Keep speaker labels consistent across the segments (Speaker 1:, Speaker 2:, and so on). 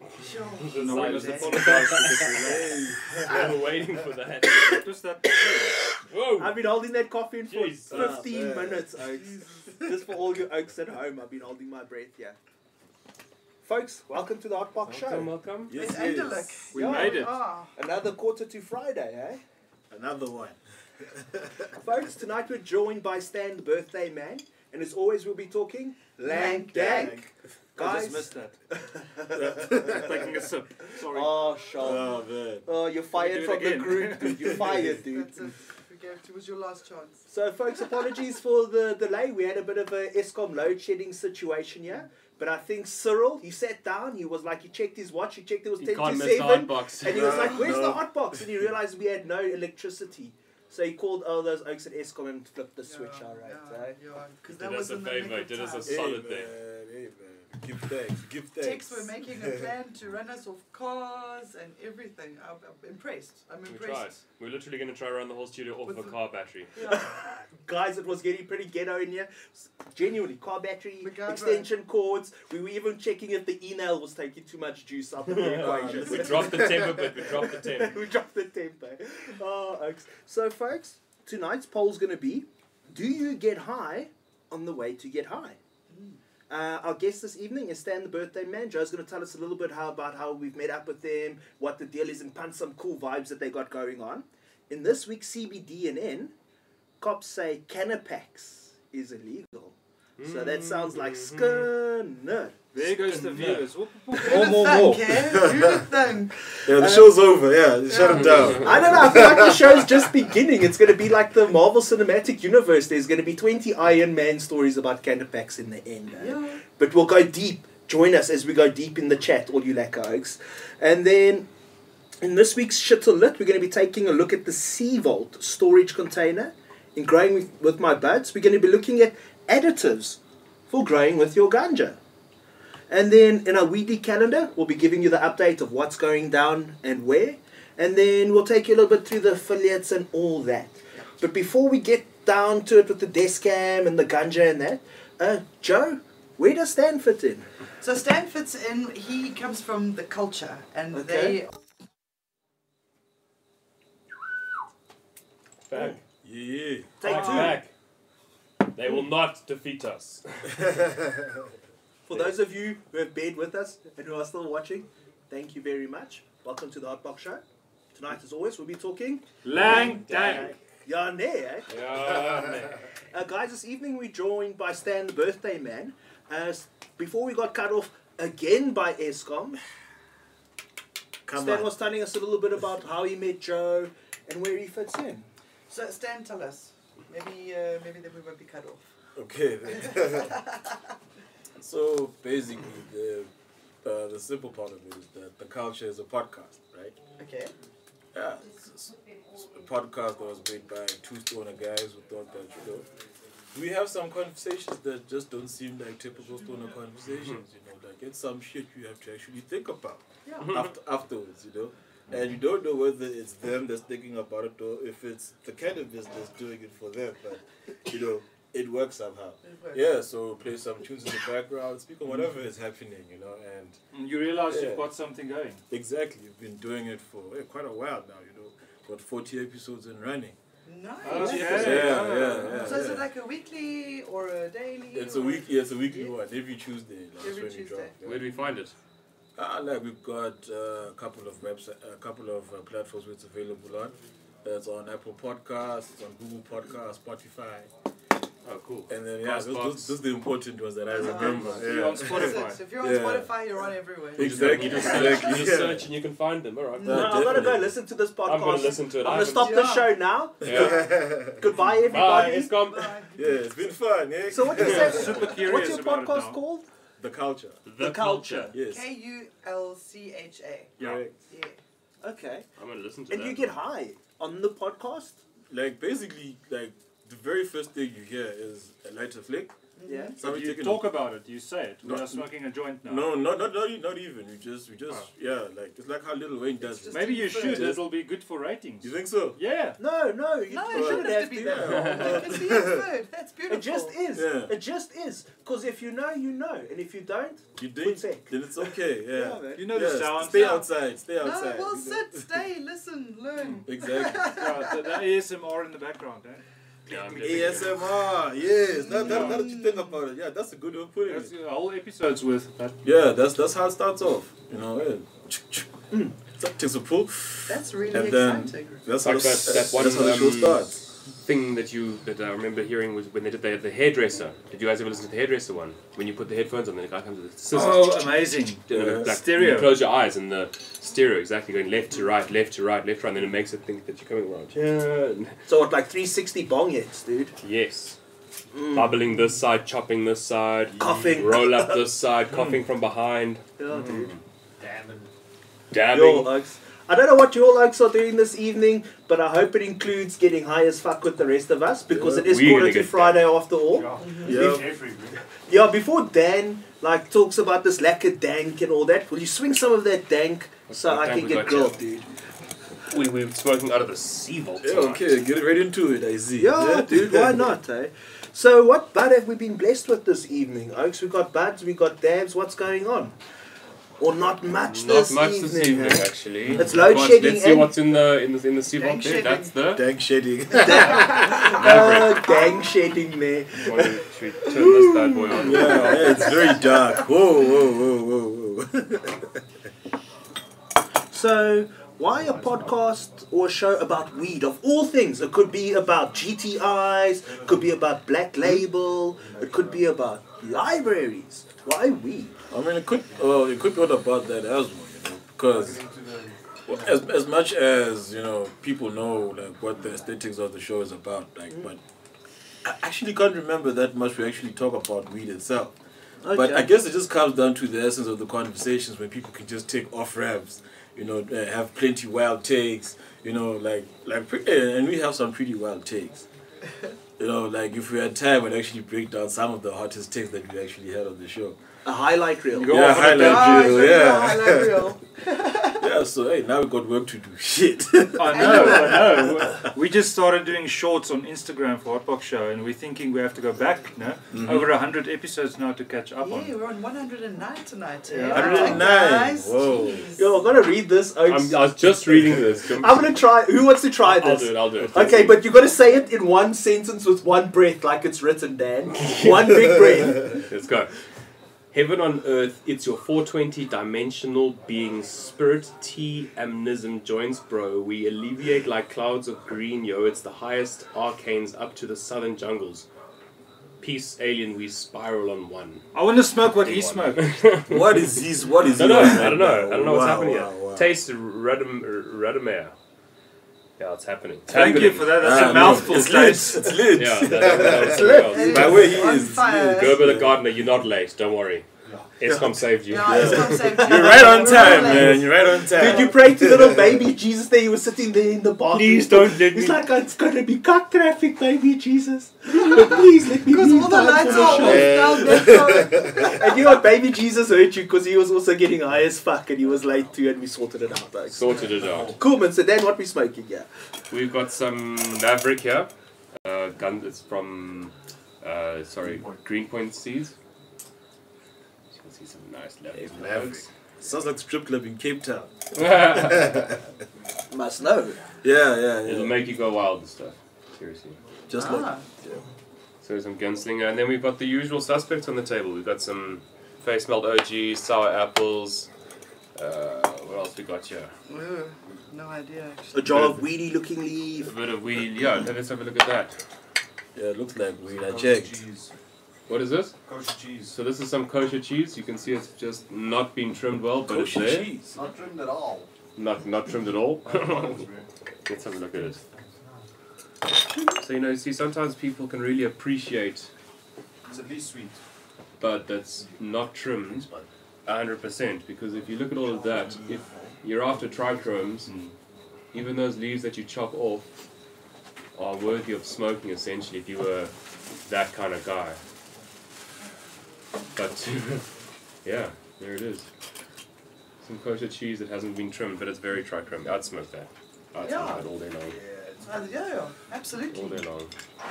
Speaker 1: I don't know when does
Speaker 2: Silence.
Speaker 1: the podcast because we were waiting for that. What was that?
Speaker 2: I've
Speaker 1: Whoa!
Speaker 2: been holding that coffee in for
Speaker 1: Jesus.
Speaker 2: 15
Speaker 3: Yeah.
Speaker 2: minutes, Oaks. Just for all you Oaks at home, I've been holding my breath here. Folks, welcome to the Hot Box
Speaker 1: Welcome,
Speaker 2: Show.
Speaker 1: welcome.
Speaker 3: Yes,
Speaker 4: It's
Speaker 3: yes.
Speaker 4: eindelijk.
Speaker 1: We
Speaker 2: Yeah.
Speaker 1: made it.
Speaker 4: Ah,
Speaker 2: Another quarter to Friday, eh?
Speaker 3: Another one.
Speaker 2: Folks, tonight we're joined by Stan the Birthday Man, and as always, we'll be talking Lang
Speaker 4: Lang
Speaker 2: Dank.
Speaker 3: I
Speaker 2: Guys,
Speaker 3: just missed that.
Speaker 1: Taking a sip. Sorry.
Speaker 2: oh, Sean.
Speaker 3: Oh man.
Speaker 2: Oh, you're
Speaker 1: do
Speaker 2: fired
Speaker 1: it
Speaker 2: from the
Speaker 1: again.
Speaker 2: group, dude. You're fired, dude.
Speaker 4: that's it. We gave it was your last chance.
Speaker 2: So, folks, apologies for the delay. We had a bit of a ESCOM load shedding situation here. But I think Cyril, he sat down, he was like, he checked his watch, he checked it was
Speaker 1: you
Speaker 2: 10
Speaker 1: can't
Speaker 2: to
Speaker 1: miss the hot
Speaker 2: 7.
Speaker 1: box.
Speaker 2: And he was
Speaker 3: No,
Speaker 2: like, where's the
Speaker 3: no.
Speaker 2: hot box? And he realized we had no electricity. So he called all those oaks at ESCOM and flipped the switch,
Speaker 4: Yeah,
Speaker 2: alright.
Speaker 4: yeah,
Speaker 2: eh?
Speaker 4: yeah, 'cause
Speaker 1: You
Speaker 4: that
Speaker 1: did us
Speaker 4: was
Speaker 1: a
Speaker 4: in the nick
Speaker 1: favour,
Speaker 4: of
Speaker 1: you did us a
Speaker 4: time.
Speaker 3: Hey,
Speaker 1: Solid
Speaker 3: man.
Speaker 1: there.
Speaker 3: Hey man. Give thanks. Give thanks.
Speaker 4: Tex were making a plan to run us off cars and everything. I'm, I'm impressed. I'm
Speaker 1: We tried.
Speaker 4: impressed.
Speaker 1: We're literally going to try around the whole studio off
Speaker 4: With
Speaker 1: of a
Speaker 4: the-
Speaker 1: car battery.
Speaker 4: Yeah.
Speaker 2: Guys, it was getting pretty ghetto in here. S- Genuinely, car battery,
Speaker 4: We got
Speaker 2: extension cords. We were even checking if the email was taking too much juice out of the equation.
Speaker 1: we dropped the temp a bit. We dropped the temp.
Speaker 2: we dropped the tempo. Oh, oaks. So, folks, tonight's poll's going to be Do you get high on the way to get high? Uh, our guest this evening is Stan the Birthday Man. Joe's going to tell us a little bit how about how we've met up with them, what the deal is, and punch some cool vibes that they got going on. In this week's CBD and N, cops say canapax is illegal. So that sounds like skinner.
Speaker 1: There goes the viewers.
Speaker 2: More,
Speaker 4: Who'd
Speaker 2: more, more.
Speaker 4: think, eh? Who'd think?
Speaker 3: Yeah, the show's over. Yeah, shut it down.
Speaker 2: I don't know. I feel like the show's just beginning. It's going to be like the Marvel Cinematic Universe. There's going to be 20 Iron Man stories about Canapax in the end. eh?
Speaker 4: Yeah.
Speaker 2: But we'll go deep. Join us as we go deep in the chat, all you lackoaks. And then in this week's Shittle Lit, we're going to be taking a look at the Sea Vault storage container in growing with, with my buds. We're going to be looking at additives for growing with your ganja. And then in our weekly calendar, we'll be giving you the update of what's going down and where. And then we'll take you a little bit through the affiliates and all that. But before we get down to it with the desk cam and the ganja and that, uh, Joe, where does Stan fit in?
Speaker 4: So Stan fits in. He comes from the culture, and
Speaker 2: Okay.
Speaker 4: they
Speaker 1: Back.
Speaker 3: Yeah.
Speaker 2: Take two.
Speaker 1: Back. They will not defeat us.
Speaker 2: For those of you who have been with us and who are still watching, thank you very much. Welcome to the Hot Box Show. Tonight, as always, we'll be talking
Speaker 1: Lang Dang.
Speaker 2: Yane, eh?
Speaker 1: Yeah,
Speaker 2: Uh, guys, this evening we're joined by Stan the Birthday Man. Uh, s- before we got cut off again by ESCOM,
Speaker 3: Come
Speaker 2: Stan
Speaker 3: on.
Speaker 2: was telling us a little bit about how he met Joe and where he fits in.
Speaker 4: So Stan, tell us. Maybe, uh, maybe then we won't be cut off.
Speaker 3: Okay. then. so basically, the uh, the simple part of it is that the culture is a podcast, right?
Speaker 4: Okay.
Speaker 3: Yeah, it's, it's- it's a podcast that was made by two stoner guys who thought that you know we have some conversations that just don't seem like typical stoner conversations. You know, like it's some shit you have to actually think about
Speaker 4: Yeah.
Speaker 3: after, afterwards. You know, and you don't know whether it's them that's thinking about it or if it's the cannabis that's doing it for them. But you know, it works somehow.
Speaker 4: It works.
Speaker 3: Yeah, so play some tunes in the background, speak on whatever is happening. You know, and
Speaker 1: You realize
Speaker 3: you've Yeah. got
Speaker 1: something going.
Speaker 3: Exactly. We've been doing it for eh, quite a while now, you know. Got 40 episodes and running.
Speaker 4: Nice.
Speaker 1: Okay.
Speaker 3: Yeah, yeah, yeah.
Speaker 4: So is it
Speaker 3: yeah.
Speaker 4: like a weekly or a daily?
Speaker 3: It's a
Speaker 4: or-
Speaker 3: weekly, it's a weekly one, every Tuesday. Like, that's
Speaker 4: Every
Speaker 3: when we
Speaker 4: Tuesday.
Speaker 3: drop, yeah.
Speaker 1: Where do we find it?
Speaker 3: Ah, like we've got uh, a couple of website, a couple of uh, platforms where it's available on. It's on Apple Podcasts, on Google Podcasts, Spotify,
Speaker 1: Oh, cool.
Speaker 3: and then yeah, those,
Speaker 1: Castbox.
Speaker 3: those, those are the important ones that I
Speaker 4: Ah.
Speaker 3: remember.
Speaker 1: You're on
Speaker 3: yeah.
Speaker 4: That's
Speaker 1: Spotify.
Speaker 4: it. So if you're on
Speaker 3: Yeah.
Speaker 4: Spotify, you're on everywhere.
Speaker 3: Exactly.
Speaker 1: You just search, you just
Speaker 3: Yeah.
Speaker 1: search and you can find them. All right.
Speaker 2: No, I'm going to go
Speaker 3: definitely.
Speaker 2: listen to this podcast.
Speaker 1: I'm going to listen to it.
Speaker 2: I'm
Speaker 1: I
Speaker 2: gonna
Speaker 1: haven't-
Speaker 2: stop the
Speaker 4: Yeah.
Speaker 2: show now.
Speaker 1: Yeah.
Speaker 2: Goodbye,
Speaker 1: Bye.
Speaker 2: everybody.
Speaker 1: It's gone.
Speaker 4: Bye.
Speaker 3: Yeah, it's been fun. Yeah.
Speaker 2: so, what is
Speaker 1: Yeah.
Speaker 2: that?
Speaker 1: Super curious
Speaker 2: What's your
Speaker 1: about it
Speaker 2: podcast
Speaker 1: now.
Speaker 2: called?
Speaker 3: The culture.
Speaker 2: The Culture.
Speaker 3: Yes.
Speaker 4: K U L C H A.
Speaker 1: Yeah.
Speaker 3: Correct.
Speaker 4: Yeah.
Speaker 2: Okay.
Speaker 1: I'm going to listen to
Speaker 2: And
Speaker 1: that.
Speaker 2: you get high on the podcast?
Speaker 3: like basically like the very first thing you hear is a lighter flick
Speaker 2: Yeah.
Speaker 3: So
Speaker 5: But
Speaker 3: we
Speaker 5: you
Speaker 3: take it
Speaker 5: talk about it. You say it.
Speaker 3: No,
Speaker 5: we are smoking a joint now.
Speaker 3: No, not not not, e- not even. We just we just
Speaker 5: Oh.
Speaker 3: yeah, like it's like how Little Wayne does.
Speaker 4: It's
Speaker 3: it.
Speaker 4: just-
Speaker 5: Maybe you
Speaker 4: Just-
Speaker 5: should. That'll be good for ratings.
Speaker 3: you think so?
Speaker 5: Yeah.
Speaker 2: No, no, you,
Speaker 4: No,
Speaker 2: you
Speaker 4: it
Speaker 2: shouldn't
Speaker 4: shouldn't
Speaker 2: have
Speaker 4: have to
Speaker 2: to.
Speaker 4: be
Speaker 2: no.
Speaker 4: that. It can be a third. That's beautiful.
Speaker 2: It just is.
Speaker 3: Yeah.
Speaker 2: It just is. Because if you know, you know, and if you don't,
Speaker 3: You
Speaker 2: Good
Speaker 3: think?
Speaker 2: sec.
Speaker 3: Then it's okay. Yeah.
Speaker 2: Yeah, man.
Speaker 5: You know
Speaker 3: Yeah,
Speaker 5: the sound.
Speaker 3: Stay
Speaker 5: Yeah.
Speaker 3: outside. Stay
Speaker 4: No,
Speaker 3: outside.
Speaker 4: well,
Speaker 3: You know?
Speaker 4: sit, stay, listen, learn.
Speaker 3: Exactly.
Speaker 5: Yeah, the, the ASMR in the background. Eh?
Speaker 1: Yeah, I'm definitely gonna-
Speaker 3: ASMR. Yes. Now, now, now that you
Speaker 4: Mm.
Speaker 3: think about it, yeah, that's a good way of putting
Speaker 5: That's
Speaker 3: it.
Speaker 5: uh, whole episodes with that.
Speaker 3: Yeah, that's that's how it starts off. You know, yeah.
Speaker 5: Hmm.
Speaker 3: So, takes a pull.
Speaker 4: That's really
Speaker 3: And then-
Speaker 4: exciting.
Speaker 3: That's how
Speaker 1: Like
Speaker 3: the-
Speaker 1: that, that one
Speaker 3: that's how the show
Speaker 1: um,
Speaker 3: starts.
Speaker 1: thing that you that I remember hearing was when they did the, the hairdresser. Did you guys ever listen to the hairdresser one? When you put the headphones on, then the guy comes with the scissors.
Speaker 5: Oh, amazing.
Speaker 1: Yeah,
Speaker 3: Yeah.
Speaker 1: like
Speaker 5: Stereo.
Speaker 1: You close your eyes and the stereo exactly going left to right, left to right, left to right, and then it makes it think that you're coming around. Yeah.
Speaker 2: so what, like 360 bong hits, dude.
Speaker 1: Yes. Bubbling this side, chopping this side,
Speaker 2: Coughing.
Speaker 1: roll up this side, coughing from behind,
Speaker 2: Yeah, dude.
Speaker 1: dabbing.
Speaker 2: Your likes. I don't know what your likes are doing this evening, but I hope it includes getting high as fuck with the rest of us because
Speaker 3: Yeah.
Speaker 2: it is
Speaker 1: We're
Speaker 2: quarter
Speaker 1: gonna
Speaker 2: to
Speaker 1: get
Speaker 2: Friday after all.
Speaker 5: Yeah.
Speaker 3: Yeah.
Speaker 2: Yeah, before Dan like talks about this lack of dank and all that, will you swing some of that dank so
Speaker 1: What
Speaker 2: I
Speaker 1: dank
Speaker 2: can
Speaker 1: we
Speaker 2: get
Speaker 1: got
Speaker 2: grilled, dude?
Speaker 1: We, we're smoking out of the sea vault.
Speaker 3: Yeah,
Speaker 1: tonight.
Speaker 3: okay, get right into it, I see.
Speaker 2: Yeah, dude, why not, eh? So what bud have we been blessed with this evening, Oaks? We got buds, we got dabs, what's going on? Or not much
Speaker 1: Not
Speaker 2: this
Speaker 1: much
Speaker 2: evening.
Speaker 1: this evening,
Speaker 2: eh?
Speaker 1: actually.
Speaker 2: It's load
Speaker 1: Come on,
Speaker 2: shedding
Speaker 1: Let's see
Speaker 2: and-
Speaker 1: what's in the in the in the sea
Speaker 4: Load
Speaker 1: vault there.
Speaker 4: shedding.
Speaker 1: That's the.
Speaker 3: Dank shedding.
Speaker 2: Oh, dang shedding there.
Speaker 1: Should we turn this bad boy on?
Speaker 3: Yeah, yeah, it's very dark. Whoa, whoa, whoa, whoa, whoa.
Speaker 2: So, why a podcast or a show about weed? Of all things, it could be about GTIs, it could be about Black Label, it could be about libraries. Why weed?
Speaker 3: I mean, it could well, it could be all about that as well, you know, because well, as as much as you know, people know like what the aesthetics of the show is about, like, but I actually can't remember that much. We actually talk about weed itself. But I guess it just comes down to the essence of the conversations where people can just take off ramps, you know, uh, have plenty wild takes, you know, like like, pre- eh, and we have some pretty wild takes. You know, like if we had time, I'd actually break down some of the hottest takes that we actually had on the show.
Speaker 2: a highlight reel.
Speaker 5: Go
Speaker 3: yeah,
Speaker 5: off on
Speaker 3: highlight
Speaker 5: a
Speaker 4: Ah,
Speaker 3: reel,
Speaker 4: it's a
Speaker 3: yeah.
Speaker 4: highlight reel.
Speaker 3: Yeah, so hey, now we got work to do. Shit.
Speaker 5: I know, I know. We just started doing shorts on Instagram for Hotbox Show, and we're thinking we have to go back, no?
Speaker 3: Mm-hmm.
Speaker 5: Over 100 episodes now to catch up on.
Speaker 4: Yeah, we're on 109 tonight. eh?
Speaker 5: Yeah.
Speaker 4: Wow,
Speaker 3: 109.
Speaker 4: guys,
Speaker 3: Whoa.
Speaker 4: jeez.
Speaker 2: Yo, I'm gonna read this.
Speaker 1: I'm, I
Speaker 2: Oaks. I'm,
Speaker 1: was just reading this. Jump-
Speaker 2: gonna try. Who wants to try
Speaker 1: I'll
Speaker 2: this?
Speaker 1: do it. I'll do it.
Speaker 2: Okay, but you gotta say it in one sentence with one breath, like it's written, Dan. one big breath.
Speaker 1: Let's go. Heaven on earth, it's your 420 dimensional being spirit T amnism joins bro. We alleviate like clouds of green, yo. It's the highest arcanes up to the southern jungles. Peace, alien, we spiral on one.
Speaker 5: I want to smoke what he smoked.
Speaker 3: what is this? What is
Speaker 1: No,
Speaker 3: he
Speaker 1: no,
Speaker 3: on
Speaker 1: I
Speaker 3: right
Speaker 1: don't know.
Speaker 3: now?
Speaker 1: I don't know what's
Speaker 3: Wow,
Speaker 1: happening
Speaker 3: wow,
Speaker 1: yet.
Speaker 3: wow.
Speaker 1: Taste Radom, Radomir. Yeah, it's happening. It's
Speaker 5: Thank you
Speaker 1: happening.
Speaker 5: for that.
Speaker 3: Ah,
Speaker 5: That's
Speaker 3: no,
Speaker 5: a mouthful.
Speaker 3: It's
Speaker 5: guys.
Speaker 3: lit. It's lit.
Speaker 1: Yeah, that, that was
Speaker 2: Lit.
Speaker 1: well.
Speaker 3: By where he
Speaker 4: On
Speaker 3: is.
Speaker 4: fire.
Speaker 3: lit.
Speaker 1: Gerber the gardener, you're not late. Don't worry. Escom saved you.
Speaker 4: Yeah, it's not safe to-
Speaker 3: You're right on
Speaker 4: We're
Speaker 3: time,
Speaker 4: all
Speaker 3: man.
Speaker 4: late.
Speaker 3: You're right on time.
Speaker 2: Did you pray to little baby Jesus there? You were sitting there in the bathroom.
Speaker 5: don't let
Speaker 2: It's like it's gonna be cock traffic, baby Jesus. But please let me
Speaker 4: Because
Speaker 2: leave
Speaker 4: all the
Speaker 2: time
Speaker 4: lights
Speaker 2: for
Speaker 4: are off.
Speaker 2: the show.
Speaker 4: Now they're going.
Speaker 2: And you know what, baby Jesus hurt you because he was also getting high as fuck and he was late too, and we sorted it out. Like.
Speaker 1: Sorted it out.
Speaker 2: Cool, man. So then, what we smoking? Yeah.
Speaker 1: We've got some Maverick here. Uh, gun that's from, uh, sorry, Greenpoint Seas. You can see some nice levels.
Speaker 3: Sounds like strip club in Cape Town.
Speaker 2: Must know.
Speaker 3: Yeah, yeah,
Speaker 1: It'll
Speaker 3: yeah.
Speaker 1: make you go wild and stuff. Seriously.
Speaker 3: Just like
Speaker 4: Ah,
Speaker 1: So some gunslinger, and then we've got the usual suspects on the table. We've got some face melt OG, sour apples. Uh, what else we got here?
Speaker 4: ugh, No idea, actually.
Speaker 2: A jar of weedy looking leaf.
Speaker 1: A bit of weed. Yeah, let's have a look at that.
Speaker 3: yeah, it looks like weed. I checked.
Speaker 5: cheese.
Speaker 1: What is this?
Speaker 5: Kosher cheese.
Speaker 1: So this is some kosher cheese. You can see it's just not been trimmed well, but
Speaker 3: Kosher
Speaker 1: it's there.
Speaker 3: cheese.
Speaker 6: Not trimmed at all.
Speaker 1: Not not trimmed at all. Let's have a look at it. So you know, see, sometimes people can really appreciate,
Speaker 5: It's at least sweet.
Speaker 1: but that's not trimmed, hundred percent. Because if you look at all of that, if you're after trichromes,
Speaker 5: Hmm.
Speaker 1: even those leaves that you chop off are worthy of smoking. Essentially, if you were that kind of guy. But yeah, there it is. Some kosher cheese that hasn't been trimmed, but it's very trichome. I'd smoke that. I'd
Speaker 4: Yeah.
Speaker 1: smoke that all day long.
Speaker 4: Uh, yeah, yeah,
Speaker 1: All
Speaker 4: absolutely.
Speaker 1: day long.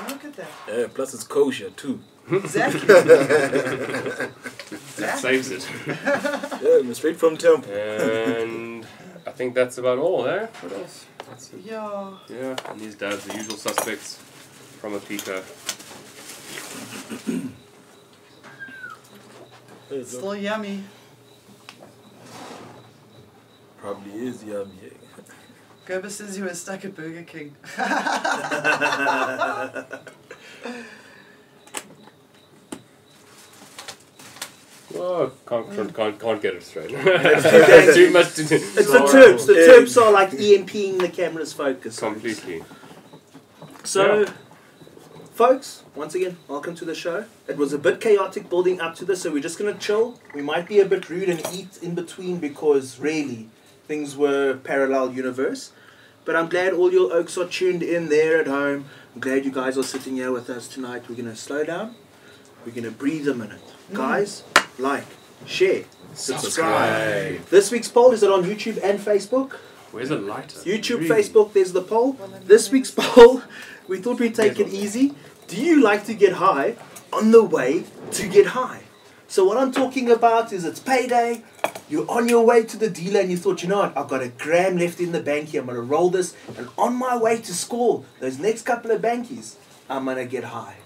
Speaker 4: Look at that.
Speaker 3: Yeah, plus it's kosher too.
Speaker 4: Exactly.
Speaker 1: That
Speaker 4: exactly.
Speaker 1: saves it.
Speaker 3: Yeah, straight from temple.
Speaker 1: and I think that's about all, eh? What else? That's it.
Speaker 4: Yeah.
Speaker 1: Yeah, and these dads, the usual suspects from a pico.
Speaker 3: It
Speaker 4: Still yummy.
Speaker 3: probably is yummy. yeah.
Speaker 4: Gerber says you were stuck at Burger King.
Speaker 1: Oh, can't, can't, can't, can't get it straight. That's too much to do.
Speaker 2: It's the terps. The terps are like EMPing the camera's focus. folks.
Speaker 1: Completely.
Speaker 2: So,
Speaker 1: Yeah.
Speaker 2: folks, once again, welcome to the show. It was a bit chaotic building up to this, so we're just going to chill. We might be a bit rude and eat in between because really things were parallel universe. But I'm glad all your oaks are tuned in there at home. I'm glad you guys are sitting here with us tonight. We're going to slow down. We're going to breathe a minute. Guys, like, share, subscribe. This week's poll is it on YouTube and Facebook?
Speaker 1: Where's a lighter?
Speaker 2: YouTube,
Speaker 1: Really?
Speaker 2: Facebook, there's the poll. This week's poll, we thought we'd take it easy. Do you like to get high on the way to get high? So, what I'm talking about is it's payday, you're on your way to the dealer, and you thought, you know what, I've got a gram left in the bank here, I'm gonna roll this, and on my way to score those next couple of bankies, I'm gonna get high.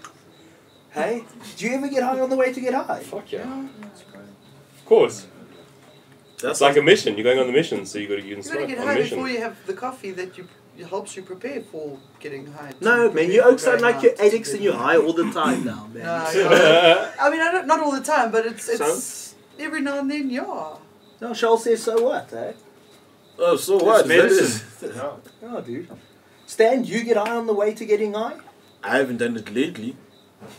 Speaker 2: Hey, do you ever get high on the way to get high?
Speaker 1: Fuck yeah. Of course. It's
Speaker 3: That's
Speaker 1: like a mission. You're going on the mission, so you got to get
Speaker 4: You're going to
Speaker 1: inside
Speaker 4: get
Speaker 1: on the
Speaker 4: high before
Speaker 1: mission.
Speaker 4: you have the coffee that you it helps you prepare for getting high.
Speaker 2: No,
Speaker 4: To
Speaker 2: man,
Speaker 4: prepare
Speaker 2: you
Speaker 4: for
Speaker 2: oaks sound
Speaker 4: going
Speaker 2: like you're
Speaker 4: out.
Speaker 2: addicts and you're high all the time now, man.
Speaker 4: No, yeah. I mean, I don't, not all the time, but it's it's every now and then, yeah.
Speaker 2: No, Charles says, so what, eh?
Speaker 3: Oh, so what? That
Speaker 5: medicine.
Speaker 3: is-
Speaker 2: Oh, dude. Stan, you get high on the way to getting high?
Speaker 3: I haven't done it lately.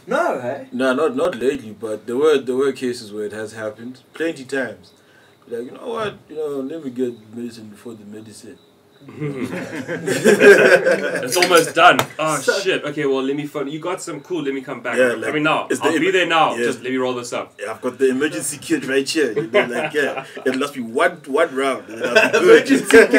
Speaker 2: No, hey?
Speaker 3: No, not not lately, but there were there were cases where it has happened plenty times. Like you know what, you know, never get medicine before the medicine.
Speaker 1: It's almost done. Oh
Speaker 2: So-
Speaker 1: shit. Okay, well let me phone. You got some cool. Let me come back.
Speaker 3: Yeah, like,
Speaker 1: I mean now.
Speaker 3: it's the
Speaker 1: I'll be
Speaker 3: im-
Speaker 1: there now.
Speaker 3: yeah.
Speaker 1: Just let me roll this up.
Speaker 3: Yeah, I've got the emergency kit right here. You know, like yeah, it must be one one round. and then I'll be good.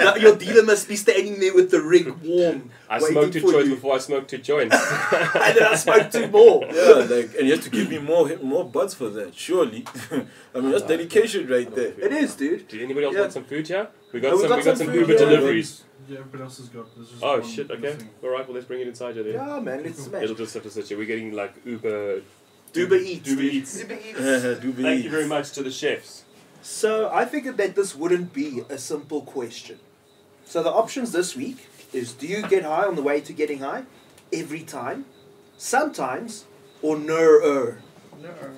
Speaker 2: Now, your dealer must be standing there with the rig warm.
Speaker 1: I
Speaker 2: waiting
Speaker 1: smoked two
Speaker 2: for
Speaker 1: joints
Speaker 2: you.
Speaker 1: before I smoked two joints.
Speaker 2: and then I smoked two more.
Speaker 3: Yeah, like and you have to give me more more buds for that. Surely, I mean that's dedication right there.
Speaker 2: It is, dude.
Speaker 1: Did anybody else
Speaker 2: Yeah.
Speaker 1: want some food here? We got
Speaker 2: No, we
Speaker 1: some.
Speaker 2: got
Speaker 1: we got
Speaker 2: some
Speaker 1: some
Speaker 2: food,
Speaker 1: Uber
Speaker 2: yeah. Mm.
Speaker 1: deliveries.
Speaker 6: Yeah, everybody else has got. This is
Speaker 1: Oh
Speaker 6: one
Speaker 1: shit. Okay.
Speaker 6: missing.
Speaker 1: All right. Well, let's bring it inside you then.
Speaker 2: Yeah, man, let's smash.
Speaker 1: It'll just have to sit here. We're getting like Uber.
Speaker 2: Uber Eats,
Speaker 1: Uber
Speaker 2: dude.
Speaker 1: Eats.
Speaker 3: Do believe.
Speaker 1: Thank you very much to the chefs.
Speaker 2: So I figured that this wouldn't be a simple question. So the options this week is do you get high on the way to getting high? Every time? Sometimes? Or no-er? No-er,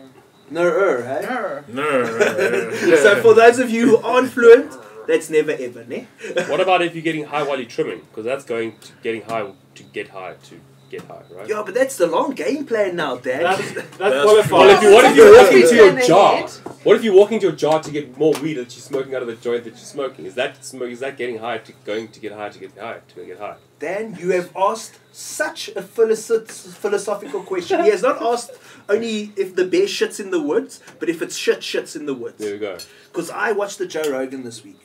Speaker 2: er, hey?
Speaker 4: No.
Speaker 3: No, no, no, no.
Speaker 2: So for those of you who aren't fluent, that's never ever, ne?
Speaker 1: What about if you're getting high while you're trimming? Because that's going to getting high to get high to get high, right?
Speaker 2: Yeah, but that's the long game plan now, Dad.
Speaker 5: That's, that's,
Speaker 3: That's
Speaker 1: Well, if
Speaker 5: qualified.
Speaker 1: you, what if
Speaker 4: Oh,
Speaker 1: you walk
Speaker 4: that's
Speaker 1: into your
Speaker 4: good.
Speaker 1: jar? What if you walk into your jar to get more weed that she's smoking out of the joint that she's smoking? Is that smo- is that getting high to going to get high to get high to get high?
Speaker 2: Dan, you have asked such a philosoph- philosophical question. He has not asked only if the bear shits in the woods, but if it's shit shits in the woods.
Speaker 1: There we go.
Speaker 2: Because I watched the Joe Rogan this week,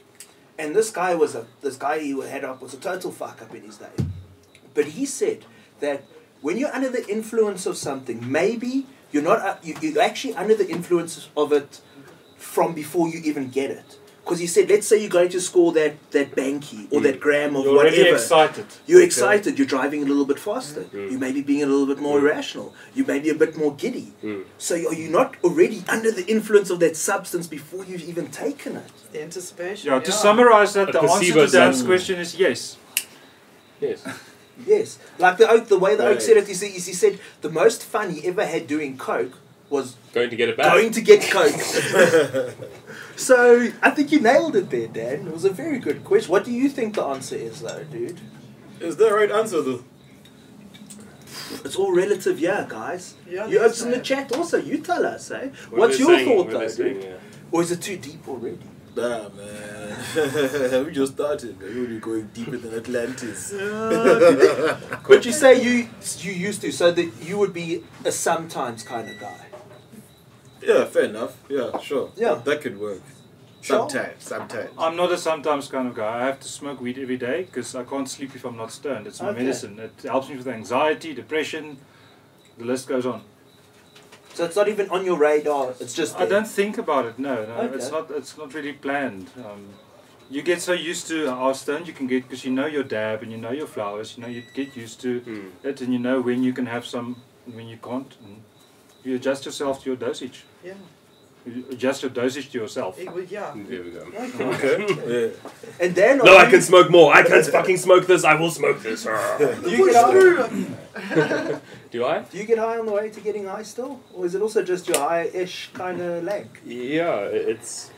Speaker 2: and this guy was a this guy he had up was a total fuck up in his day, but he said that when you're under the influence of something, maybe you're not uh, you, you're actually under the influence of it from before you even get it. Because he said, let's say you're going to score that that banky or that gram of
Speaker 5: You're already
Speaker 2: whatever.
Speaker 5: excited.
Speaker 2: You're
Speaker 5: Okay.
Speaker 2: excited. You're driving a little bit faster. You may be being a little bit more irrational. You may be a bit more giddy. So are you not already under the influence of that substance before you've even taken it?
Speaker 4: The anticipation.
Speaker 5: Yeah, to summarize that,
Speaker 1: A
Speaker 5: the answer
Speaker 1: placebo
Speaker 5: to Dan's
Speaker 1: zone.
Speaker 5: question is yes.
Speaker 1: Yes.
Speaker 2: Yes. Like the oak, the way the oak
Speaker 3: Right.
Speaker 2: said it, he said, he said the most fun he ever had doing coke was
Speaker 1: Going to get it back.
Speaker 2: going to get coke. so I think you nailed it there, Dan. It was a very good question. What do you think the answer is, though, dude?
Speaker 3: Is that right answer though?
Speaker 2: It's all relative, yeah, guys.
Speaker 4: Yeah,
Speaker 2: you
Speaker 4: that's
Speaker 2: oaks in the
Speaker 4: right.
Speaker 2: chat also. You tell us, eh?
Speaker 1: What
Speaker 2: What's
Speaker 1: they're
Speaker 2: your
Speaker 1: saying,
Speaker 2: thought,
Speaker 1: what they're
Speaker 2: though,
Speaker 1: saying,
Speaker 2: dude?
Speaker 1: yeah.
Speaker 2: Or is it too deep already?
Speaker 3: Nah, man. we just started. man. We're already going deeper than Atlantis.
Speaker 2: But you say you you used to, so that you would be a sometimes kind of guy.
Speaker 3: Yeah, fair enough. Yeah, sure.
Speaker 2: Yeah.
Speaker 3: That could work.
Speaker 2: Sure. Oh.
Speaker 3: Sometimes, sometimes.
Speaker 5: I'm not a sometimes kind of guy. I have to smoke weed every day because I can't sleep if I'm not stoned. It's my
Speaker 2: Okay.
Speaker 5: medicine. It helps me with anxiety, depression. The list goes on.
Speaker 2: So it's not even on your radar. It's just
Speaker 5: I
Speaker 2: there.
Speaker 5: don't think about it. No, no,
Speaker 2: Okay.
Speaker 5: it's not. It's not really planned. Um, you get so used to how stoned you can get because you know your dab and you know your flowers. You know you get used to
Speaker 1: Mm.
Speaker 5: it and you know when you can have some and when you can't. And you adjust yourself to your dosage.
Speaker 4: Yeah.
Speaker 5: You adjust your dosage to yourself.
Speaker 4: It would, yeah.
Speaker 1: There we go.
Speaker 4: Okay.
Speaker 3: Okay.
Speaker 2: And then
Speaker 1: No, I can smoke more. I can fucking smoke this. I will smoke this. Ah.
Speaker 2: Do you,
Speaker 4: Push
Speaker 2: get high,
Speaker 4: through.
Speaker 1: Do I?
Speaker 2: do you get high on the way to getting high still, or is it also just your high-ish kind of lag?
Speaker 1: Yeah, i- it's.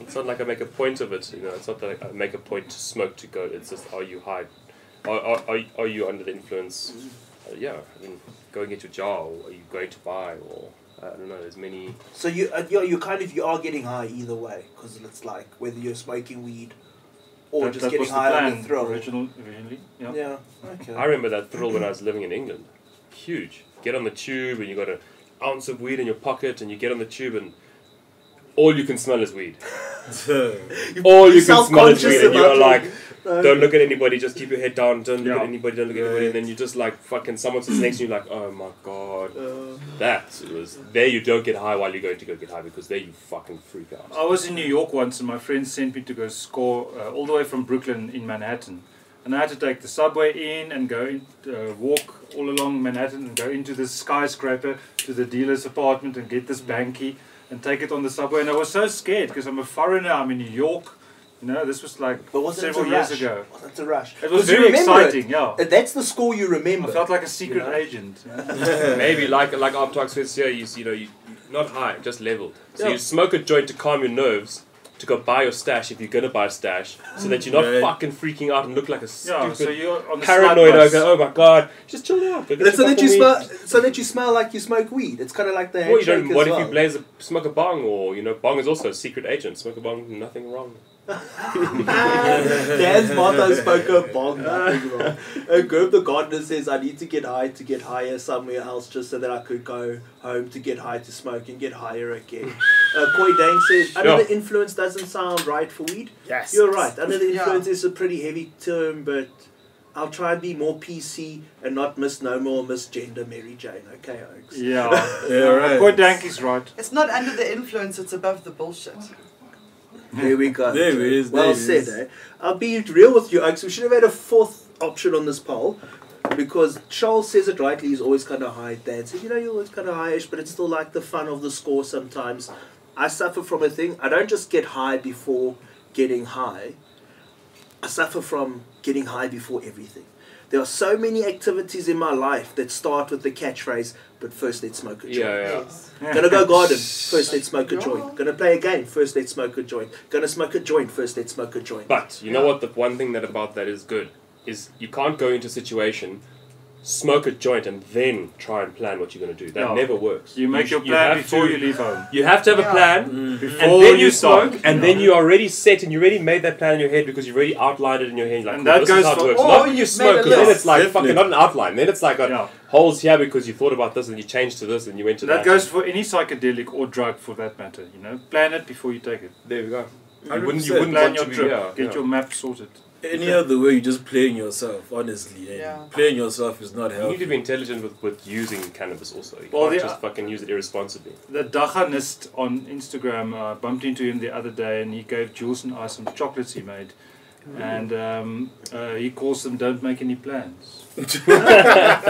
Speaker 1: It's not like I make a point of it. You know, it's not that I make a point to smoke to go. It's just are you high? Are are are, are you under the influence? Uh, yeah, I mean, going into jar. Or are you going to buy? Or I don't know. There's many.
Speaker 2: So you uh, you're, you kind of you are getting high either way because it's like whether you're smoking weed or
Speaker 5: That-
Speaker 2: just
Speaker 5: that
Speaker 2: getting
Speaker 5: was the
Speaker 2: high on
Speaker 5: plan
Speaker 2: the thrill.
Speaker 5: Original, originally, yeah.
Speaker 2: Yeah. Okay.
Speaker 1: I remember that thrill when I was living in England. Huge. Get on the tube and you got an ounce of weed in your pocket, and you get on the tube and all you can smell is weed. All you can smell is weed, and you're like, don't look at anybody, just keep your head down, don't look at
Speaker 5: Yeah.
Speaker 1: anybody, don't look at anybody, and then you just like fucking someone sits next to you like, oh my god, that was there you don't get high while you're going to go get high because there you fucking freak out.
Speaker 5: I was in New York once, and my friend sent me to go score uh, all the way from Brooklyn in Manhattan, and I had to take the subway in and go in, uh, walk all along Manhattan and go into this skyscraper to the dealer's apartment and get this
Speaker 2: Mm.
Speaker 5: banky and take it on the subway. And I was so scared because I'm a foreigner. I'm in New York. You know, this was like
Speaker 2: But wasn't
Speaker 5: several
Speaker 2: it a
Speaker 5: years
Speaker 2: rush?
Speaker 5: ago.
Speaker 2: Wasn't it a rush?
Speaker 5: It was
Speaker 2: 'Cause you
Speaker 5: very
Speaker 2: remember it.
Speaker 5: exciting. Yeah,
Speaker 2: Uh, That's the school you remember.
Speaker 5: I felt like a secret
Speaker 2: know?
Speaker 5: agent.
Speaker 1: Uh, Maybe like like after I experience here, you, s- you know, you not high, just leveled. So
Speaker 2: Yeah.
Speaker 1: you smoke a joint to calm your nerves. To go buy your stash if you're gonna buy a stash, so that you're not
Speaker 3: Right.
Speaker 1: fucking freaking out and look like a stupid
Speaker 5: Yeah, so you're on the
Speaker 1: paranoid
Speaker 5: slide bus.
Speaker 1: over. Oh my god, just chill out. go get
Speaker 2: That's so
Speaker 1: your
Speaker 2: that you
Speaker 1: fucking
Speaker 2: smell.
Speaker 1: weed."
Speaker 2: So that you smell like you smoke weed. It's kind of like the
Speaker 1: Well, you
Speaker 2: handshake
Speaker 1: don't, what
Speaker 2: as
Speaker 1: if
Speaker 2: well.
Speaker 1: you blaze a, smoke a bong or, you know, bong is also a secret agent. Smoke a bong, nothing wrong.
Speaker 2: Dan's motto spoke a bong. nothing wrong. A group the gardener says I need to get high to get higher somewhere else just so that I could go home to get high to smoke and get higher again. Uh, Koi Dang says under the influence doesn't sound right for weed.
Speaker 3: yes.
Speaker 2: You're right. Under the
Speaker 4: Yeah.
Speaker 2: influence is a pretty heavy term, but I'll try and be more PC and not misnomer or misgender Mary Jane. Okay, Oaks.
Speaker 5: Yeah,
Speaker 3: Yeah,
Speaker 2: Oh,
Speaker 3: right.
Speaker 5: Quite Danky's right.
Speaker 4: It's not under the influence, it's above the bullshit.
Speaker 2: There we go.
Speaker 3: There it is,
Speaker 2: Well
Speaker 3: there it
Speaker 2: said,
Speaker 3: is.
Speaker 2: eh? I'll be real with you, Oaks. We should have had a fourth option on this poll because Charles says it rightly. He's always kind of high. Dan said, you know, you're always kind of highish, but it's still like the fun of the score sometimes. I suffer from a thing. I don't just get high before getting high. I suffer from getting high before everything. There are so many activities in my life that start with the catchphrase, but first let's smoke a joint.
Speaker 4: Yes.
Speaker 2: Gonna go garden, first let's smoke a
Speaker 4: Yeah.
Speaker 2: joint. Gonna play a game, first let's smoke a joint. Gonna smoke a joint, first let's smoke a joint.
Speaker 1: But you know what? The one thing that about that is good is you can't go into a situation, smoke a joint, and then try and plan what you're going to do. That
Speaker 5: No.
Speaker 1: never works.
Speaker 5: You make
Speaker 1: sh-
Speaker 5: your
Speaker 1: have
Speaker 5: plan before
Speaker 1: to-
Speaker 5: you leave home.
Speaker 1: You have to have a
Speaker 4: Yeah.
Speaker 1: plan,
Speaker 5: Before
Speaker 1: and then you,
Speaker 5: start.
Speaker 1: smoke, and then you are already set, and you already made that plan in your head because you already outlined it in your head. Like,
Speaker 5: And
Speaker 1: cool,
Speaker 5: that
Speaker 1: this
Speaker 5: goes
Speaker 1: is how it
Speaker 5: for
Speaker 1: works.
Speaker 4: all-
Speaker 1: Not when
Speaker 4: You've
Speaker 1: you
Speaker 4: Oh, made
Speaker 1: smoke,
Speaker 4: a
Speaker 1: 'cause then
Speaker 4: list.
Speaker 1: it's like
Speaker 3: Definitely.
Speaker 1: fucking not an outline. Then it's like got
Speaker 5: Yeah.
Speaker 1: holes here because you thought about this and you changed to this and you went to
Speaker 5: That goes for any psychedelic or drug for that matter, you know. Plan it before you take it.
Speaker 1: There we go. You
Speaker 3: 100%.
Speaker 1: wouldn't, you wouldn't
Speaker 5: Plan
Speaker 1: want
Speaker 5: your
Speaker 1: to be
Speaker 5: trip.
Speaker 1: yeah,
Speaker 5: Get
Speaker 1: yeah.
Speaker 5: your map sorted.
Speaker 3: Any other way, you're just playing yourself, honestly. And
Speaker 4: Yeah.
Speaker 3: Playing yourself is not
Speaker 1: You need to
Speaker 3: healthy.
Speaker 1: be intelligent with, with using cannabis also. You
Speaker 5: Well,
Speaker 1: can't
Speaker 5: the-
Speaker 1: just fucking use it irresponsibly.
Speaker 5: The Dachanist on Instagram uh, bumped into him the other day and he gave Jules and I some chocolates he made. And um, uh, he calls them don't make any plans. so,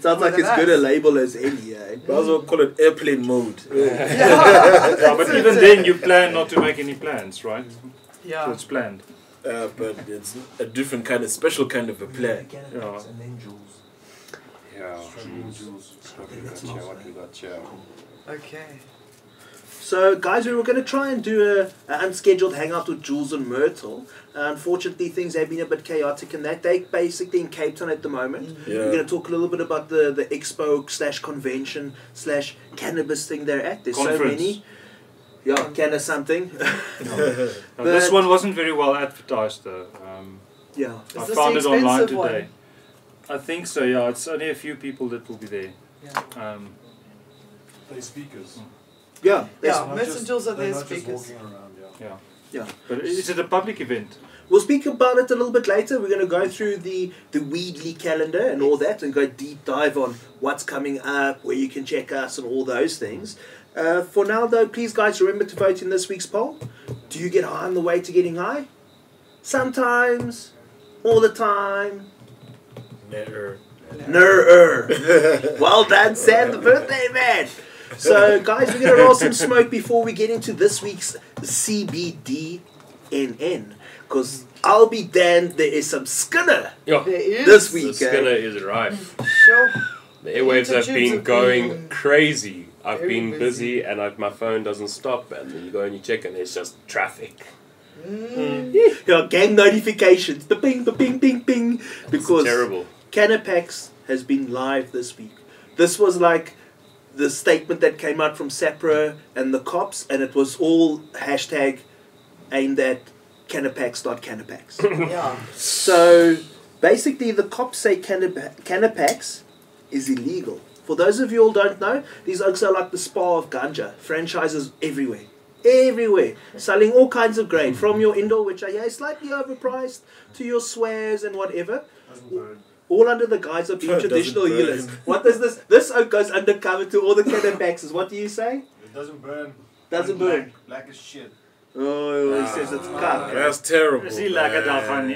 Speaker 2: Sounds like it's good a label as any, eh?
Speaker 3: Might as well call it airplane mode.
Speaker 5: yeah, but even then you plan not to make any plans, right? So
Speaker 4: Yeah.
Speaker 5: it's planned.
Speaker 3: Uh, but it's a different kind of special kind of a plan.
Speaker 5: Yeah.
Speaker 1: Yeah. What we got here.
Speaker 4: Okay.
Speaker 2: So, guys, we were going to try and do a, a unscheduled hangout with Jules and Myrtle. Uh, unfortunately, things have been a bit chaotic, and that they basically in Cape Town at the moment. We're
Speaker 3: Yeah.
Speaker 2: going to talk a little bit about the, the expo slash convention slash cannabis thing they're at. There's so
Speaker 5: Conference.
Speaker 2: many. Yeah, canna something.
Speaker 5: Now, this
Speaker 2: But-
Speaker 5: one wasn't very well advertised though. Um,
Speaker 2: yeah.
Speaker 4: Is
Speaker 5: I
Speaker 4: this
Speaker 5: found
Speaker 4: the
Speaker 5: it online
Speaker 4: expensive
Speaker 5: today. I think so, yeah. It's only a few people that will be there.
Speaker 4: Yeah.
Speaker 5: Um,
Speaker 6: They speakers.
Speaker 2: Yeah.
Speaker 4: Yeah,
Speaker 2: that's-
Speaker 6: They're not
Speaker 4: messengers
Speaker 6: just,
Speaker 4: are their
Speaker 6: they're not
Speaker 4: speakers.
Speaker 6: Just walking around, yeah.
Speaker 5: Yeah.
Speaker 2: Yeah.
Speaker 5: But is it a public event?
Speaker 2: We'll speak about it a little bit later. We're going to go through the, the Weedly calendar and all that and go deep dive on what's coming up, where you can check us, and all those things. Uh, for now, though, please, guys, remember to vote in this week's poll. Do you get high on the way to getting high? Sometimes, all the time.
Speaker 3: Never.
Speaker 2: Ner. well done, Sam, the birthday man. So, guys, we're going to roll some smoke before we get into this week's CBDNN. Because I'll be damned, there is some Skinner
Speaker 1: Yeah.
Speaker 4: There is.
Speaker 2: this
Speaker 1: The
Speaker 2: week.
Speaker 1: Skinner
Speaker 2: eh?
Speaker 1: is rife.
Speaker 4: Sure.
Speaker 1: The airwaves have
Speaker 4: Intertubes
Speaker 1: been
Speaker 4: have
Speaker 1: going
Speaker 4: been
Speaker 1: crazy. I've
Speaker 4: very
Speaker 1: been busy,
Speaker 4: busy.
Speaker 1: and I've, my phone doesn't stop. And then you go and you check, and it's just traffic.
Speaker 2: Yeah, gang notifications. The bing, the bing, bing, bing. Because
Speaker 1: Terrible.
Speaker 2: Canapax has been live this week. This was like the statement that came out from SAPRA and the cops, and it was all hashtag aimed at Canapax, not Canapax.
Speaker 4: Yeah.
Speaker 2: So basically, the cops say cannab- Canapax is illegal. For those of you who don't know, these oaks are like the spa of ganja. Franchises everywhere. Everywhere. Selling all kinds of grain, from your indoor, which are yeah, slightly overpriced, to your swears and whatever.
Speaker 6: Doesn't burn.
Speaker 2: All under the guise of being
Speaker 3: Doesn't
Speaker 2: traditional
Speaker 3: burn.
Speaker 2: healers. What is this? This oak goes undercover to all the Canapaxes. What do you say?
Speaker 6: It doesn't burn.
Speaker 2: Doesn't
Speaker 6: Black-
Speaker 2: burn.
Speaker 6: Black as shit.
Speaker 2: Oh, he says it's cuck.
Speaker 3: That's terrible.
Speaker 5: Is he like a
Speaker 3: man.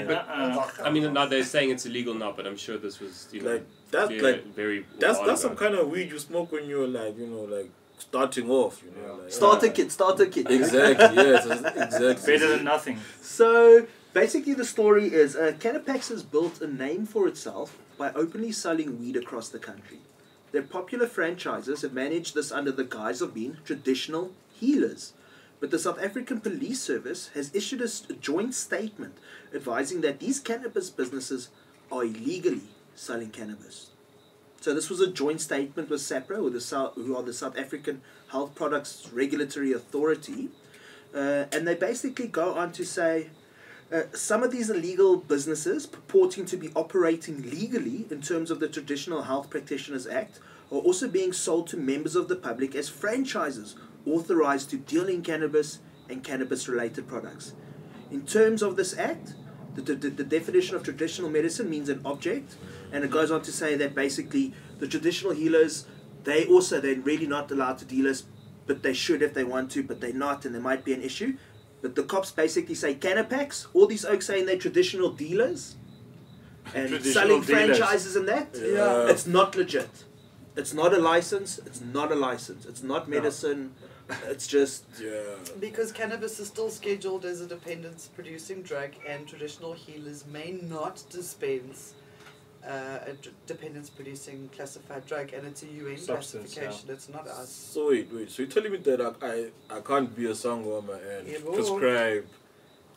Speaker 5: dolphin? Uh-uh.
Speaker 1: I mean, now they're saying it's illegal now, but I'm sure this was you know
Speaker 3: Like that's
Speaker 1: very-
Speaker 3: like
Speaker 1: very.
Speaker 3: that's
Speaker 1: odd
Speaker 3: that's some
Speaker 1: about
Speaker 3: kind of weed you smoke when you're like you know like starting off. You know.
Speaker 6: Yeah.
Speaker 3: Like,
Speaker 2: Starter
Speaker 3: yeah.
Speaker 2: kit, starter kit.
Speaker 3: Exactly. Yes. Exactly.
Speaker 5: Better than nothing.
Speaker 2: So basically, the story is uh, Canapax has built a name for itself by openly selling weed across the country. Their popular franchises have managed this under the guise of being traditional healers. But the South African Police Service has issued a, s- a joint statement advising that these cannabis businesses are illegally selling cannabis. So this was a joint statement with SAPRA, with the South, who are the South African Health Products Regulatory Authority, uh, and they basically go on to say uh, some of these illegal businesses purporting to be operating legally in terms of the traditional health practitioners act are also being sold to members of the public as franchises authorized to deal in cannabis and cannabis related products in terms of this act the, the, the definition of traditional medicine means an object and it goes on to say that basically the traditional healers they also they're really not allowed to deal us but they should if they want to but they're not and there might be an issue but the cops basically say canapax all these oaks saying they're traditional dealers and
Speaker 5: Traditional
Speaker 2: selling
Speaker 5: dealers.
Speaker 2: franchises and that
Speaker 3: Yeah.
Speaker 2: it's not legit it's not a license it's not a license it's not medicine it's just
Speaker 3: Yeah.
Speaker 4: Because cannabis is still scheduled as a dependence producing drug, and traditional healers may not dispense uh, a dependence producing classified drug, and it's a UN
Speaker 5: Substance, yeah.
Speaker 4: classification, it's not us.
Speaker 3: So wait, wait. So you're telling me that I, I, I can't be a sangoma and
Speaker 4: Yebo.
Speaker 3: prescribe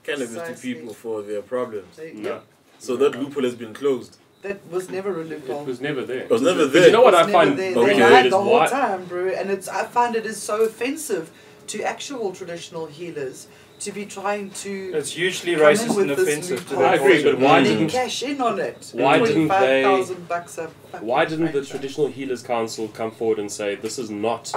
Speaker 3: cannabis to
Speaker 4: Precisely.
Speaker 3: people for their problems.
Speaker 4: They-
Speaker 1: No.
Speaker 3: So that loophole has been closed.
Speaker 4: That was never a
Speaker 1: it.
Speaker 4: loophole.
Speaker 1: It was never there.
Speaker 3: It was never
Speaker 1: But
Speaker 3: there.
Speaker 1: you know what
Speaker 4: It's
Speaker 1: I
Speaker 4: never
Speaker 1: find
Speaker 4: there.
Speaker 3: okay.
Speaker 4: They
Speaker 1: weird
Speaker 4: lied
Speaker 1: is
Speaker 4: the whole
Speaker 1: why
Speaker 4: time, bro, and it's I find it is so offensive to actual traditional healers to be trying to
Speaker 5: It's hugely
Speaker 4: Come in
Speaker 5: racist
Speaker 4: with
Speaker 5: and
Speaker 4: this
Speaker 5: offensive to
Speaker 4: loophole.
Speaker 5: their
Speaker 1: I agree,
Speaker 5: culture.
Speaker 1: but why
Speaker 4: and
Speaker 1: didn't-
Speaker 4: then cash in on it.
Speaker 1: why didn't they-
Speaker 4: 25,000 bucks a fucking
Speaker 1: why didn't the
Speaker 4: franchise.
Speaker 1: traditional healers council come forward and say this is not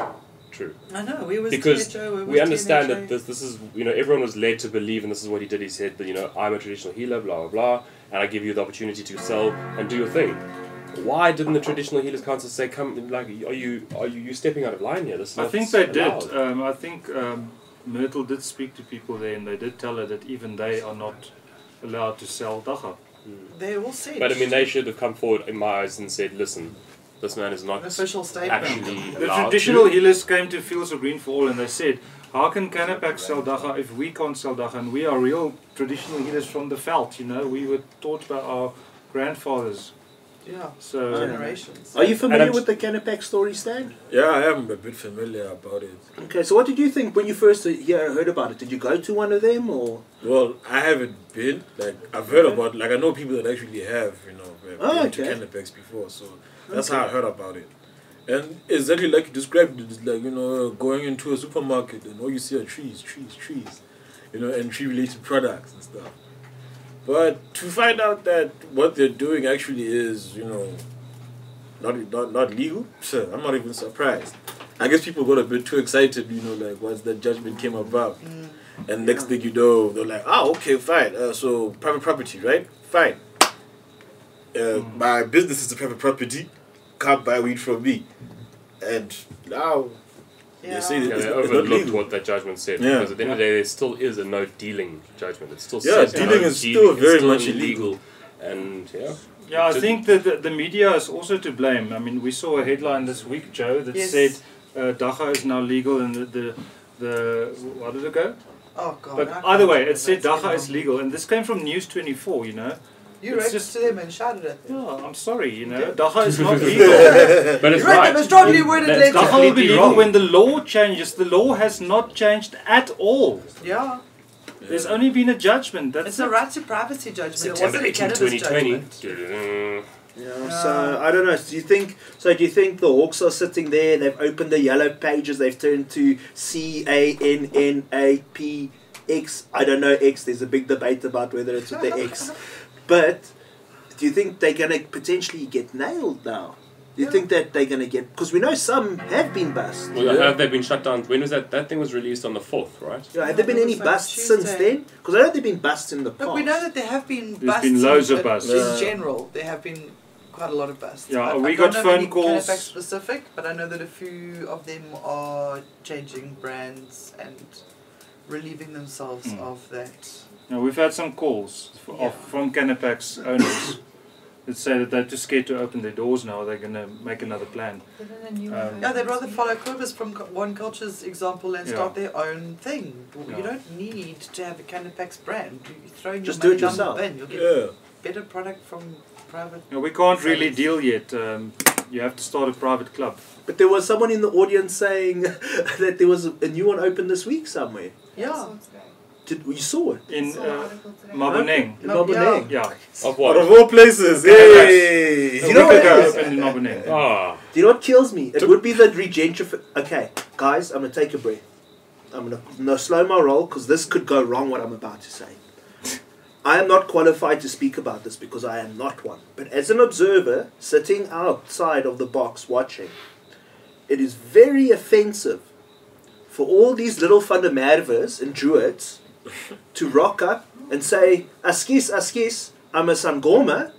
Speaker 1: true?
Speaker 4: I know we was
Speaker 1: Because
Speaker 4: THO, we,
Speaker 1: We
Speaker 4: was
Speaker 1: understand
Speaker 4: TNHO.
Speaker 1: that this this is you know everyone was led to believe and this is what he did. He said that you know I'm a traditional healer, blah blah blah, and I give you the opportunity to sell and do your thing. Why didn't the traditional healers council say come like are you are you you stepping out of line here? This is
Speaker 5: I
Speaker 1: not
Speaker 5: think they
Speaker 1: allowed."
Speaker 5: did.
Speaker 3: Uh,
Speaker 5: Um, I think um, Myrtle did speak to people there, and they did tell her that even they are not allowed to sell dacha.
Speaker 4: they all said.
Speaker 1: But I mean, they should have come forward in my eyes and said, "Listen, this man is
Speaker 4: an
Speaker 1: not
Speaker 4: official statement.
Speaker 1: actually
Speaker 5: The
Speaker 1: allowed."
Speaker 5: traditional
Speaker 1: to."
Speaker 5: healers came to Fields of Green for all, and they said, "How can Canapax sell dacha if we can't sell dacha? And we are real traditional healers from the veld. You know, we were taught by our grandfathers.
Speaker 4: Yeah,
Speaker 1: Um,
Speaker 5: So."
Speaker 4: generations.
Speaker 2: Are you familiar
Speaker 1: I'm-
Speaker 2: with the Canapax story, Stan?
Speaker 3: Yeah, I am a bit familiar about it.
Speaker 2: Okay, so what did you think when you first hear, heard about it? Did you go to one of them or?
Speaker 3: Well, I haven't been. Like I've heard about. Like I know people that actually have. You know, been
Speaker 2: Oh,
Speaker 3: to
Speaker 2: okay.
Speaker 3: Canapex before. So that's how I heard about it. And exactly like you described it, it's like you know going into a supermarket and all you see are trees, trees, trees, you know, and tree related products and stuff. But to find out that what they're doing actually is you know not not not legal, I'm not even surprised. I guess people got a bit too excited, you know, like once that judgment came about. And next thing you know, they're like, ah, okay, fine. Uh, so private property, right? Fine. Uh,
Speaker 1: Hmm.
Speaker 3: My business is a private property. Can't buy weed from me. And now
Speaker 4: Yeah.
Speaker 3: they say that
Speaker 1: Yeah,
Speaker 3: it's,
Speaker 1: they
Speaker 3: not- it's not
Speaker 1: overlooked
Speaker 3: legal.
Speaker 1: what that judgment said
Speaker 3: Yeah.
Speaker 1: because at the end of the day, there still is a no dealing judgment. It's still
Speaker 3: Yeah,
Speaker 1: said no
Speaker 3: dealing is still
Speaker 1: It's
Speaker 3: very much illegal.
Speaker 1: and yeah,
Speaker 5: Yeah, I
Speaker 1: Did-
Speaker 5: think that the, the media is also to blame. I mean, we saw a headline this week, Joe, that
Speaker 4: Yes.
Speaker 5: said uh, Dachau is now legal and the, the, the what did it go?
Speaker 4: Oh god. I
Speaker 5: But
Speaker 4: can't
Speaker 5: either way,
Speaker 4: remember.
Speaker 5: it said
Speaker 4: It's been
Speaker 5: Dachau is
Speaker 4: long.
Speaker 5: legal, and this came from News 24, you know.
Speaker 4: You
Speaker 5: It's
Speaker 4: wrote
Speaker 5: just-
Speaker 4: to them and shouted at them.
Speaker 5: Yeah, I'm sorry, you know. Dachau is not legal.
Speaker 1: but it's
Speaker 4: you wrote
Speaker 1: right.
Speaker 4: them a strongly worded
Speaker 1: That's
Speaker 4: letter.
Speaker 5: Dachau will be
Speaker 1: Completely
Speaker 5: legal
Speaker 1: wrong.
Speaker 5: when the law changes. The law has not changed at all.
Speaker 4: Yeah.
Speaker 5: There's only been a judgment. That's
Speaker 4: It's a
Speaker 5: it.
Speaker 4: right to privacy judgment.
Speaker 1: September
Speaker 4: it
Speaker 1: 18,
Speaker 4: wasn't a Canada's
Speaker 1: 2020.
Speaker 4: judgment.
Speaker 2: Yeah,
Speaker 4: Uh,
Speaker 2: so I don't know. Do you think so? Do you think the Hawks are sitting there? They've opened the yellow pages. They've turned to C A N N A P X. I don't know X. There's a big debate about whether it's with the X. But do you think they're gonna potentially get nailed now? Do you think that they're gonna get? Because we know some have been bust.
Speaker 1: Well,
Speaker 3: Yeah.
Speaker 1: have they been shut down? When was that? That thing was released on the fourth, right?
Speaker 2: You know, have there been
Speaker 4: Yeah,
Speaker 2: any
Speaker 4: it was like
Speaker 2: busts since
Speaker 4: Tuesday.
Speaker 2: then? Because I know there've been busts in the past.
Speaker 4: Look, we know that there have been
Speaker 5: been
Speaker 4: busts.
Speaker 5: loads
Speaker 4: in-
Speaker 5: of busts.
Speaker 4: In
Speaker 3: Yeah.
Speaker 4: general, there have been quite a lot of busts.
Speaker 5: Yeah,
Speaker 4: I-
Speaker 5: we
Speaker 4: I don't
Speaker 5: got
Speaker 4: know
Speaker 5: phone
Speaker 4: many
Speaker 5: calls-
Speaker 4: Cannabic specific, but I know that a few of them are changing brands and relieving themselves
Speaker 5: Mm.
Speaker 4: of that.
Speaker 5: Now, we've had some calls f-
Speaker 4: Yeah.
Speaker 5: of, from Canapax owners that say that they're too scared to open their doors now. They're going to make another plan. Um,
Speaker 4: Yeah, they'd rather follow Corbis from Co- One Culture's example and
Speaker 5: Yeah.
Speaker 4: start their own thing.
Speaker 5: Yeah.
Speaker 4: You don't need to have a Canapax brand. You throw your
Speaker 2: Just do
Speaker 4: money
Speaker 2: it
Speaker 4: down the
Speaker 2: yourself.
Speaker 4: bin. You'll get
Speaker 3: Yeah.
Speaker 4: better product from private.
Speaker 5: Now, we can't really deal yet. Um, you have to start a private club.
Speaker 2: But there was someone in the audience saying that there was a a new one opened this week somewhere.
Speaker 4: Yeah.
Speaker 2: Did you saw it?
Speaker 5: In uh, Maboneng.
Speaker 2: In
Speaker 4: No,
Speaker 2: Maboneng.
Speaker 5: Yeah.
Speaker 1: Of
Speaker 3: Out of
Speaker 1: what?
Speaker 3: all places, hey!
Speaker 5: A
Speaker 2: You know
Speaker 5: week
Speaker 2: what
Speaker 5: ago
Speaker 2: it is?
Speaker 5: opened in Maboneng.
Speaker 1: Ah,
Speaker 2: Do you know what kills me? It
Speaker 3: Took-
Speaker 2: would be the regentrif. Okay, guys, I'm gonna take a breath. I'm gonna no slow my roll because this could go wrong. What I'm about to say. I am not qualified to speak about this because I am not one. But as an observer, sitting outside of the box watching, it is very offensive for all these little fundamervers and druids to rock up and say, Askis, Askis, I'm a Sangoma,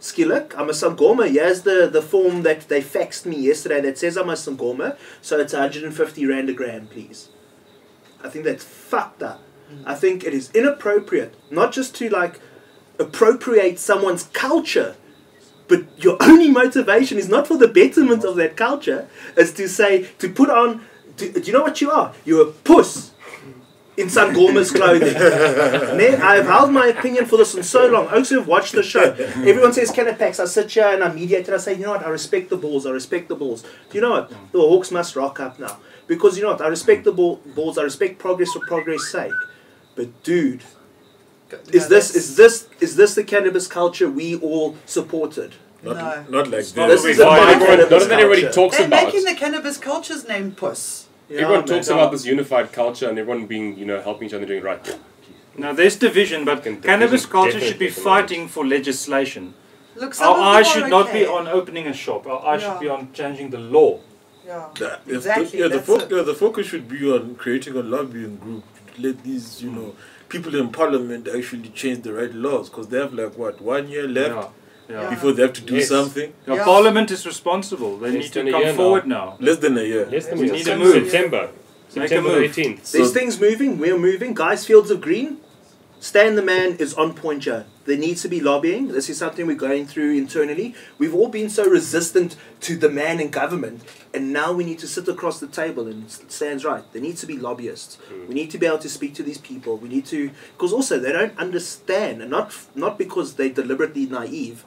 Speaker 2: Skillet, I'm a Sangoma. Here's the, the form that they faxed me yesterday that says I'm a Sangoma, so it's 150 Rand a gram, please. I think that's fucked up. I think it is inappropriate, not just to like appropriate someone's culture, but your only motivation is not for the betterment of that culture, it's to say, to put on, to, do you know what you are? You're a puss in Sangoma's clothing. Ne, I have held my opinion for this and so long. Oaks have watched the show. Everyone says Canapax. I sit here and I mediate and I say, you know what? I respect the balls. I respect the balls. Do you know what? The Hawks must rock up now because you know what? I respect the ball, balls. I respect progress for progress' sake. But dude,
Speaker 4: Go-
Speaker 2: is
Speaker 4: no,
Speaker 2: this
Speaker 4: that's-
Speaker 2: is this is this the cannabis culture we all supported?
Speaker 4: No.
Speaker 3: Not, not like
Speaker 5: It's not
Speaker 3: this.
Speaker 5: a week.
Speaker 2: a
Speaker 5: Why?
Speaker 2: mindful
Speaker 1: everyone, not
Speaker 2: cannabis
Speaker 1: that everybody
Speaker 2: culture.
Speaker 1: talks
Speaker 4: They're
Speaker 1: about.
Speaker 4: making the cannabis culture's name puss.
Speaker 2: Yeah,
Speaker 1: everyone
Speaker 2: man,
Speaker 1: talks
Speaker 2: yeah.
Speaker 1: about this unified culture and everyone being, you know, helping each other doing right.
Speaker 5: Now, there's division, but
Speaker 1: Fucking
Speaker 5: cannabis
Speaker 1: division,
Speaker 5: culture should be
Speaker 1: definitely.
Speaker 5: fighting for legislation.
Speaker 4: Look, some
Speaker 5: Our
Speaker 4: of
Speaker 5: eye
Speaker 4: them
Speaker 5: should
Speaker 4: are
Speaker 5: not
Speaker 4: okay.
Speaker 5: be on opening a shop. Our eye should
Speaker 4: Yeah.
Speaker 5: be on changing the law.
Speaker 4: Yeah.
Speaker 3: The, if
Speaker 4: Exactly,
Speaker 3: The, yeah, the,
Speaker 4: that's
Speaker 3: foc-
Speaker 4: it.
Speaker 3: yeah, the focus should be on creating a lobbying group to let these,
Speaker 1: Hmm.
Speaker 3: you know, people in parliament actually change the right laws because they have like what one year left
Speaker 5: Yeah. Yeah.
Speaker 4: Yeah.
Speaker 3: before they have to do
Speaker 1: Yes.
Speaker 3: something.
Speaker 5: Now,
Speaker 4: Yeah.
Speaker 5: Parliament is responsible. They
Speaker 1: Less
Speaker 5: need
Speaker 1: than a year
Speaker 5: to come
Speaker 1: now.
Speaker 5: forward now.
Speaker 3: Less than a year.
Speaker 1: Less than
Speaker 5: We
Speaker 1: we
Speaker 5: need
Speaker 1: need
Speaker 5: to move.
Speaker 1: September.
Speaker 5: Make a
Speaker 1: September
Speaker 5: move.
Speaker 1: 18th.
Speaker 2: There's
Speaker 3: So-
Speaker 2: things moving. We're moving. Guys, fields of green. Stan the man is on point here. There needs to be lobbying. This is something we're going through internally. We've all been so resistant to the man in government, and now we need to sit across the table. And Stan's right. There needs to be lobbyists.
Speaker 3: Hmm.
Speaker 2: We need to be able to speak to these people. We need to, because also they don't understand, and not not because they're deliberately naive.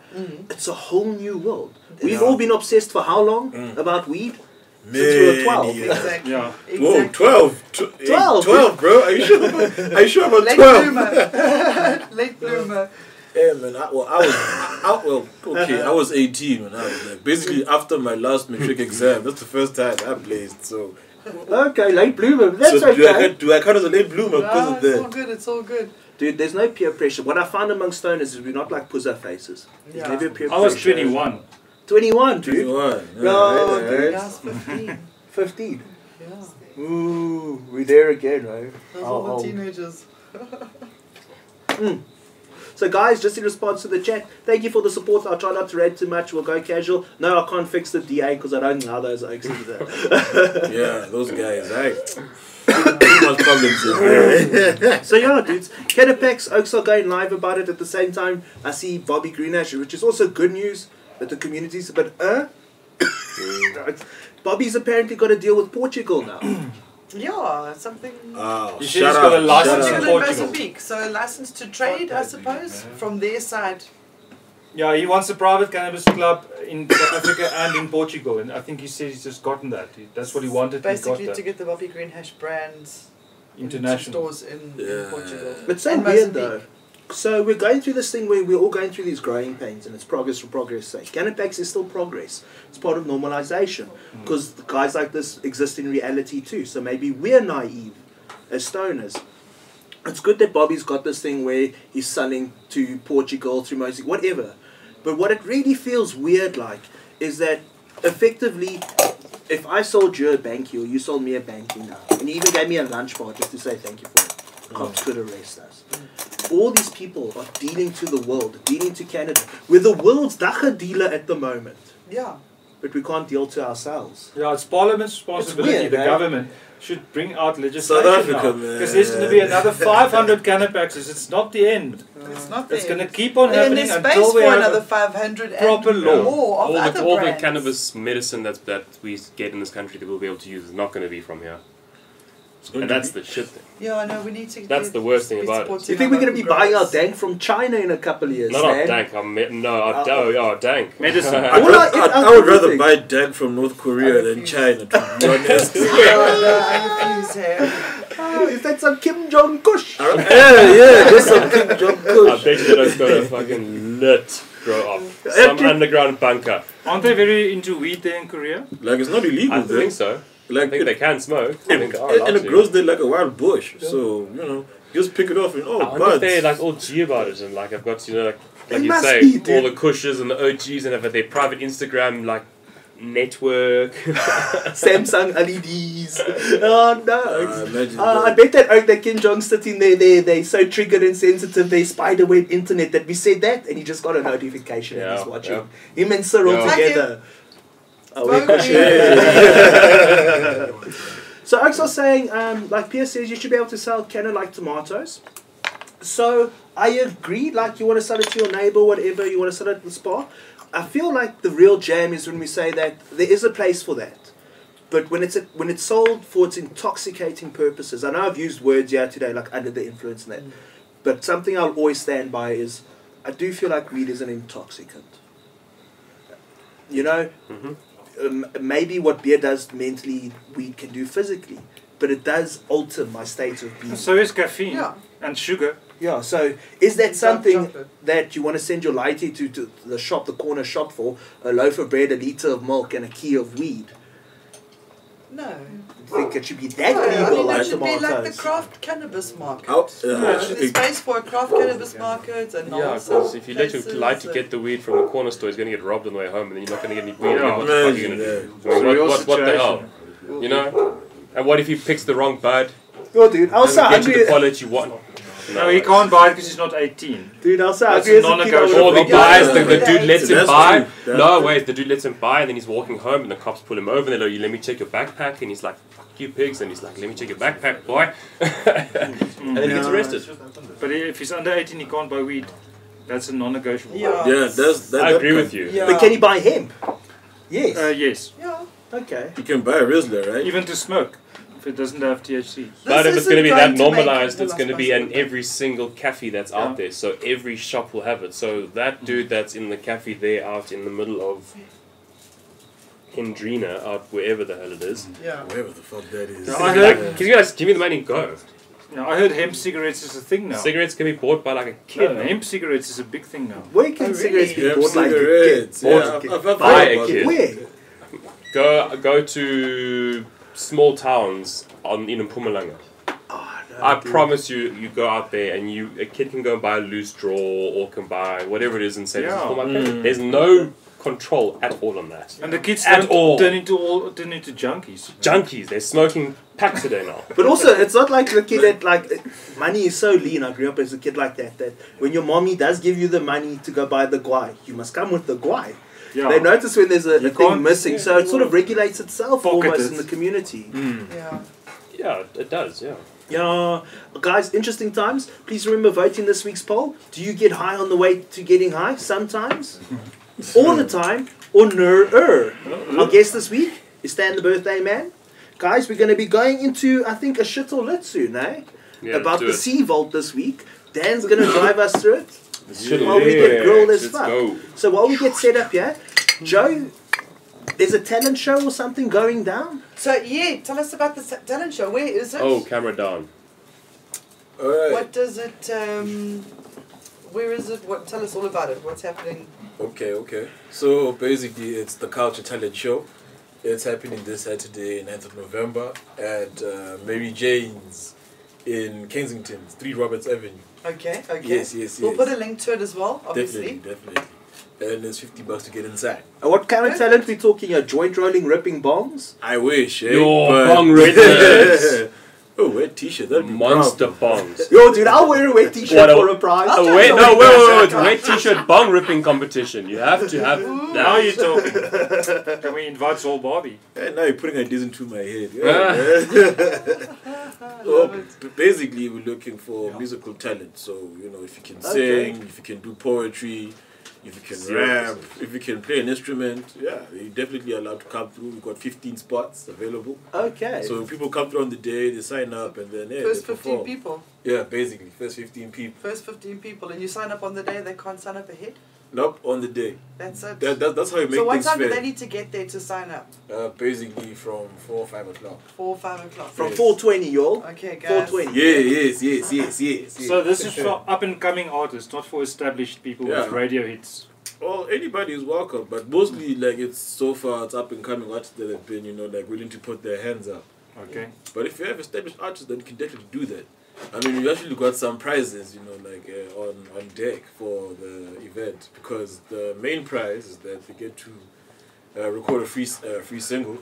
Speaker 2: It's a whole new world. We've
Speaker 5: Yeah.
Speaker 2: all been obsessed for how long about weed? Since we were
Speaker 3: Mm. Many
Speaker 2: twelve.
Speaker 3: years.
Speaker 4: Exactly.
Speaker 5: Yeah.
Speaker 4: Exactly.
Speaker 3: Whoa, 12, tw- eh,
Speaker 2: 12.
Speaker 3: 12, bro. Are you sure? about- Are you sure about
Speaker 4: Late
Speaker 3: 12?
Speaker 4: bloomer. Late bloomer.
Speaker 3: Yeah, man. I, well, I was, I, well, okay, I was 18 when I was like, basically after my last matric exam. That's the first time I blazed. So,
Speaker 2: Okay, late bloomer. That's
Speaker 3: so do, I,
Speaker 2: okay.
Speaker 3: count- do I count as a late bloomer because
Speaker 4: Ah,
Speaker 3: of
Speaker 4: it's all
Speaker 3: that?
Speaker 4: good. It's all good.
Speaker 2: Dude, there's no peer pressure. What I found among stoners is we're not like puzza faces. There's
Speaker 4: Yeah.
Speaker 2: never peer
Speaker 5: I was
Speaker 2: pressure.
Speaker 5: 21.
Speaker 2: 21, dude.
Speaker 3: 21.
Speaker 2: Yeah,
Speaker 3: right,
Speaker 2: dude.
Speaker 3: right.
Speaker 4: Yeah, I was 15.
Speaker 6: 15.
Speaker 4: Yeah.
Speaker 6: Ooh, we're there again, right?
Speaker 4: Those
Speaker 2: Oh,
Speaker 6: How
Speaker 4: are the
Speaker 6: old?
Speaker 4: teenagers.
Speaker 2: So, guys, just in response to the chat, thank you for the support. I'll try not to read too much. We'll go casual. No, I can't fix the DA because I don't know how those oaks do that.
Speaker 3: yeah, those guys, right? Too much problems here.
Speaker 2: so, yeah, dudes. Catapex, Oaks are going live about it at the same time. I see Bobby Greenash, which is also good news that the community's a bit, uh. Bobby's apparently got to deal with Portugal now.
Speaker 4: Yeah, something.
Speaker 3: Wow,
Speaker 5: You should
Speaker 3: Ah, shut
Speaker 5: just got a
Speaker 3: up. shut up.
Speaker 5: license in
Speaker 4: Portugal and
Speaker 5: Portugal.
Speaker 4: Mozambique, so a license to trade, I suppose, from their side.
Speaker 5: Yeah, he wants a private cannabis club in South Africa and in Portugal, and I think he says he's just gotten that. He- That's what he wanted. he
Speaker 4: Basically,
Speaker 5: got
Speaker 4: to
Speaker 5: that.
Speaker 4: get the Bobby Green Hash brand into
Speaker 5: international.
Speaker 4: stores in,
Speaker 3: Yeah.
Speaker 4: in Portugal.
Speaker 2: It's so
Speaker 4: And
Speaker 2: weird
Speaker 4: Mozambique.
Speaker 2: though. So we're going through this thing where we're all going through these growing pains, and it's progress for progress' sake. Canapex is still progress. It's part of normalization
Speaker 4: Hmm.
Speaker 2: because guys like this exist in reality too. So maybe we're naive as stoners. It's good that Bobby's got this thing where he's selling to Portugal, to Mozambique, whatever. But what it really feels weird like is that effectively, if I sold you a banky or you sold me a banky now, and you even gave me a lunch bar just to say thank you for it,
Speaker 3: Mm.
Speaker 2: cops could arrest us. All these people are dealing to the world, dealing to Canada. We're the world's dacha dealer at the moment,
Speaker 4: Yeah.
Speaker 2: but we can't deal to ourselves.
Speaker 5: Yeah, it's Parliament's responsibility.
Speaker 2: weird,
Speaker 5: the
Speaker 4: eh?
Speaker 2: man.
Speaker 5: government should bring out legislation.
Speaker 3: South Africa, man.
Speaker 5: Because there's going to be another 500 canapaxes. It's not the end.
Speaker 4: It's not
Speaker 5: It's going to
Speaker 4: to
Speaker 5: keep on
Speaker 4: And
Speaker 5: happening
Speaker 4: there's space
Speaker 5: until we
Speaker 4: for
Speaker 5: have
Speaker 4: another
Speaker 5: another
Speaker 4: 500
Speaker 5: proper
Speaker 4: and
Speaker 5: law.
Speaker 4: more of
Speaker 1: all
Speaker 4: other
Speaker 1: the, all the
Speaker 4: brands.
Speaker 1: cannabis medicine that's, that we get in this country that we'll be able to use is not going to be from here. And that's the shit thing.
Speaker 4: Yeah, I know, we need to.
Speaker 1: That's
Speaker 4: get-
Speaker 1: the worst thing
Speaker 4: be
Speaker 1: about it.
Speaker 4: supporting
Speaker 2: You think we're
Speaker 4: our
Speaker 2: going to be
Speaker 4: local
Speaker 2: buying our
Speaker 4: growers.
Speaker 2: dank from China in a couple of years,
Speaker 1: Not our
Speaker 2: man?
Speaker 1: dank. I'm, no, our,
Speaker 4: Uh,
Speaker 2: Our-
Speaker 1: oh, our dank.
Speaker 5: medicine.
Speaker 2: All
Speaker 3: I'd-
Speaker 2: our-
Speaker 3: I'd-
Speaker 2: our
Speaker 3: I would rather
Speaker 2: everything.
Speaker 3: buy dank from North Korea than China, to be honest.
Speaker 4: No, no, I refuse here.
Speaker 2: Oh, is that some Kim Jong Kush?
Speaker 3: I don't-
Speaker 2: yeah, yeah, just some Kim Jong
Speaker 1: I
Speaker 2: Kush.
Speaker 1: bet you that's got a fucking lit grow up. Some
Speaker 2: Actually-
Speaker 1: underground bunker.
Speaker 5: Aren't they very into weed there in Korea?
Speaker 3: Like, it's not illegal,
Speaker 1: I
Speaker 3: though.
Speaker 1: think so. I
Speaker 3: Like,
Speaker 1: think
Speaker 3: it,
Speaker 1: they can smoke. I think
Speaker 3: and,
Speaker 1: they are allowed
Speaker 3: and it
Speaker 1: to.
Speaker 3: grows there like a wild bush. So, you know, you just pick it off and,
Speaker 1: I
Speaker 3: oh,
Speaker 1: wonder if
Speaker 3: buds.
Speaker 1: they're like all G about it and like I've got you know like, like
Speaker 2: They
Speaker 1: you
Speaker 2: must
Speaker 1: say
Speaker 2: be, dude.
Speaker 1: all the cushes and the OGs and have their private Instagram like network.
Speaker 2: Samsung LEDs. Oh
Speaker 3: Uh,
Speaker 2: no.
Speaker 3: imagine
Speaker 2: Uh, I
Speaker 3: that.
Speaker 2: bet that oak that Kim Jong's sitting there, they they so triggered and sensitive, they spider web internet that we said that and he just got a notification and he's
Speaker 1: Yeah,
Speaker 2: watching. Him and Cyril
Speaker 1: Yeah.
Speaker 2: together. Oh, we're
Speaker 4: Smoke
Speaker 2: pushing. So oaks are saying, um, like Pierre says, you should be able to sell Canon like tomatoes. So I agree, like you want to sell it to your neighbor, whatever, you want to sell it at the spa. I feel like the real jam is when we say that there is a place for that. But when it's when it's sold for its intoxicating purposes, I know I've used words here today like under the influence and that, but something I'll always stand by is I do feel like weed is an intoxicant. You know, um, maybe what beer does mentally, weed can do physically, but it does alter my state of being.
Speaker 5: Mm. So is caffeine
Speaker 4: Yeah.
Speaker 5: and sugar.
Speaker 2: Yeah, so is that
Speaker 4: Dark
Speaker 2: something
Speaker 4: chocolate.
Speaker 2: that you want to send your lighty to, to the shop, the corner shop for a loaf of bread, a liter of milk, and a key of weed?
Speaker 4: No.
Speaker 2: Do you think it should be that
Speaker 4: no I
Speaker 2: legal,
Speaker 4: mean,
Speaker 2: like
Speaker 4: it should be like the
Speaker 2: tomatoes?
Speaker 4: craft cannabis market.
Speaker 3: How- uh, yeah,
Speaker 4: There's
Speaker 3: it-
Speaker 4: space for a
Speaker 2: Oh,
Speaker 4: craft cannabis market and
Speaker 1: yeah, because
Speaker 4: also
Speaker 1: if you let your
Speaker 4: places
Speaker 1: light to
Speaker 4: and-
Speaker 1: get the weed from the corner store, he's gonna get robbed on the way home, and then you're not gonna get any weed.
Speaker 5: Yeah.
Speaker 1: what the fuck are you
Speaker 3: Imagine
Speaker 1: gonna do?
Speaker 3: that.
Speaker 1: I mean,
Speaker 5: Real
Speaker 1: what, what, what the hell?
Speaker 5: situation.
Speaker 1: You know. And what if he picks the wrong bud?
Speaker 2: Yo, dude, I'll say
Speaker 1: Doesn't Get you
Speaker 2: hungry.
Speaker 1: the quality you want.
Speaker 5: No, he can't buy it because he's not 18.
Speaker 2: Dude, I'll say
Speaker 5: That's
Speaker 2: hungry as a kid. I
Speaker 5: non-negotiable.
Speaker 1: Or
Speaker 2: would've
Speaker 1: the
Speaker 2: robbed
Speaker 1: guys,
Speaker 2: it.
Speaker 1: the, the dude lets him
Speaker 3: That's
Speaker 1: buy.
Speaker 3: true.
Speaker 1: No ways, the dude lets him buy, and then he's walking home, and the cops pull him over, and they're like, "You "Let me check your backpack," and he's like, "Fuck you, pigs," and he's like, "Let me check your backpack, boy," and then he gets arrested.
Speaker 5: But if he's under 18, he can't buy weed. That's a non-negotiable.
Speaker 4: Yeah.
Speaker 3: Yeah, that's that.
Speaker 1: I
Speaker 3: that
Speaker 1: agree
Speaker 3: can-
Speaker 1: with you.
Speaker 4: Yeah.
Speaker 2: But can you buy hemp? Yes.
Speaker 5: Uh, yes,
Speaker 4: Yeah.
Speaker 2: okay.
Speaker 3: You can buy a Rizzler, right?
Speaker 5: even to smoke if it doesn't have THC.
Speaker 1: But
Speaker 4: This
Speaker 1: if it's
Speaker 4: isn't
Speaker 1: going to be that
Speaker 4: to make
Speaker 1: normalized,
Speaker 4: the
Speaker 1: it's
Speaker 4: last
Speaker 1: going to be
Speaker 4: person.
Speaker 1: in every single cafe that's out there. So every shop will have it. So that dude that's in the cafe there out in the middle of Hendrina, out wherever the hell it is,
Speaker 4: Yeah.
Speaker 3: Whatever the fuck that is.
Speaker 5: No, I
Speaker 1: like,
Speaker 5: heard-
Speaker 1: can you guys give me the money and go?
Speaker 5: Now, I heard hemp cigarettes is a thing now.
Speaker 1: Cigarettes can be bought by like a kid.
Speaker 5: No, hemp cigarettes is a big thing now.
Speaker 2: Where can
Speaker 4: Oh,
Speaker 2: cigarettes
Speaker 4: really?
Speaker 2: be
Speaker 3: Yeah,
Speaker 2: bought like a
Speaker 3: cigarettes.
Speaker 2: kid?
Speaker 3: Yeah,
Speaker 2: Bought
Speaker 3: I've- I've
Speaker 1: Buy
Speaker 3: heard
Speaker 1: a
Speaker 3: about
Speaker 1: kid.
Speaker 3: it.
Speaker 2: Where?
Speaker 1: Go go to small towns on in Mpumalanga. I promise you, you go out there and you a kid can go and buy a loose draw or can buy whatever it is and say, this is
Speaker 5: Yeah.
Speaker 1: Mm. for my parents. There's no control at all on that.
Speaker 5: And the kids
Speaker 1: At
Speaker 5: don't
Speaker 1: all.
Speaker 5: turn into all turn into junkies.
Speaker 1: Junkies, they're smoking packs a day now.
Speaker 2: But also, it's not like the kid that like money is so lean. I grew up as a kid like that. That when your mommy does give you the money to go buy the guai, you must come with the guai.
Speaker 5: Yeah.
Speaker 2: They notice when there's a,
Speaker 5: You
Speaker 2: a thing
Speaker 5: can't-
Speaker 2: missing, so it sort of regulates itself
Speaker 5: Pocket
Speaker 2: almost
Speaker 5: it.
Speaker 2: in the community.
Speaker 4: Yeah.
Speaker 1: Yeah, it does, yeah.
Speaker 2: Yeah, guys, interesting times. Please remember voting this week's poll. Do you get high on the way to getting high? Sometimes, all the time, or never. Our guest this week is Stan the Birthday Man. Guys, we're going to be going into, I think, a shittle lit soon, eh?
Speaker 1: Yeah,
Speaker 2: About
Speaker 1: do
Speaker 2: the
Speaker 1: it.
Speaker 2: sea vault this week. Dan's going to drive us through it.
Speaker 1: Shit,
Speaker 2: While we get grilled as
Speaker 1: let's
Speaker 2: fuck.
Speaker 1: go.
Speaker 2: So while we get set up here, Joe, there's a talent show or something going down.
Speaker 4: So yeah, tell us about the sa- talent show. Where is it?
Speaker 1: Oh, camera down.
Speaker 3: Alright.
Speaker 4: What does it? Um, where is it? What? Tell us all about it. What's happening?
Speaker 3: Okay, okay. So basically, it's the Culture Talent Show. It's happening this Saturday, 9th of November, at uh, Mary Jane's in Kensington, 3 Roberts Avenue.
Speaker 4: Okay. Okay.
Speaker 3: Yes, yes,
Speaker 4: We'll
Speaker 3: yes.
Speaker 4: put a link to it as well, obviously.
Speaker 3: Definitely, definitely. And it's 50 bucks to get inside.
Speaker 2: And What kind of
Speaker 4: Okay.
Speaker 2: talent we talking here? Joint rolling, ripping bombs?
Speaker 3: I wish, eh?
Speaker 1: Your
Speaker 3: but-
Speaker 1: bong rippers.
Speaker 3: oh, wet t shirt, that'd be
Speaker 1: Monster bongs.
Speaker 2: Yo, dude, I'll wear a wet
Speaker 1: What
Speaker 2: t-shirt
Speaker 1: a-
Speaker 2: for a prize.
Speaker 1: Oh, wait, no, wait, wait, wait. Wet t shirt bong ripping competition. You have to have.
Speaker 5: Now
Speaker 1: Now
Speaker 5: you're
Speaker 1: you.
Speaker 5: talking. Can we invite Saul Barbie?
Speaker 3: proud. Eh, now you're putting ideas into my head.
Speaker 1: Ah.
Speaker 4: I
Speaker 3: Well,
Speaker 4: love it.
Speaker 3: b- basically, we're looking for musical talent. So you know, if you can
Speaker 2: Okay.
Speaker 3: sing, if you can do poetry, if you can
Speaker 1: Zero
Speaker 3: rap, if you can play an instrument, yeah, you're definitely allowed to come through. We've got 15 spots available.
Speaker 2: Okay.
Speaker 3: So when people come through on the day, they sign up and then yeah,
Speaker 4: First
Speaker 3: they
Speaker 4: 15
Speaker 3: perform.
Speaker 4: people.
Speaker 3: Yeah, basically, first 15 people.
Speaker 4: First 15 people, and you sign up on the day. They can't sign up ahead.
Speaker 3: Nope, on the day.
Speaker 4: That's it.
Speaker 3: That, that, that's how you make
Speaker 4: so what
Speaker 3: things
Speaker 4: time
Speaker 3: fair.
Speaker 4: do they need to get there to sign up?
Speaker 3: uh, basically, from four or five o'clock.
Speaker 4: Four, five o'clock.
Speaker 2: From
Speaker 3: Yes.
Speaker 2: 420, y'all.
Speaker 4: Okay, guys.
Speaker 2: 420.
Speaker 3: Yeah, yes, yes, yes, yes. yes.
Speaker 5: So this is for up and coming artists, not for established people
Speaker 3: Yeah.
Speaker 5: with radio hits.
Speaker 3: Well, anybody is welcome, but mostly like it's so far it's up and coming artists that have been, you know, like willing to put their hands up.
Speaker 5: Okay.
Speaker 3: But if you have established artists, then you can definitely do that. I mean, we actually got some prizes, you know, like uh, on on deck for the event because the main prize is that we get to uh, record a free s- uh, free single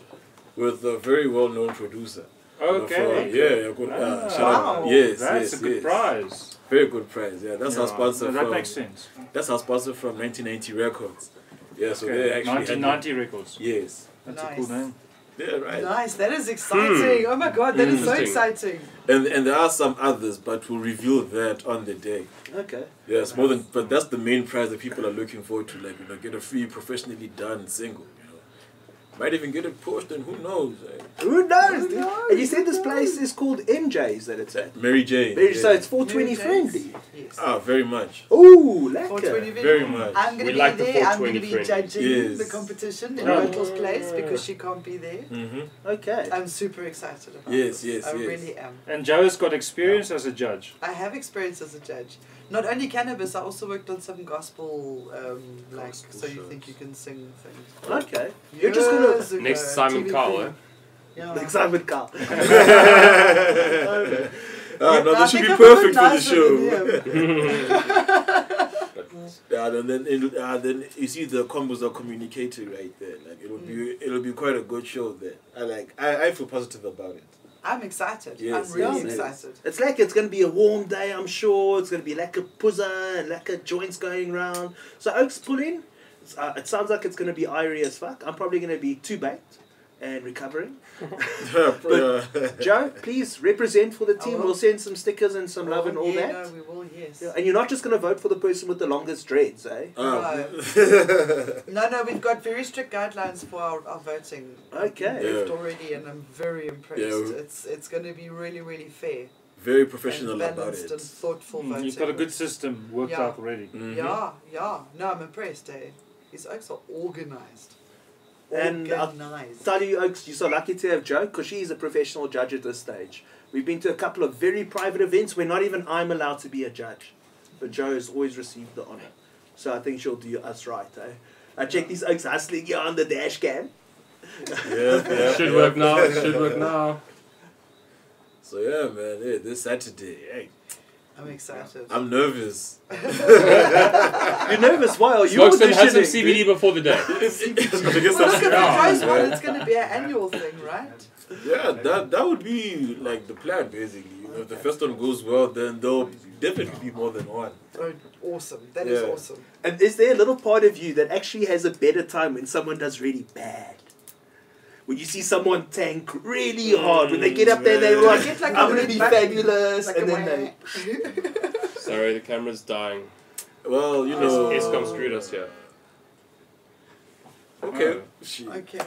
Speaker 3: with a very well known producer. You know,
Speaker 5: Okay. Ah,
Speaker 3: for- yeah, yeah, good. Uh, shout out.
Speaker 4: Wow.
Speaker 3: Yes,
Speaker 5: That's
Speaker 3: yes,
Speaker 5: a good
Speaker 3: yes.
Speaker 5: prize.
Speaker 3: Very good prize. Yeah, that's our
Speaker 5: Yeah.
Speaker 3: sponsor.
Speaker 5: No, that
Speaker 3: from-
Speaker 5: makes sense.
Speaker 3: that's our sponsor from 1990 Records. Yeah, so
Speaker 5: Okay.
Speaker 3: they actually.
Speaker 5: 1990 records.
Speaker 3: had- Yes.
Speaker 5: That's a
Speaker 4: Nice.
Speaker 5: cool name.
Speaker 3: Yeah, right.
Speaker 4: Nice. That is exciting. Oh my god, that is
Speaker 3: Hmm.
Speaker 4: so exciting.
Speaker 3: And and there are some others, but we'll reveal that on the day.
Speaker 2: Okay.
Speaker 3: Yes, more than. But that's the main prize that people are looking forward to. Like you know, get a free, professionally done single. You know, might even get it pushed, and who knows? eh?
Speaker 2: Who knows, dude? And you said this place is called MJ's that it's at.
Speaker 3: Mary Jane.
Speaker 2: Very-
Speaker 3: yeah.
Speaker 2: So it's 420
Speaker 4: Mary Jane's.
Speaker 2: friendly.
Speaker 4: Yes.
Speaker 3: Ah, very much.
Speaker 2: Ooh, lekker.
Speaker 4: 420
Speaker 3: Very
Speaker 4: video.
Speaker 3: much.
Speaker 4: I'm going to
Speaker 1: We
Speaker 4: be
Speaker 1: like the
Speaker 4: there. I'm going to
Speaker 1: 420
Speaker 4: be
Speaker 1: friendly.
Speaker 4: judging
Speaker 3: Yes.
Speaker 4: the competition in
Speaker 5: Oh.
Speaker 4: Rachel's place because she can't be there.
Speaker 3: Mm-hmm.
Speaker 2: Okay.
Speaker 4: I'm super excited about
Speaker 3: Yes,
Speaker 4: this.
Speaker 3: yes,
Speaker 4: I
Speaker 3: yes.
Speaker 4: really am.
Speaker 5: And Joe has got experience as a judge.
Speaker 4: I have experience as a judge. Not only cannabis, I also worked on some gospel, um, like,
Speaker 3: Gospel
Speaker 4: so you think
Speaker 3: shows.
Speaker 4: you can sing things.
Speaker 2: Okay. You're just gonna.
Speaker 4: Years ago,
Speaker 1: Next Simon
Speaker 4: TV
Speaker 1: Cowell,
Speaker 4: thing.
Speaker 1: eh?
Speaker 4: Yeah.
Speaker 2: Like Simon Cowell.
Speaker 3: Ah,
Speaker 4: Yeah,
Speaker 3: no,
Speaker 4: I
Speaker 3: that should
Speaker 4: think
Speaker 3: be
Speaker 4: I've got
Speaker 3: perfect for the
Speaker 4: nicer
Speaker 3: show.
Speaker 4: than him.
Speaker 3: Yeah, and then it'll, uh, then you see the combos are communicating right there. Like it'll be it'll be quite a good show there. I like I, I feel positive about it.
Speaker 4: I'm excited.
Speaker 3: Yes,
Speaker 4: I'm really
Speaker 2: yes, yes.
Speaker 4: excited.
Speaker 2: It's like it's going to be a warm day, I'm sure. It's going to be like a puzza and like a joints going round. So Oaks pull in. It's, uh, it sounds like it's going to be irie as fuck. I'm probably going to be too baked and recovering. Joe, please represent for the
Speaker 4: I
Speaker 2: team.
Speaker 4: will.
Speaker 2: We'll send some stickers and some love and all
Speaker 4: yeah,
Speaker 2: that.
Speaker 4: No, we will, yes.
Speaker 2: Yeah, And you're not just going to vote for the person with the longest dreads, eh?
Speaker 3: Ah.
Speaker 4: No, no, we've got very strict guidelines for our, our voting.
Speaker 2: Okay.
Speaker 4: We've
Speaker 3: Yeah.
Speaker 4: already, and I'm very impressed.
Speaker 3: Yeah, we-
Speaker 4: It's it's going to be really, really fair.
Speaker 3: Very
Speaker 4: and
Speaker 3: professional about
Speaker 4: balanced
Speaker 3: it.
Speaker 4: and thoughtful
Speaker 2: Mm,
Speaker 4: voting.
Speaker 5: Hmm, You've got a good system worked
Speaker 4: Yeah.
Speaker 5: out already.
Speaker 1: Mm.
Speaker 3: Mhm.
Speaker 4: Yeah, yeah. No, I'm impressed, eh? These oaks are organized.
Speaker 2: And I'll-
Speaker 4: organized.
Speaker 2: Tell you, Oaks, you're so lucky to have Joe because she is a professional judge at this stage. We've been to a couple of very private events where not even I'm allowed to be a judge. But Joe has always received the honour. So I think she'll do us right, eh? I check these Oaks hustling here on the dash cam.
Speaker 3: Yeah, yeah.
Speaker 1: Should work now, it should work now.
Speaker 3: So yeah, man. Hey, this Saturday. Hey,
Speaker 4: I'm excited.
Speaker 3: I'm nervous.
Speaker 2: You're nervous. Why are you
Speaker 1: Smoke some, have some
Speaker 2: auditioning,
Speaker 1: CBD before the day.
Speaker 4: Well, look at the price
Speaker 3: yeah,
Speaker 4: one. It's going to be an annual thing, right?
Speaker 3: that that would be like the plan basically. You know, if the first one goes well, then there'll definitely be more than one.
Speaker 4: Oh, awesome. That is
Speaker 3: Yeah.
Speaker 4: awesome.
Speaker 2: dude? And is there a little part of you that actually has a better time when someone does really bad? When you see someone tank really hard, when they get up there, they're
Speaker 3: Yeah.
Speaker 2: like,
Speaker 4: You get Mm, like
Speaker 2: "I'm
Speaker 4: a
Speaker 2: gonna
Speaker 4: red
Speaker 2: be
Speaker 4: button,
Speaker 2: fabulous,"
Speaker 4: like a
Speaker 2: and then they.
Speaker 4: whack.
Speaker 1: Sorry, the camera's dying.
Speaker 3: Well, you
Speaker 1: Es-
Speaker 3: know.
Speaker 1: Escom screwed us here.
Speaker 3: Okay.
Speaker 5: Oh.
Speaker 3: Shit.
Speaker 4: Okay.
Speaker 2: Uh,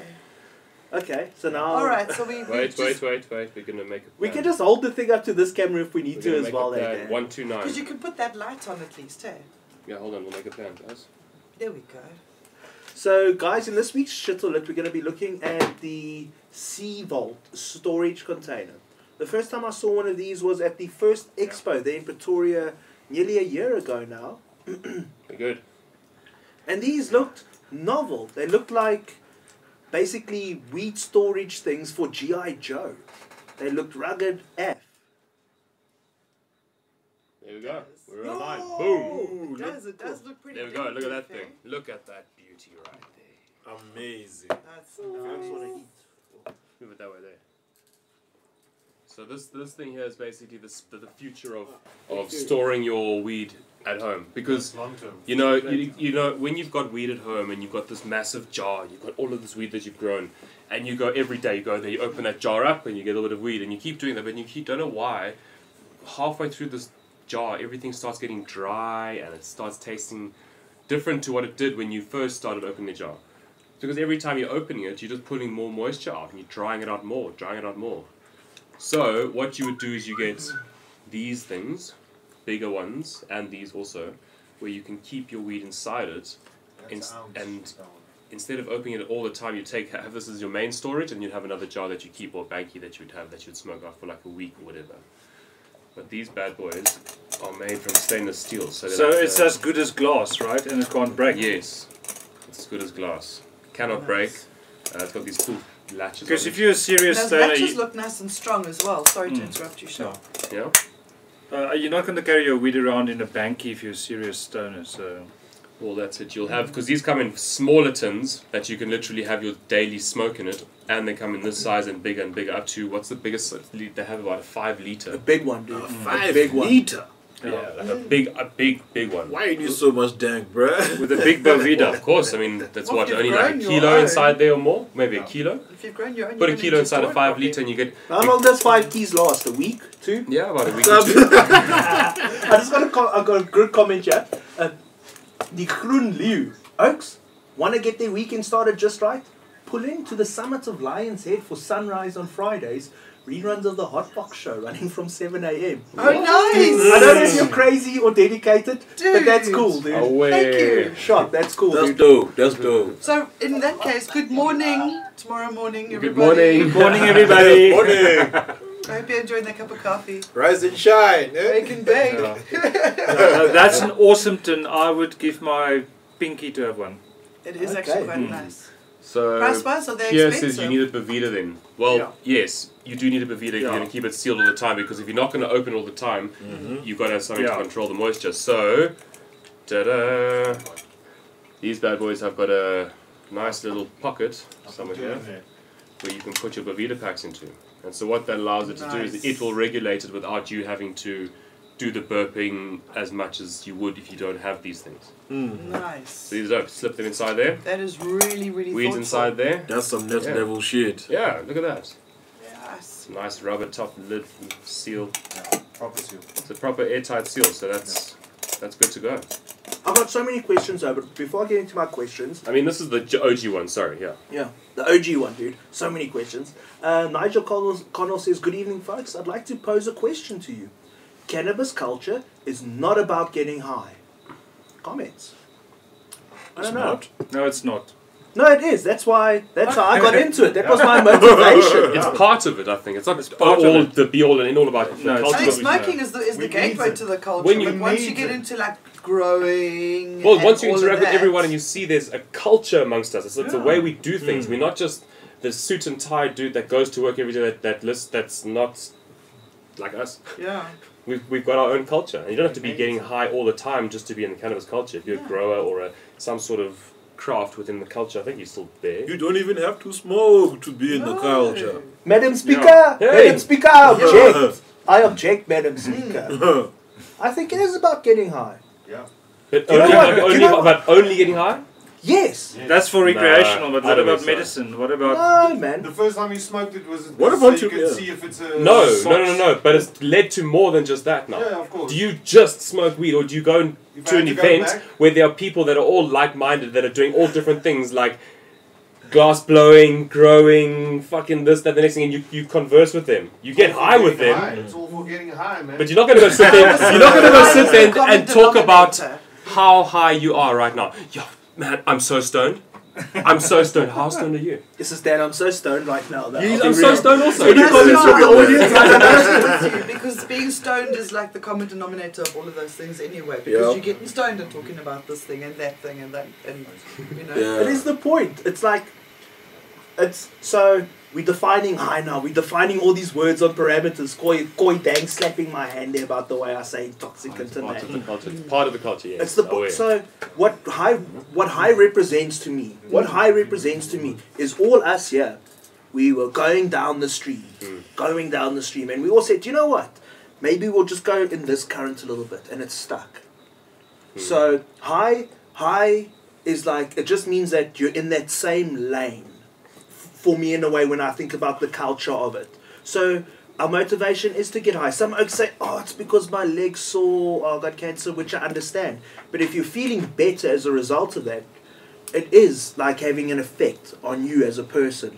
Speaker 2: Okay, so now.
Speaker 4: All right. So we. we
Speaker 1: Wait,
Speaker 4: just,
Speaker 1: wait, wait, wait. We're gonna make it.
Speaker 2: We can just hold the thing up to this camera if we need to as well. eh? then.
Speaker 1: One two nine.
Speaker 4: Because you can put that light on at least, hey.
Speaker 1: Yeah, hold on. We'll make a plan, guys.
Speaker 4: There we go.
Speaker 2: So, guys, in this week's Shitterlit, we're going to be looking at the Sea Vault storage container. The first time I saw one of these was at the first expo there in Pretoria nearly a year ago now.
Speaker 1: We're good.
Speaker 2: And these looked novel. They looked like basically weed storage things for G.I. Joe. They looked rugged
Speaker 1: There
Speaker 2: AF.
Speaker 1: we go. We're
Speaker 4: No!
Speaker 1: alive. Boom.
Speaker 4: It does. It does look pretty.
Speaker 1: There we go.
Speaker 4: good,
Speaker 1: Look at that
Speaker 4: okay?
Speaker 1: thing. Look at that beauty right there.
Speaker 3: Amazing.
Speaker 4: That's
Speaker 1: Move it that way there. So this this thing here is basically the s- the, the future of of storing your weed at home because
Speaker 5: Long term.
Speaker 1: You know, you, you know, when you've got weed at home and you've got this massive jar, you've got all of this weed that you've grown, and you go every day, you go there, you open that jar up, and you get a bit of weed, and you keep doing that, but you keep, don't know why. Halfway through this jar, everything starts getting dry, and it starts tasting different to what it did when you first started opening the jar. Because every time you're opening it, you're just pulling more moisture out, and you're drying it out more, drying it out more. So what you would do is you get these things, bigger ones, and these also, where you can keep your weed inside it. Ins- and instead of opening it all the time, you take have this as your main storage, and you'd have another jar that you keep or banky that you'd have that you'd smoke out for like a week or whatever. But these bad boys are made from stainless steel, so they're
Speaker 5: So
Speaker 1: like,
Speaker 5: it's
Speaker 1: uh,
Speaker 5: as good as glass, right? And it can't break.
Speaker 1: yes, it's as good as glass. Cannot break. Uh, it's got these cool latches.
Speaker 5: Because
Speaker 1: on
Speaker 5: if you're a serious
Speaker 1: uh,
Speaker 4: Those
Speaker 5: stoner,
Speaker 4: matches
Speaker 5: you,
Speaker 4: look nice and strong as well. Sorry
Speaker 1: Hmm.
Speaker 4: to interrupt you, Sean.
Speaker 1: it, yeah.
Speaker 5: uh, you're not going to carry your weed around in a banky if you're a serious stoner. So
Speaker 1: Well, that's it. You'll have because these come in smaller tins that you can literally have your daily smoke in it, and they come in this size and bigger and bigger. Up to what's the biggest li- they have about a five
Speaker 2: A
Speaker 1: liter.
Speaker 2: big one, dude. Mm.
Speaker 3: Five
Speaker 2: big one.
Speaker 3: liter.
Speaker 1: Yeah, like a big, a big, big one.
Speaker 3: Why you need so much dank, bruh?
Speaker 5: with a big
Speaker 1: Well,
Speaker 5: bovida,
Speaker 1: of course. I mean, that's
Speaker 4: Well,
Speaker 1: what
Speaker 4: you've
Speaker 1: only like a
Speaker 4: grown your
Speaker 1: kilo
Speaker 4: own.
Speaker 1: inside there or more, maybe a kilo.
Speaker 4: If you've grown your own,
Speaker 1: Put a
Speaker 4: you're gonna need
Speaker 1: kilo
Speaker 4: to
Speaker 1: inside a
Speaker 4: store it
Speaker 1: five
Speaker 4: properly.
Speaker 1: liter, and you get
Speaker 2: How long does five keys last? A week? Two?
Speaker 1: yeah about a week. or two.
Speaker 3: Stop.
Speaker 2: I just got a, com- I got a good comment here. Uh, the Groen Leeuw Oaks want to get their weekend started just right. Pull in to the summit of Lion's Head for sunrise on Fridays. Reruns of the Hot Box Show running from 7 a.m. I
Speaker 4: Oh,
Speaker 2: don't know if you're crazy or dedicated, but that's cool, dude.
Speaker 1: Away.
Speaker 4: you.
Speaker 2: Shot, that's cool,
Speaker 3: That's
Speaker 2: dude.
Speaker 3: dope. That's dope.
Speaker 4: nice. So in that case, good morning tomorrow morning, everybody.
Speaker 1: Good morning.
Speaker 5: Morning, everybody.
Speaker 3: Morning.
Speaker 4: I hope you're enjoying that cup of coffee.
Speaker 3: Rise and shine.
Speaker 4: Bake
Speaker 3: Eh?
Speaker 4: and bake.
Speaker 5: Yeah. Uh, that's an awesome tin. I would give my pinky to have one.
Speaker 4: It is
Speaker 2: Okay.
Speaker 4: actually quite
Speaker 1: Hmm.
Speaker 4: nice.
Speaker 1: So
Speaker 4: Price wise, are they
Speaker 1: Pierre
Speaker 4: expensive?
Speaker 1: says you need a Bavita then. Well,
Speaker 5: Yeah.
Speaker 1: yes, you do need a Bavita if you're
Speaker 5: Yeah.
Speaker 1: going to keep it sealed all the time because if you're not going to open all the time, you've got to have something
Speaker 5: Yeah.
Speaker 1: to control the moisture. So, ta da! These bad boys have got a nice little pocket somewhere here where you can put your Bavita packs into. And so, what that allows it to do is
Speaker 4: Nice.
Speaker 1: it will regulate it without you having to do the burping as much as you would if you don't have these things.
Speaker 4: Nice.
Speaker 1: So, these don't slip them inside there,
Speaker 4: That is really, really
Speaker 1: weeds
Speaker 4: thoughtful.
Speaker 1: inside there.
Speaker 3: That's some next
Speaker 1: Yeah.
Speaker 3: level shit.
Speaker 1: Yeah, look at that.
Speaker 4: Yes.
Speaker 1: Nice rubber top lid seal.
Speaker 7: Proper seal.
Speaker 1: It's a proper airtight seal, so that's that's good to go.
Speaker 2: I've got so many questions though, but before I get into my questions,
Speaker 1: I mean, this is the J- OG one. Sorry, yeah.
Speaker 2: Yeah, the OG one, dude. So many questions. Uh, Nigel Connell, Connell says, Good evening, folks. I'd like to pose a question to you. Cannabis culture is not about getting high. Comments? I don't know.
Speaker 5: No, it's not.
Speaker 2: No, it is. That's why. That's how I got into it. That was my motivation.
Speaker 1: It's part of it, I think. It's not
Speaker 5: part of
Speaker 1: all
Speaker 5: it.
Speaker 1: the be all and end all about the
Speaker 4: I
Speaker 5: No, it's
Speaker 4: think
Speaker 5: not.
Speaker 1: culture.
Speaker 5: Ultimately,
Speaker 4: smoking is the, is the
Speaker 7: we need
Speaker 4: gateway
Speaker 7: it.
Speaker 4: to the culture.
Speaker 1: When you-
Speaker 4: but once you
Speaker 7: need
Speaker 4: get
Speaker 7: it.
Speaker 4: into like growing,
Speaker 1: Well,
Speaker 4: and
Speaker 1: once you
Speaker 4: all of
Speaker 1: interact with
Speaker 4: that,
Speaker 1: everyone and you see there's a culture amongst us, it's, it's the
Speaker 5: Yeah. Hmm.
Speaker 1: way we do things. We're not just the suit and tie dude that goes to work every day that, that list that's not like us.
Speaker 4: Yeah.
Speaker 1: We've, we've got our own culture. And you don't have to be
Speaker 4: Amazing.
Speaker 1: getting high all the time just to be in the cannabis culture. If you're
Speaker 4: Yeah.
Speaker 1: a grower or a, some sort of craft within the culture, I think you're still there.
Speaker 3: You don't even have to smoke to be in the
Speaker 4: No.
Speaker 3: culture.
Speaker 6: Madam Speaker,
Speaker 1: Hey.
Speaker 6: Madam Speaker, I object. I object, Madam
Speaker 1: Hmm.
Speaker 6: Speaker. I think it is about getting high.
Speaker 7: Yeah.
Speaker 1: But
Speaker 6: You know
Speaker 1: only,
Speaker 6: what?
Speaker 1: but
Speaker 6: You
Speaker 1: only,
Speaker 6: know
Speaker 1: but only getting high?
Speaker 6: Yes.
Speaker 5: That's for recreational, but
Speaker 1: I
Speaker 5: what
Speaker 1: don't
Speaker 5: about
Speaker 1: think so.
Speaker 5: medicine? What about
Speaker 6: No,
Speaker 7: The
Speaker 6: man.
Speaker 7: first time you smoked it was
Speaker 3: What
Speaker 7: so
Speaker 3: about
Speaker 7: you
Speaker 3: you-
Speaker 7: could
Speaker 3: yeah.
Speaker 7: see if it's
Speaker 4: Uh,
Speaker 7: a
Speaker 1: No,
Speaker 7: sox.
Speaker 1: no, no, no, no. But it's led to more than just that now.
Speaker 7: Yeah, of course.
Speaker 1: Do you just smoke weed, or do you go and-
Speaker 7: If I
Speaker 1: to
Speaker 7: had
Speaker 1: an
Speaker 7: to go
Speaker 1: event
Speaker 7: back-
Speaker 1: where there are people that are all like-minded that are doing all different things, like glass blowing, growing, fucking this, that, the next thing, and you, you converse with them, you get
Speaker 7: It's
Speaker 8: Oh,
Speaker 7: all
Speaker 1: high
Speaker 7: for
Speaker 1: with
Speaker 7: getting
Speaker 1: them,
Speaker 7: high. It's all for getting high, man.
Speaker 1: but you're not gonna go sit there. You're not gonna go sit there and, and talk about how high you are right now. Yo, man, I'm so stoned. I'm so stoned. How stoned are you?
Speaker 2: This is Dan. I'm so stoned right now. Though. I'll be
Speaker 1: I'm so
Speaker 2: real.
Speaker 1: stoned also.
Speaker 2: When you
Speaker 4: That's
Speaker 2: comment
Speaker 4: not-
Speaker 2: from the audience, I don't
Speaker 4: I'm with you, because being stoned is like the common denominator of all of those things anyway. Because
Speaker 3: Yeah.
Speaker 4: you're getting stoned and talking about this thing and that thing and that and you know.
Speaker 3: Yeah.
Speaker 2: That is the point. It's like, it's so we're defining high now. We're defining all these words on parameters. Koi, koi dang slapping my hand there about the way I say intoxicant and
Speaker 1: Part
Speaker 2: that.
Speaker 1: of the culture. It's part of the culture. Yeah.
Speaker 2: It's the
Speaker 1: Aware.
Speaker 2: point. So what high, what high represents to me, what high represents to me is all us here. We were going down the stream, going down the stream, and we all said, you know what? Maybe we'll just go in this current a little bit, and it's stuck. So high, high is like it just means that you're in that same lane. f- For me, in a way, when I think about the culture of it, so our motivation is to get high. Some folks say, "Oh, it's because my leg's sore, oh, I got cancer," which I understand. But if you're feeling better as a result of that, it is like having an effect on you as a person.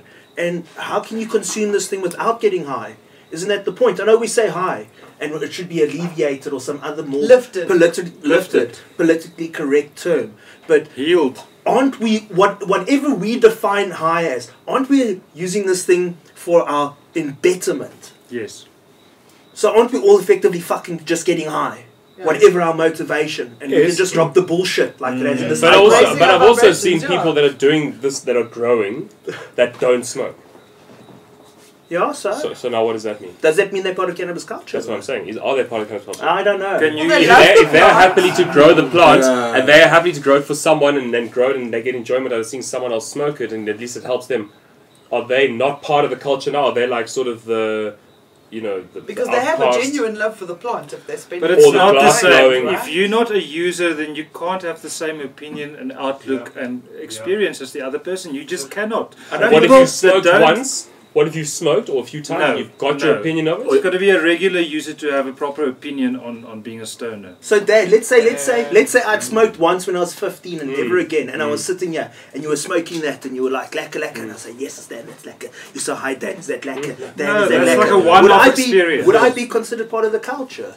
Speaker 2: And how can you consume this thing without getting high? Isn't that the point? I know we say high, and it should be alleviated or some other more
Speaker 4: Lifted.
Speaker 2: politi- lifted, politically correct term. But
Speaker 5: healed?
Speaker 2: aren't we what whatever we define high as? Aren't we using this thing for our in betterment?
Speaker 5: Yes.
Speaker 2: So aren't we all effectively fucking just getting high?
Speaker 4: Yeah.
Speaker 2: Whatever our motivation, and we
Speaker 1: Yes. Mm.
Speaker 2: can just drop the bullshit like that. in this
Speaker 1: But,
Speaker 4: Like
Speaker 1: also,
Speaker 4: raising
Speaker 1: but
Speaker 4: our
Speaker 1: I've also
Speaker 4: vibrations,
Speaker 1: seen
Speaker 4: yeah.
Speaker 1: people that are doing this, that are growing, that don't smoke.
Speaker 2: yeah. So,
Speaker 1: So, so now what does that mean?
Speaker 2: does that mean they're part of cannabis culture?
Speaker 1: That's what I'm saying. Is, are they part of cannabis culture?
Speaker 2: I don't know.
Speaker 5: Can you?
Speaker 4: Well,
Speaker 1: If
Speaker 4: that's
Speaker 1: they're,
Speaker 4: the
Speaker 1: if they're happily to grow the plant
Speaker 3: Yeah.
Speaker 1: and they're happy to grow it for someone and then grow it and they get enjoyment out of seeing someone else smoke it and at least it helps them, are they not part of the culture now? Are they like sort of the, you know, the
Speaker 4: Because
Speaker 1: the
Speaker 4: they have a
Speaker 1: outcast?
Speaker 4: genuine love for the plant if they spend
Speaker 5: But
Speaker 1: Or
Speaker 5: it's
Speaker 1: the
Speaker 5: not the
Speaker 1: glass
Speaker 5: same.
Speaker 1: blowing.
Speaker 5: If you're not a user, then you can't have the same opinion and outlook and experience as the other person. You just cannot.
Speaker 2: I don't
Speaker 1: What if
Speaker 5: People
Speaker 1: you
Speaker 5: that
Speaker 1: smoked
Speaker 5: don't-
Speaker 1: once? What if you smoked or a few times?
Speaker 5: No,
Speaker 1: you've got your
Speaker 5: no.
Speaker 1: opinion of
Speaker 5: It's
Speaker 1: it.
Speaker 5: got to be a regular user to have a proper opinion on, on being a stoner.
Speaker 2: So Dad, let's say, let's say, let's say I'd smoked once when I was fifteen and
Speaker 5: Mm.
Speaker 2: never again, and I was sitting here and you were smoking that, and you were like lacquer lacquer, and
Speaker 5: Mm.
Speaker 2: I say yes, it's Dan, that's lacquer. You're so high, Dan, is that lacquer? Dan,
Speaker 5: No,
Speaker 2: is that lacquer?
Speaker 5: that's like a one-off
Speaker 2: would I be,
Speaker 5: experience.
Speaker 2: Would I be considered part of the culture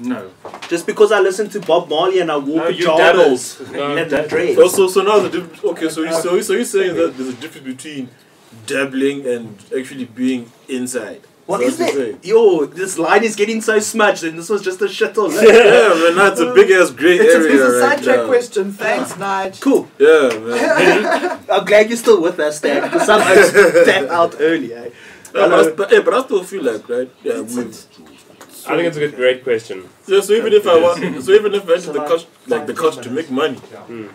Speaker 5: No.
Speaker 1: Uh,
Speaker 2: just because I listen to Bob Marley and I walk
Speaker 5: No,
Speaker 2: with
Speaker 5: you
Speaker 2: jardels
Speaker 1: No,
Speaker 2: and the dread?
Speaker 3: Also, so now the difference. Okay, so you so, so you're saying that there's a difference between dabbling and actually being inside.
Speaker 2: What
Speaker 3: That's
Speaker 2: is
Speaker 3: what you're
Speaker 2: it? Yo, this line is getting so smudged, and this was just a shuttle.
Speaker 3: saying. yeah, man, that's a big ass grey
Speaker 4: It's
Speaker 3: area.
Speaker 4: a, it's a
Speaker 3: right
Speaker 4: sidetrack
Speaker 3: now.
Speaker 4: question. Thanks, Nige.
Speaker 2: cool.
Speaker 3: Yeah, man.
Speaker 2: I'm glad you're still with us, Dan. Because some folks tap out early. Eh?
Speaker 3: Yeah, but, I, but, yeah, but I still feel like right. Yeah, we've,
Speaker 1: I think it's a good, great question.
Speaker 3: yeah, so even if I want, so even if I enter the couch, like the couch to make money.
Speaker 7: Yeah.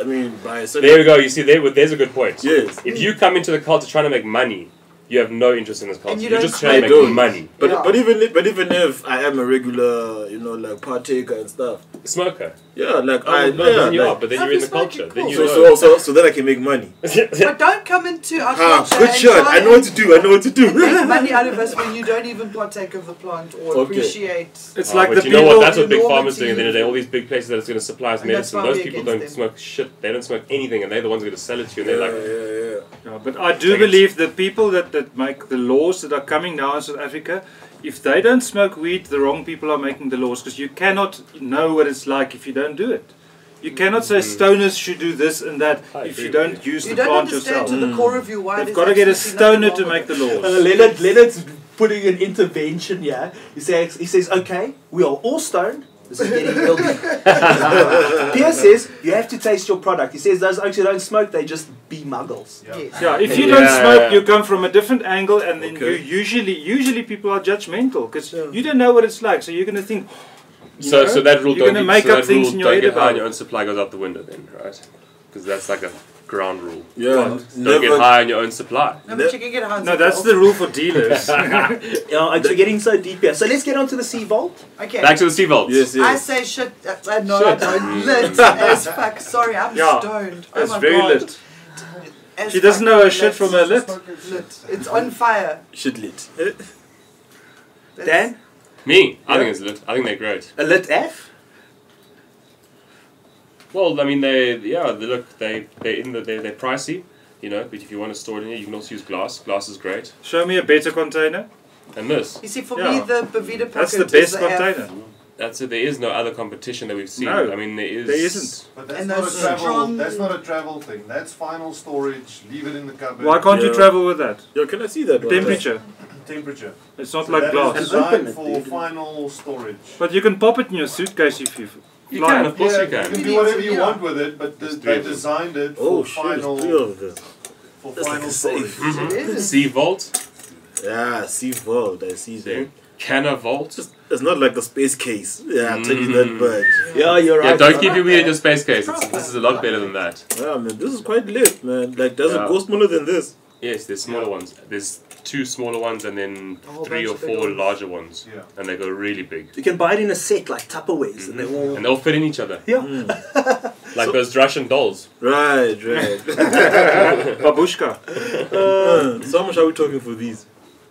Speaker 3: I mean, by a certain
Speaker 1: There we go. You see, there, there's a good point.
Speaker 3: yes,
Speaker 1: If you come into the culture trying to make money, you have no interest in this culture.
Speaker 4: you
Speaker 1: You're
Speaker 4: don't
Speaker 1: just trying to
Speaker 3: I
Speaker 1: make
Speaker 3: don't.
Speaker 1: money.
Speaker 3: but
Speaker 4: Yeah.
Speaker 3: but even if, but even if I am a regular, you know, like partaker and stuff.
Speaker 1: Smoker.
Speaker 3: Yeah, like
Speaker 1: I,
Speaker 3: I
Speaker 1: Oh, no,
Speaker 3: yeah,
Speaker 1: then you
Speaker 3: like-
Speaker 1: are, but then
Speaker 4: Have
Speaker 1: you're in
Speaker 4: you
Speaker 1: the
Speaker 4: smoking?
Speaker 1: culture. Then
Speaker 4: Cool.
Speaker 1: you
Speaker 3: so,
Speaker 1: know.
Speaker 3: so, so, so that I can make money.
Speaker 4: But don't come into our
Speaker 3: Ah,
Speaker 4: culture
Speaker 3: good
Speaker 4: and
Speaker 3: shot.
Speaker 4: try
Speaker 3: I know what to do. I know what to
Speaker 4: and make
Speaker 3: do.
Speaker 4: money out of us when you don't even partake of the plant or
Speaker 3: Okay.
Speaker 4: appreciate.
Speaker 5: It's
Speaker 1: Ah,
Speaker 5: like
Speaker 1: but
Speaker 5: the
Speaker 1: you
Speaker 5: people.
Speaker 1: know what? That's what big
Speaker 4: enormity.
Speaker 1: farmers doing. At the end of the day, all these big places that's going to supply us
Speaker 4: And that's
Speaker 1: medicine.
Speaker 4: why
Speaker 1: Those
Speaker 4: we're
Speaker 1: people don't
Speaker 4: against
Speaker 1: smoke shit. They don't smoke anything, and they're the ones going to sell it to you. And they're
Speaker 3: yeah,
Speaker 1: like,
Speaker 3: yeah, yeah.
Speaker 5: Yeah, but I do
Speaker 1: Take it.
Speaker 5: believe the people that, that make the laws that are coming now in South Africa, if they don't smoke weed, the wrong people are making the laws because you cannot know what it's like if you don't do it. You cannot say stoners should do this and
Speaker 1: I
Speaker 5: that if
Speaker 1: agree
Speaker 5: you
Speaker 1: with
Speaker 5: don't use
Speaker 4: You
Speaker 5: the
Speaker 4: don't
Speaker 5: plant
Speaker 4: understand
Speaker 5: yourself. Mm.
Speaker 4: to the core of you why
Speaker 5: They've
Speaker 4: there's
Speaker 5: got to get a
Speaker 4: absolutely
Speaker 5: stoner
Speaker 4: nothing
Speaker 5: to
Speaker 4: wrong
Speaker 5: make
Speaker 4: with
Speaker 5: the
Speaker 4: it.
Speaker 2: Uh,
Speaker 5: laws.
Speaker 2: Leonard, Leonard's putting an intervention. Yeah, he says he says, okay, we are all stoned. This is getting real deep. Pierre says you have to taste your product. He says those oaks who don't smoke, they just be muggles.
Speaker 4: Yes.
Speaker 5: Yeah, if you don't
Speaker 3: Yeah.
Speaker 5: smoke, you come from a different angle, and then
Speaker 9: Okay.
Speaker 5: you usually usually people are judgmental because
Speaker 10: Sure.
Speaker 5: you don't know what it's like, so you're gonna think. you
Speaker 1: So,
Speaker 5: know,
Speaker 1: so that rule
Speaker 5: you're
Speaker 1: don't
Speaker 5: gonna
Speaker 1: be-
Speaker 5: make
Speaker 1: so
Speaker 5: up
Speaker 1: that
Speaker 5: things
Speaker 1: rule
Speaker 5: in your
Speaker 1: don't
Speaker 5: head
Speaker 1: get high on
Speaker 5: about.
Speaker 1: your
Speaker 5: it.
Speaker 1: own supply goes out the window then, right? Because that's like a ground rule.
Speaker 9: Yeah,
Speaker 1: Don't get high on your own supply.
Speaker 4: No, but you can get high. on
Speaker 5: No, that's the
Speaker 4: something
Speaker 5: rule for dealers.
Speaker 2: Yeah, oaks, we're getting so deep here. So let's get on to the sea vault.
Speaker 4: else. Okay.
Speaker 1: Back to the sea vaults.
Speaker 9: Yes,
Speaker 4: I
Speaker 9: yes.
Speaker 4: say shit. uh, Uh, no, I don't. Lit as fuck. Sorry, I'm
Speaker 5: Yeah.
Speaker 4: stoned. Oh
Speaker 5: That's
Speaker 4: my
Speaker 5: very
Speaker 4: god.
Speaker 5: lit.
Speaker 4: As
Speaker 5: She doesn't
Speaker 4: fuck
Speaker 5: know her
Speaker 4: lit.
Speaker 5: shit from her lip.
Speaker 4: Lit. It's on fire.
Speaker 9: Shit lit.
Speaker 4: That's-
Speaker 2: Dan,
Speaker 1: Me, I think it's lit. I think they're great.
Speaker 2: a lit F.
Speaker 1: Well, I mean, they yeah, they look they they in the they they're pricey, you know. But if you want to store it in here, you can also use glass. Glass is great.
Speaker 5: Show me a better container.
Speaker 1: And this,
Speaker 4: You see, for me,
Speaker 5: Yeah.
Speaker 4: the Bavita pocket
Speaker 5: That's the
Speaker 4: is
Speaker 5: best
Speaker 4: F.
Speaker 5: container.
Speaker 1: that's it. There is no other competition that we've seen.
Speaker 5: No,
Speaker 1: I mean, there is.
Speaker 5: there isn't.
Speaker 8: But that's
Speaker 4: And
Speaker 8: not a
Speaker 4: those
Speaker 8: travel.
Speaker 4: strong-
Speaker 8: That's not a travel thing. That's final storage. Leave it in the cupboard.
Speaker 5: Why can't you
Speaker 9: Yeah.
Speaker 5: travel with that?
Speaker 9: Yo, can I see that one?
Speaker 5: Temperature.
Speaker 8: Temperature.
Speaker 5: It's not
Speaker 8: So
Speaker 5: like
Speaker 8: that
Speaker 5: glass.
Speaker 8: is
Speaker 2: open
Speaker 8: designed
Speaker 2: it,
Speaker 8: for
Speaker 2: dude.
Speaker 8: final storage.
Speaker 5: But you can pop it in your suitcase if you
Speaker 1: You
Speaker 5: fly.
Speaker 1: can, of course,
Speaker 8: yeah,
Speaker 1: you can.
Speaker 8: do whatever you
Speaker 4: Yeah.
Speaker 8: want with it, but the,
Speaker 1: three
Speaker 8: they
Speaker 1: of them.
Speaker 8: designed it for
Speaker 3: Oh shit, it's
Speaker 8: final
Speaker 3: three of them.
Speaker 8: for
Speaker 3: That's like
Speaker 8: final
Speaker 3: a
Speaker 8: storage.
Speaker 3: safe.
Speaker 4: It is.
Speaker 1: Sea vault,
Speaker 3: Yeah, sea vault. I see that.
Speaker 1: there. Canna vault.
Speaker 3: Just it's not like a space case. Yeah, I'll tell you that
Speaker 2: Yeah, you're
Speaker 1: Mm. Yeah,
Speaker 2: right.
Speaker 1: don't keep your weird in your space case. It's, this is a lot better than that.
Speaker 3: much. Yeah, man, this is quite lit, man. Like there's
Speaker 1: Yeah.
Speaker 3: a ghost smaller than this.
Speaker 1: Yes, there's smaller ones. There's two smaller ones and then
Speaker 4: A whole
Speaker 1: three
Speaker 4: bunch
Speaker 1: or
Speaker 4: of big
Speaker 1: four
Speaker 4: ones.
Speaker 1: larger ones.
Speaker 8: Yeah.
Speaker 1: And they go really big.
Speaker 2: You can buy it in a set like Tupperwares, and they all. Hmm.
Speaker 1: And they'll fit in each other.
Speaker 2: Yeah.
Speaker 1: Like those Russian dolls.
Speaker 3: Right, right.
Speaker 5: Babushka.
Speaker 3: Uh, so how much are we talking for these?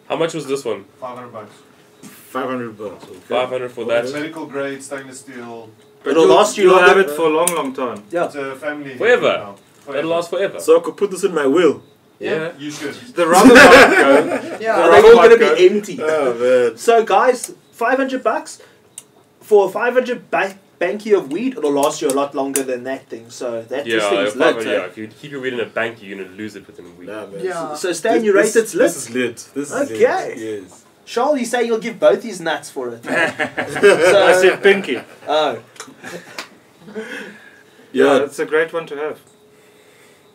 Speaker 1: How much was this one?
Speaker 8: Five hundred bucks.
Speaker 3: Five hundred bucks. Okay.
Speaker 1: 500 for
Speaker 8: It's
Speaker 1: that.
Speaker 8: medical grade stainless steel.
Speaker 5: But
Speaker 2: It'll
Speaker 5: you'll,
Speaker 2: last you
Speaker 5: you'll
Speaker 2: longer-
Speaker 5: have it for a long, long time.
Speaker 2: Yeah.
Speaker 8: It's a family.
Speaker 1: Forever.
Speaker 8: heirloom now.
Speaker 1: That'll last forever.
Speaker 3: So I could put this in my will.
Speaker 1: yeah.
Speaker 8: You should.
Speaker 5: The rubber might go.
Speaker 2: Are
Speaker 4: Yeah.
Speaker 2: they all
Speaker 5: Rock
Speaker 2: going
Speaker 5: might
Speaker 2: to be empty?
Speaker 3: Oh man.
Speaker 2: So, guys, 500 bucks for 500 ba- banky of weed, it'll last you a lot longer than that thing. So, that
Speaker 1: Yeah,
Speaker 2: just thing's
Speaker 1: 500,
Speaker 2: lit.
Speaker 1: yeah.
Speaker 2: eh? Uh,
Speaker 1: If you keep your weed in a bank, you're going to lose it within a week.
Speaker 3: Nah, man.
Speaker 4: Yeah.
Speaker 2: So, Stan, you rate it's
Speaker 3: This
Speaker 2: lit.
Speaker 3: is lit. This is
Speaker 2: Okay.
Speaker 3: lit. Yes.
Speaker 2: Charles, you say you'll give both his nuts for it.
Speaker 5: I
Speaker 2: so,
Speaker 5: said pinky.
Speaker 2: oh.
Speaker 5: Yeah,
Speaker 3: Yeah.
Speaker 5: that's a great one to have.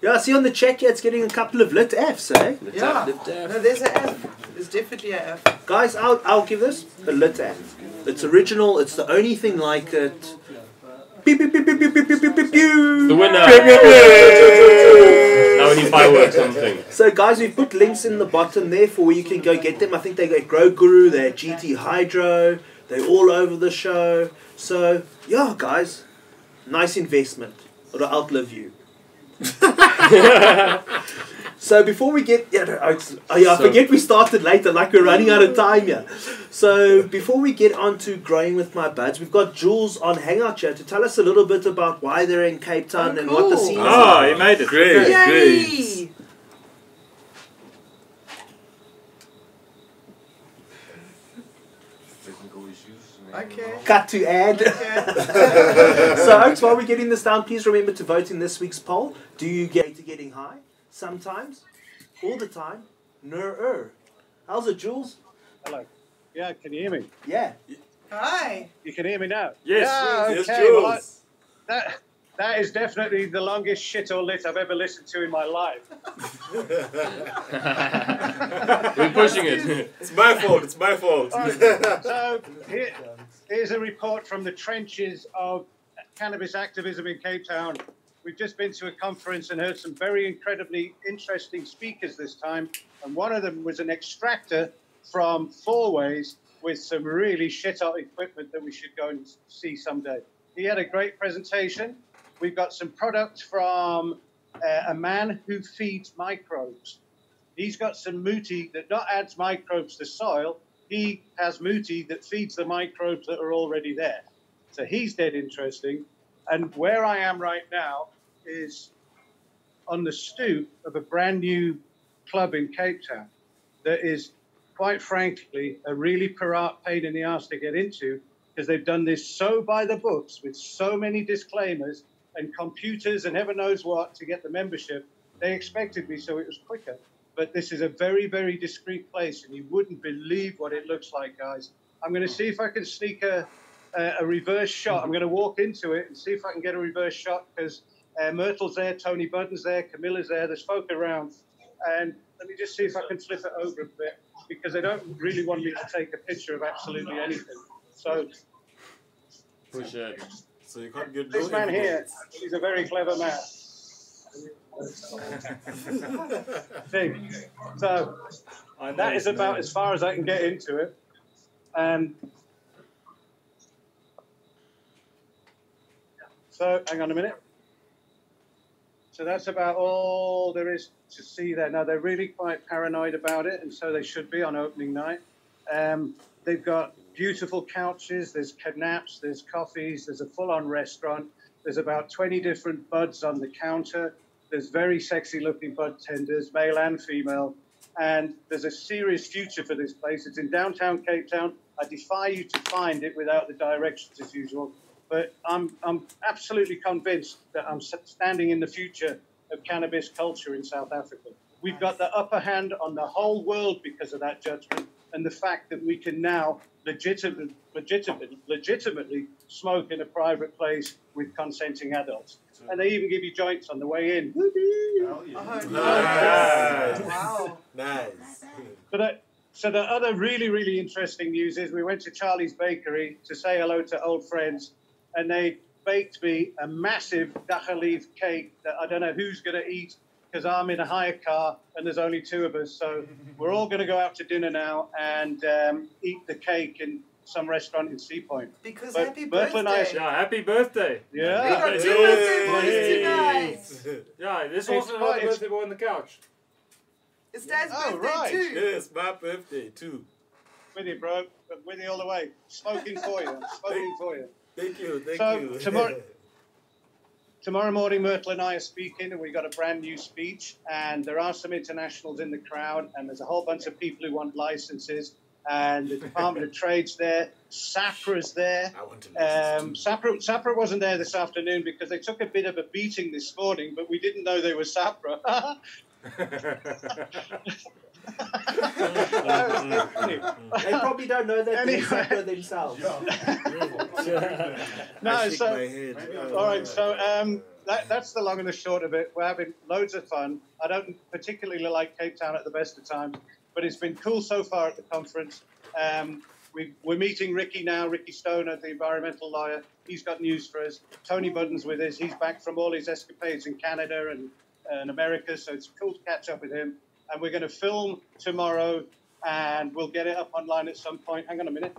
Speaker 2: Yeah, I see on the chat here, it's getting a couple of lit Fs, eh?
Speaker 4: Yeah. No, there's a F. There's definitely a F.
Speaker 2: Guys, I'll, I'll give this a lit F. It's original, it's the only thing like it. Beep, beep, beep, beep, beep, beep, beep, beep, beep, beep.
Speaker 1: The winner! now we need fireworks on the thing.
Speaker 2: So, guys, we put links in the bottom there for where you can go get them. I think they got Grow Guru, they're at GT Hydro, they're all over the show. So, yeah, guys, nice investment. It'll outlive you. so, before we get. Yeah, no, it's- oh, yeah,
Speaker 1: So-
Speaker 2: I forget we started later, like we're running out of time here. So, before we get on to growing with my buds, we've got Jules on Hangout Chat to tell us a little bit about why they're in Cape Town
Speaker 4: Oh,
Speaker 2: and what the
Speaker 4: cool.
Speaker 2: scene is.
Speaker 5: Ah, he made it.
Speaker 3: Great.
Speaker 5: Okay.
Speaker 4: Yay!
Speaker 8: Technical issues.
Speaker 4: Okay.
Speaker 2: Cut to ad.
Speaker 4: Okay.
Speaker 2: so, Oaks, while we're getting this down, please remember to vote in this week's poll. Do you get to getting high? Sometimes? All the time? No. How's it, Jules?
Speaker 11: Yeah, can you hear me?
Speaker 2: Yeah.
Speaker 4: Hi.
Speaker 11: You can hear me now.
Speaker 5: Yes.
Speaker 11: Yeah,
Speaker 3: Yes,
Speaker 11: okay,
Speaker 3: Jules.
Speaker 11: well, I- that that is definitely the longest shit or lit I've ever listened to in my life.
Speaker 1: We're pushing it.
Speaker 3: It's my fault. It's my fault.
Speaker 11: So here, here's a report from the trenches of cannabis activism in Cape Town. We've just been to a conference and heard some very incredibly interesting speakers this time, and one of them was an extractor from Fourways with some really shit out equipment that we should go and see someday. He had a great presentation. We've got some product from uh, a man who feeds microbes. He's got some muti that not adds microbes to soil. He has muti that feeds the microbes that are already there. So he's dead interesting. And where I am right now is on the stoop of a brand new club in Cape Town that is, quite frankly, a really pariah pain in the ass to get into because they've done this so by the books with so many disclaimers and computers and heaven knows what to get the membership. They expected me, so it was quicker. But this is a very, very discreet place, and you wouldn't believe what it looks like, guys. I'm going to see if I can sneak a, a, a reverse shot. I'm going to walk into it and see if I can get a reverse shot because uh, Myrtle's there, Tony Budden's there, Camilla's there. There's folk around, and let me just see if I can flip it over a bit because they don't really want me to take a picture of absolutely anything. So
Speaker 1: Push it.
Speaker 3: So you can't get
Speaker 11: this
Speaker 3: no
Speaker 11: man here,
Speaker 3: evidence.
Speaker 11: he's a very clever man. See, so
Speaker 5: I know
Speaker 11: that
Speaker 5: it's
Speaker 11: is about
Speaker 5: not.
Speaker 11: as far as I can get into it. Um, so hang on a minute. So that's about all there is to see there. Now they're really quite paranoid about it, and so they should be on opening night. Um, they've got beautiful couches. There's canaps. There's coffees. There's a full-on restaurant. There's about 20 different buds on the counter. There's very sexy-looking bud tenders, male and female and there's a serious future for this place. It's in downtown Cape Town. I defy you to find it without the directions as usual. But I'm, I'm absolutely convinced that I'm s- standing in the future of cannabis culture in South Africa. We've got the upper hand on the whole world because of that judgment and the fact that we can now legitimate, legitimate, legitimately smoke in a private place with consenting adults. And they even give you joints on the way in.
Speaker 4: Oh,
Speaker 3: Nice.
Speaker 4: no. Wow.
Speaker 3: Nice.
Speaker 11: So the, so the other really, really interesting news is we went to Charlie's Bakery to say hello to old friends, and they baked me a massive dachaleaf cake that I don't know who's going to eat because I'm in a hire car and there's only two of us. So we're all going to go out to dinner now and um, eat the cake in some restaurant in Sea Point.
Speaker 4: Because
Speaker 11: But
Speaker 4: happy
Speaker 11: Bert and I
Speaker 4: birthday.
Speaker 5: Yeah, happy birthday.
Speaker 4: We
Speaker 11: Yeah.
Speaker 4: got two
Speaker 5: Yay.
Speaker 4: birthday boys tonight.
Speaker 5: Yeah, there's
Speaker 11: It's
Speaker 5: also another
Speaker 11: quite-
Speaker 5: birthday boy on the couch.
Speaker 4: It's Dad's
Speaker 11: Oh,
Speaker 4: birthday
Speaker 11: right.
Speaker 4: too.
Speaker 3: Yes, my birthday too.
Speaker 11: With you, bro. With you all the way. Smoking for you. Smoking for you.
Speaker 3: Thank you, thank
Speaker 11: So,
Speaker 3: you.
Speaker 11: tomorrow- Tomorrow morning, Myrtle and I are speaking, and we got a brand new speech. And there are some internationals in the crowd, and there's a whole bunch of people who want licenses. And the Department of Trade's there, SAPRA's there.
Speaker 3: I want to listen
Speaker 11: Um, SAPRA, SAPRA wasn't there this afternoon because they took a bit of a beating this morning, but we didn't know they were SAPRA. That was funny.
Speaker 6: They probably don't know that
Speaker 11: Anyway.
Speaker 6: they're separate themselves.
Speaker 11: no,
Speaker 3: I shake
Speaker 11: so
Speaker 3: my head.
Speaker 11: All right, so um, that, that's the long and the short of it. We're having loads of fun. I don't particularly like Cape Town at the best of times, but it's been cool so far at the conference. Um, we, we're meeting Ricky now, Ricky Stoner, the environmental lawyer. He's got news for us. Tony Budden's with us. He's back from all his escapades in Canada and, and America, so it's cool to catch up with him. And we're going to film tomorrow, and we'll get it up online at some point. Hang on a minute.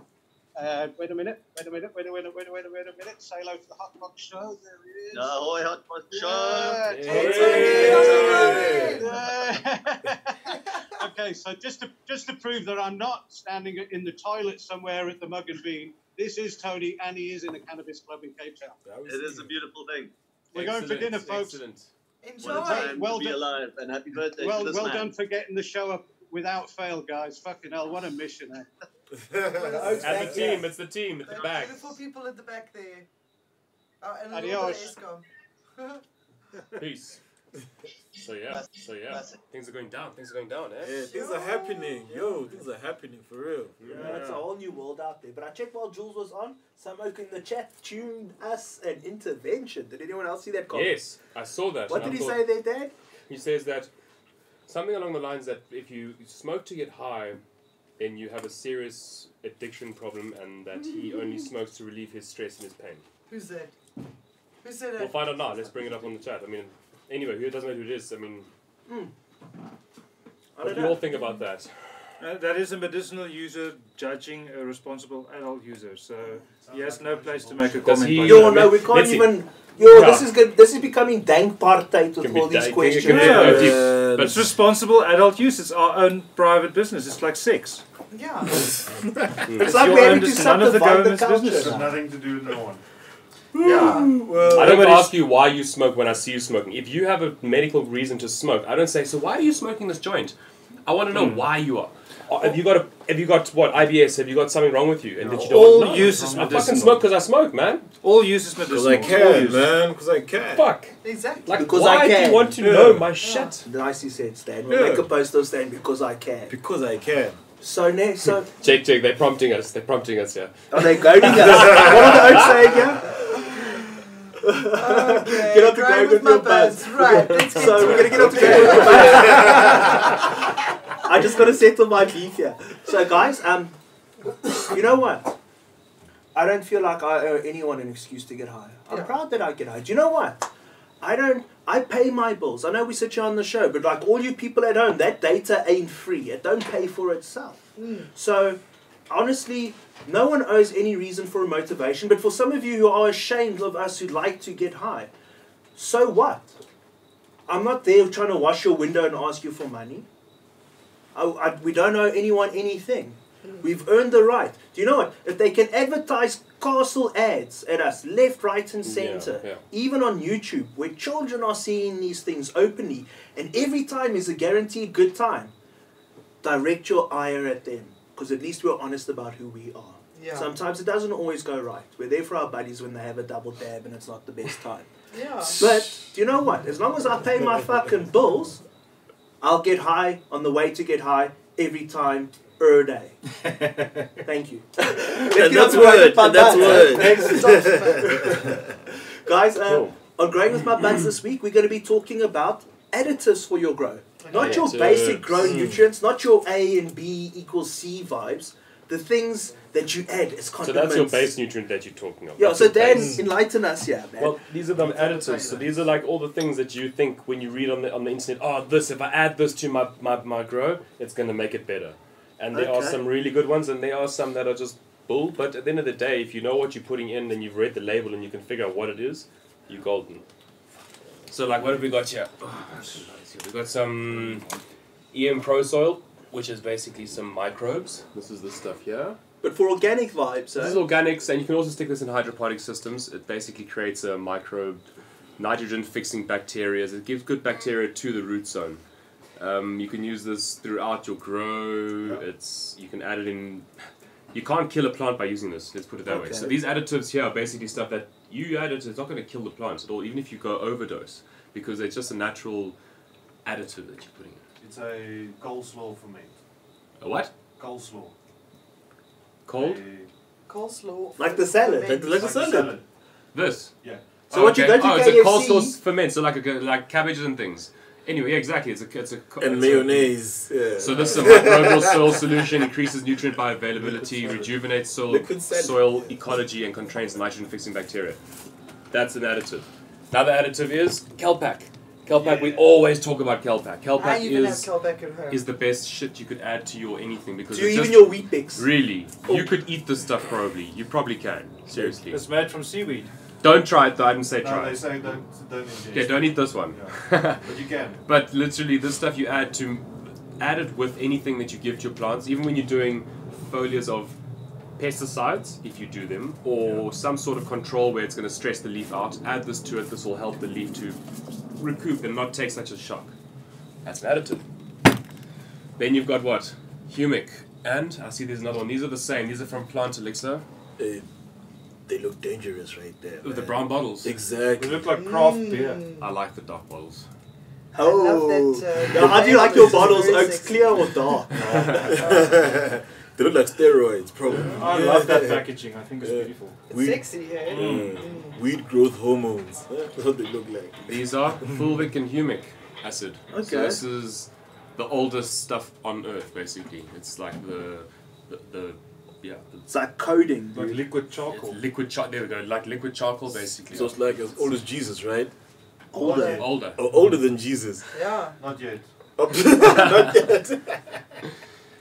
Speaker 11: Uh, wait a minute, wait a minute, wait a minute, wait a minute, wait a minute. Say hello to the Hot Box Show. There he is.
Speaker 12: Ahoy, hot pot
Speaker 11: Yeah.
Speaker 3: Hey.
Speaker 11: Yeah. okay, so just to just to prove that I'm not standing in the toilet somewhere at the Mug and Bean, this is Tony, and he is in a cannabis club in Cape Town.
Speaker 12: It is a beautiful thing.
Speaker 11: We're going for dinner, folks.
Speaker 1: Excellent.
Speaker 12: What a
Speaker 4: Enjoy.
Speaker 12: time to
Speaker 11: well
Speaker 12: be
Speaker 11: done.
Speaker 12: alive and happy birthday
Speaker 11: Well,
Speaker 12: to this
Speaker 11: well
Speaker 12: man.
Speaker 11: done for getting the show up without fail, guys. Fucking hell, what a mission! Eh?
Speaker 1: And the team, it's the team, it's
Speaker 4: There
Speaker 1: the
Speaker 4: are
Speaker 1: back.
Speaker 4: Beautiful people at the back there. Oh, and a
Speaker 11: Adios.
Speaker 4: little bit of
Speaker 1: Peace. So yeah, so yeah.
Speaker 12: That's it.
Speaker 1: Things are going down, things are going down, eh?
Speaker 3: Yeah, things are happening, yo. Things are happening for real.
Speaker 6: Yeah, it's a whole new world out there. But I checked while Jules was on, someone in the chat tuned us an intervention. Did anyone else see that comment?
Speaker 1: Yes, I saw that.
Speaker 6: What
Speaker 1: and I
Speaker 6: did he
Speaker 1: thought-
Speaker 6: say there, Dad?
Speaker 1: He says that something along the lines that if you smoke to get high, then you have a serious addiction problem, and that he only smokes to relieve his stress and his pain.
Speaker 4: Who's that? Who said
Speaker 1: We'll
Speaker 4: it?
Speaker 1: find out now. Let's bring it up on the chat. I mean, anyway, who doesn't know who it is? I mean,
Speaker 12: Hmm.
Speaker 6: I
Speaker 1: what
Speaker 6: don't
Speaker 1: do you all
Speaker 6: know.
Speaker 1: think about that?
Speaker 5: Uh, that is a medicinal user judging a responsible adult user, so he has no place to make a
Speaker 1: Does
Speaker 5: comment.
Speaker 1: he-
Speaker 5: on
Speaker 1: You're
Speaker 6: Yo,
Speaker 5: that.
Speaker 1: Let's
Speaker 6: no, we can't
Speaker 1: see.
Speaker 6: even. Yo,
Speaker 1: Yeah.
Speaker 6: this is good. This is becoming dank partite with
Speaker 1: Can be
Speaker 6: all these
Speaker 1: dank-
Speaker 6: questions.
Speaker 1: can be
Speaker 5: Yeah,
Speaker 1: dank-
Speaker 3: uh,
Speaker 1: but
Speaker 5: It's responsible adult use. It's our own private business. It's like sex.
Speaker 4: Yeah.
Speaker 6: It's like
Speaker 5: your
Speaker 6: we're
Speaker 5: own
Speaker 6: having to
Speaker 5: business, none of the
Speaker 6: subdivide the
Speaker 5: government's business.
Speaker 6: culture.
Speaker 7: There's nothing to do with no one.
Speaker 5: Yeah.
Speaker 3: Well,
Speaker 1: I don't
Speaker 5: Everybody's-
Speaker 1: ask you why you smoke when I see you smoking. If you have a medical reason to smoke, I don't say, "So why are you smoking this joint?" I want to know
Speaker 3: Hmm.
Speaker 1: why you are. Uh, Have you got a, Have you got what IBS? Have you got something wrong with you? And that you don't
Speaker 5: All
Speaker 1: know?
Speaker 5: use is
Speaker 1: I fucking
Speaker 5: medicinal.
Speaker 1: smoke because I smoke, man.
Speaker 5: All use is medicinal.
Speaker 3: Because I
Speaker 5: All
Speaker 3: can,
Speaker 5: use.
Speaker 3: man. Because I can.
Speaker 1: Fuck.
Speaker 4: Exactly.
Speaker 1: Like,
Speaker 6: Because
Speaker 1: why
Speaker 6: I
Speaker 1: do
Speaker 6: can.
Speaker 1: you want to
Speaker 3: Yeah.
Speaker 1: know my shit?
Speaker 6: Nice he said, Stan.
Speaker 3: Yeah.
Speaker 6: Make a postal stand because I can.
Speaker 3: Because I can.
Speaker 2: So ne- so
Speaker 1: Check, check. They're prompting us. They're prompting us here.
Speaker 2: are they goading us? what are the oaks saying here?
Speaker 4: Okay,
Speaker 2: Get up to
Speaker 4: right with
Speaker 2: grade with
Speaker 4: my
Speaker 2: your
Speaker 4: buds. Right, let's get
Speaker 2: So
Speaker 4: to
Speaker 2: we're
Speaker 4: it.
Speaker 2: gonna get up to I just gotta settle my beef here. So guys, um, you know what? I don't feel like I owe anyone an excuse to get high. I'm
Speaker 4: Yeah.
Speaker 2: proud that I get high. Do you know what? I don't. I pay my bills. I know we sit here on the show, but like all you people at home, that data ain't free. It don't pay for itself. So, honestly, no one owes any reason for a motivation. But for some of you who are ashamed of us who like to get high, so what? I'm not there trying to wash your window and ask you for money. I, I- we don't owe anyone anything.
Speaker 1: Hmm.
Speaker 2: We've earned the right. Do you know what? If they can advertise castle ads at us left, right, and
Speaker 1: Yeah,
Speaker 2: center,
Speaker 1: yeah.
Speaker 2: even on YouTube, where children are seeing these things openly, and every time is a guaranteed good time, direct your ire at them because at least we're honest about who we are.
Speaker 4: Yeah.
Speaker 2: Sometimes it doesn't always go right. We're there for our buddies when they have a double dab and it's not the best time.
Speaker 4: Yeah.
Speaker 2: But do you know what? As long as I pay my fucking bills, I'll get high on the way to get high every time, er day. Thank you.
Speaker 13: And that's word. And that's word.
Speaker 2: Guys, um,
Speaker 1: Cool.
Speaker 2: on Growing With My Buds this week, we're going to be talking about additives for your grow. Not your
Speaker 1: Additives.
Speaker 2: basic grow nutrients, not your A and B equals C vibes, the things that you add as
Speaker 1: So
Speaker 2: condiments.
Speaker 1: that's your base nutrient that you're talking about.
Speaker 2: Yeah,
Speaker 1: That's
Speaker 2: so
Speaker 1: your
Speaker 2: Dan,
Speaker 1: base.
Speaker 2: enlighten us yeah, man.
Speaker 1: Well, these are the additives. So these are like all the things that you think when you read on the on the internet. Oh, this if I add this to my my, my grow, it's going to make it better. And there are
Speaker 2: Okay.
Speaker 1: some really good ones, and there are some that are just bull. But at the end of the day, if you know what you're putting in and you've read the label and you can figure out what it is, you're golden. So like, what have we got here? Oh, We got some EM Pro Soil, which is basically some microbes. This is the stuff here.
Speaker 2: but for organic vibes,
Speaker 1: This is
Speaker 2: uh,
Speaker 1: organics, and you can also stick this in hydroponic systems. It basically creates a microbe, nitrogen fixing bacteria. It gives good bacteria to the root zone. Um, you can use this throughout your grow. It's you can add it in. You can't kill a plant by using this. Let's put it that way. So
Speaker 2: Okay.
Speaker 1: these additives here are basically stuff that you add it. It's not going to kill the plants at all, even if you go overdose, because it's just a natural additive that you're putting in.
Speaker 8: It's a coleslaw ferment.
Speaker 1: A what?
Speaker 8: Coleslaw.
Speaker 1: Cold?
Speaker 8: A
Speaker 4: Coleslaw.
Speaker 2: Like the salad.
Speaker 4: fermented.
Speaker 13: Like the
Speaker 8: like a salad.
Speaker 1: This.
Speaker 8: Yeah.
Speaker 2: So what you go to
Speaker 1: oh, it's a
Speaker 2: KFC
Speaker 1: coleslaw s- ferment, so like a, like cabbages and things. Anyway, yeah, exactly. It's a it's a co-
Speaker 3: And
Speaker 1: it's a-
Speaker 3: mayonnaise. Yeah.
Speaker 1: so this is a microbial soil solution increases nutrient bioavailability, rejuvenates soil
Speaker 13: Liquid salad.
Speaker 1: soil ecology, and constrains nitrogen fixing bacteria. That's an additive. Another additive is Kelpak. Kelpak. We always talk about Kelpak.
Speaker 4: I
Speaker 1: Kelpak
Speaker 4: even have
Speaker 1: is
Speaker 4: Kelbeck at home.
Speaker 1: is the best shit you could add to your anything because
Speaker 2: do you
Speaker 1: it's
Speaker 2: even Oh.
Speaker 1: just-
Speaker 2: your wheat picks?
Speaker 1: really you could eat this stuff probably. You probably can seriously.
Speaker 5: It's made from seaweed.
Speaker 1: Don't try it though. I didn't say
Speaker 8: No,
Speaker 1: try.
Speaker 8: they
Speaker 1: it.
Speaker 8: say don't don't ingest.
Speaker 1: Yeah, don't eat this one.
Speaker 8: But you can.
Speaker 1: But literally, this stuff you add to add it with anything that you give to your plants, even when you're doing foliars of pesticides, if you do them, or some sort of control where it's going to stress the leaf out. Add this to it. This will help the leaf to recoup and not take such a shock. That's an additive. Then you've got what humic, and I see there's another one. These are the same. These are from Plant Elixir
Speaker 3: Eh, they look dangerous right there.
Speaker 1: with the
Speaker 3: man.
Speaker 1: brown bottles.
Speaker 5: We
Speaker 3: Exactly.
Speaker 5: look like craft
Speaker 3: Mm,
Speaker 5: beer.
Speaker 1: I like the dark bottles.
Speaker 2: Oh.
Speaker 4: love that, uh,
Speaker 2: Now, how do you like your bottles?
Speaker 4: Very
Speaker 2: Oaks
Speaker 4: sexy.
Speaker 2: clear or dark?
Speaker 3: they look like steroids, probably.
Speaker 5: I love that packaging. I think it's beautiful.
Speaker 4: It's
Speaker 3: Weed,
Speaker 4: sexy, hey?
Speaker 3: mm, weed growth hormones. That's what they look like.
Speaker 1: These are fulvic and humic acid.
Speaker 2: Okay.
Speaker 1: So this is the oldest stuff on Earth, basically. It's like the, the, the yeah, the,
Speaker 2: It's like coding.
Speaker 5: Like
Speaker 2: dude.
Speaker 5: liquid
Speaker 1: it's
Speaker 5: charcoal.
Speaker 1: liquid charcoal. There we go, like liquid charcoal, basically.
Speaker 3: So it's like as old as Jesus, right?
Speaker 2: Older.
Speaker 1: older.
Speaker 3: Or older than Jesus.
Speaker 4: Yeah.
Speaker 8: Not yet.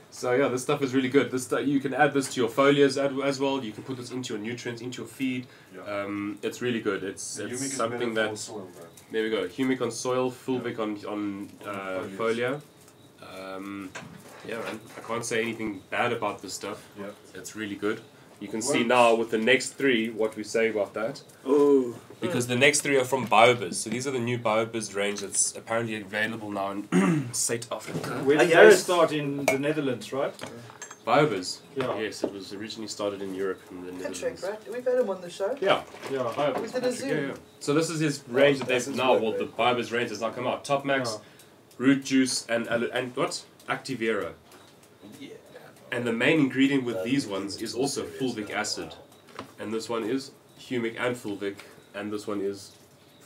Speaker 1: So yeah, this stuff is really good. This stuff you can add this to your foliars ad- as well. You can put this into your nutrients, into your feed.
Speaker 8: Yeah.
Speaker 1: Um, it's really good. It's,
Speaker 8: The humic
Speaker 1: it's
Speaker 8: is
Speaker 1: something
Speaker 8: better for
Speaker 1: that
Speaker 8: soil, though.
Speaker 1: there we go. Humic on soil, fulvic on on uh, folia.
Speaker 8: Foliars.
Speaker 1: Um, yeah, man. I can't say anything bad about this stuff.
Speaker 8: Yeah.
Speaker 1: It's really good. You can
Speaker 8: It
Speaker 1: see
Speaker 8: works.
Speaker 1: now with the next three what we say about that.
Speaker 2: Oh.
Speaker 1: Because the next three are from Biobiz. So these are the new Biobiz range that's apparently available now in South Africa.
Speaker 5: Where
Speaker 2: I
Speaker 5: did
Speaker 2: hear
Speaker 5: they
Speaker 2: it.
Speaker 5: start in the Netherlands, right?
Speaker 1: Biobiz?
Speaker 5: Yeah.
Speaker 1: Yes, it was originally started in Europe and then.
Speaker 4: Patrick, right? We've had him on the show.
Speaker 1: Yeah,
Speaker 5: Yeah.
Speaker 1: Biobiz.
Speaker 4: We did a
Speaker 1: Patrick,
Speaker 4: Zoom.
Speaker 1: yeah, yeah. So this is his range that they've
Speaker 3: That's his
Speaker 1: now,
Speaker 3: work
Speaker 1: well, the
Speaker 3: range.
Speaker 1: Biobiz range has now come out. Top Max,
Speaker 5: Yeah.
Speaker 1: Root Juice, and, alo- and what? Activera. Yeah. And the main ingredient with these ones is also fulvic acid. And this one is humic and fulvic, and this one is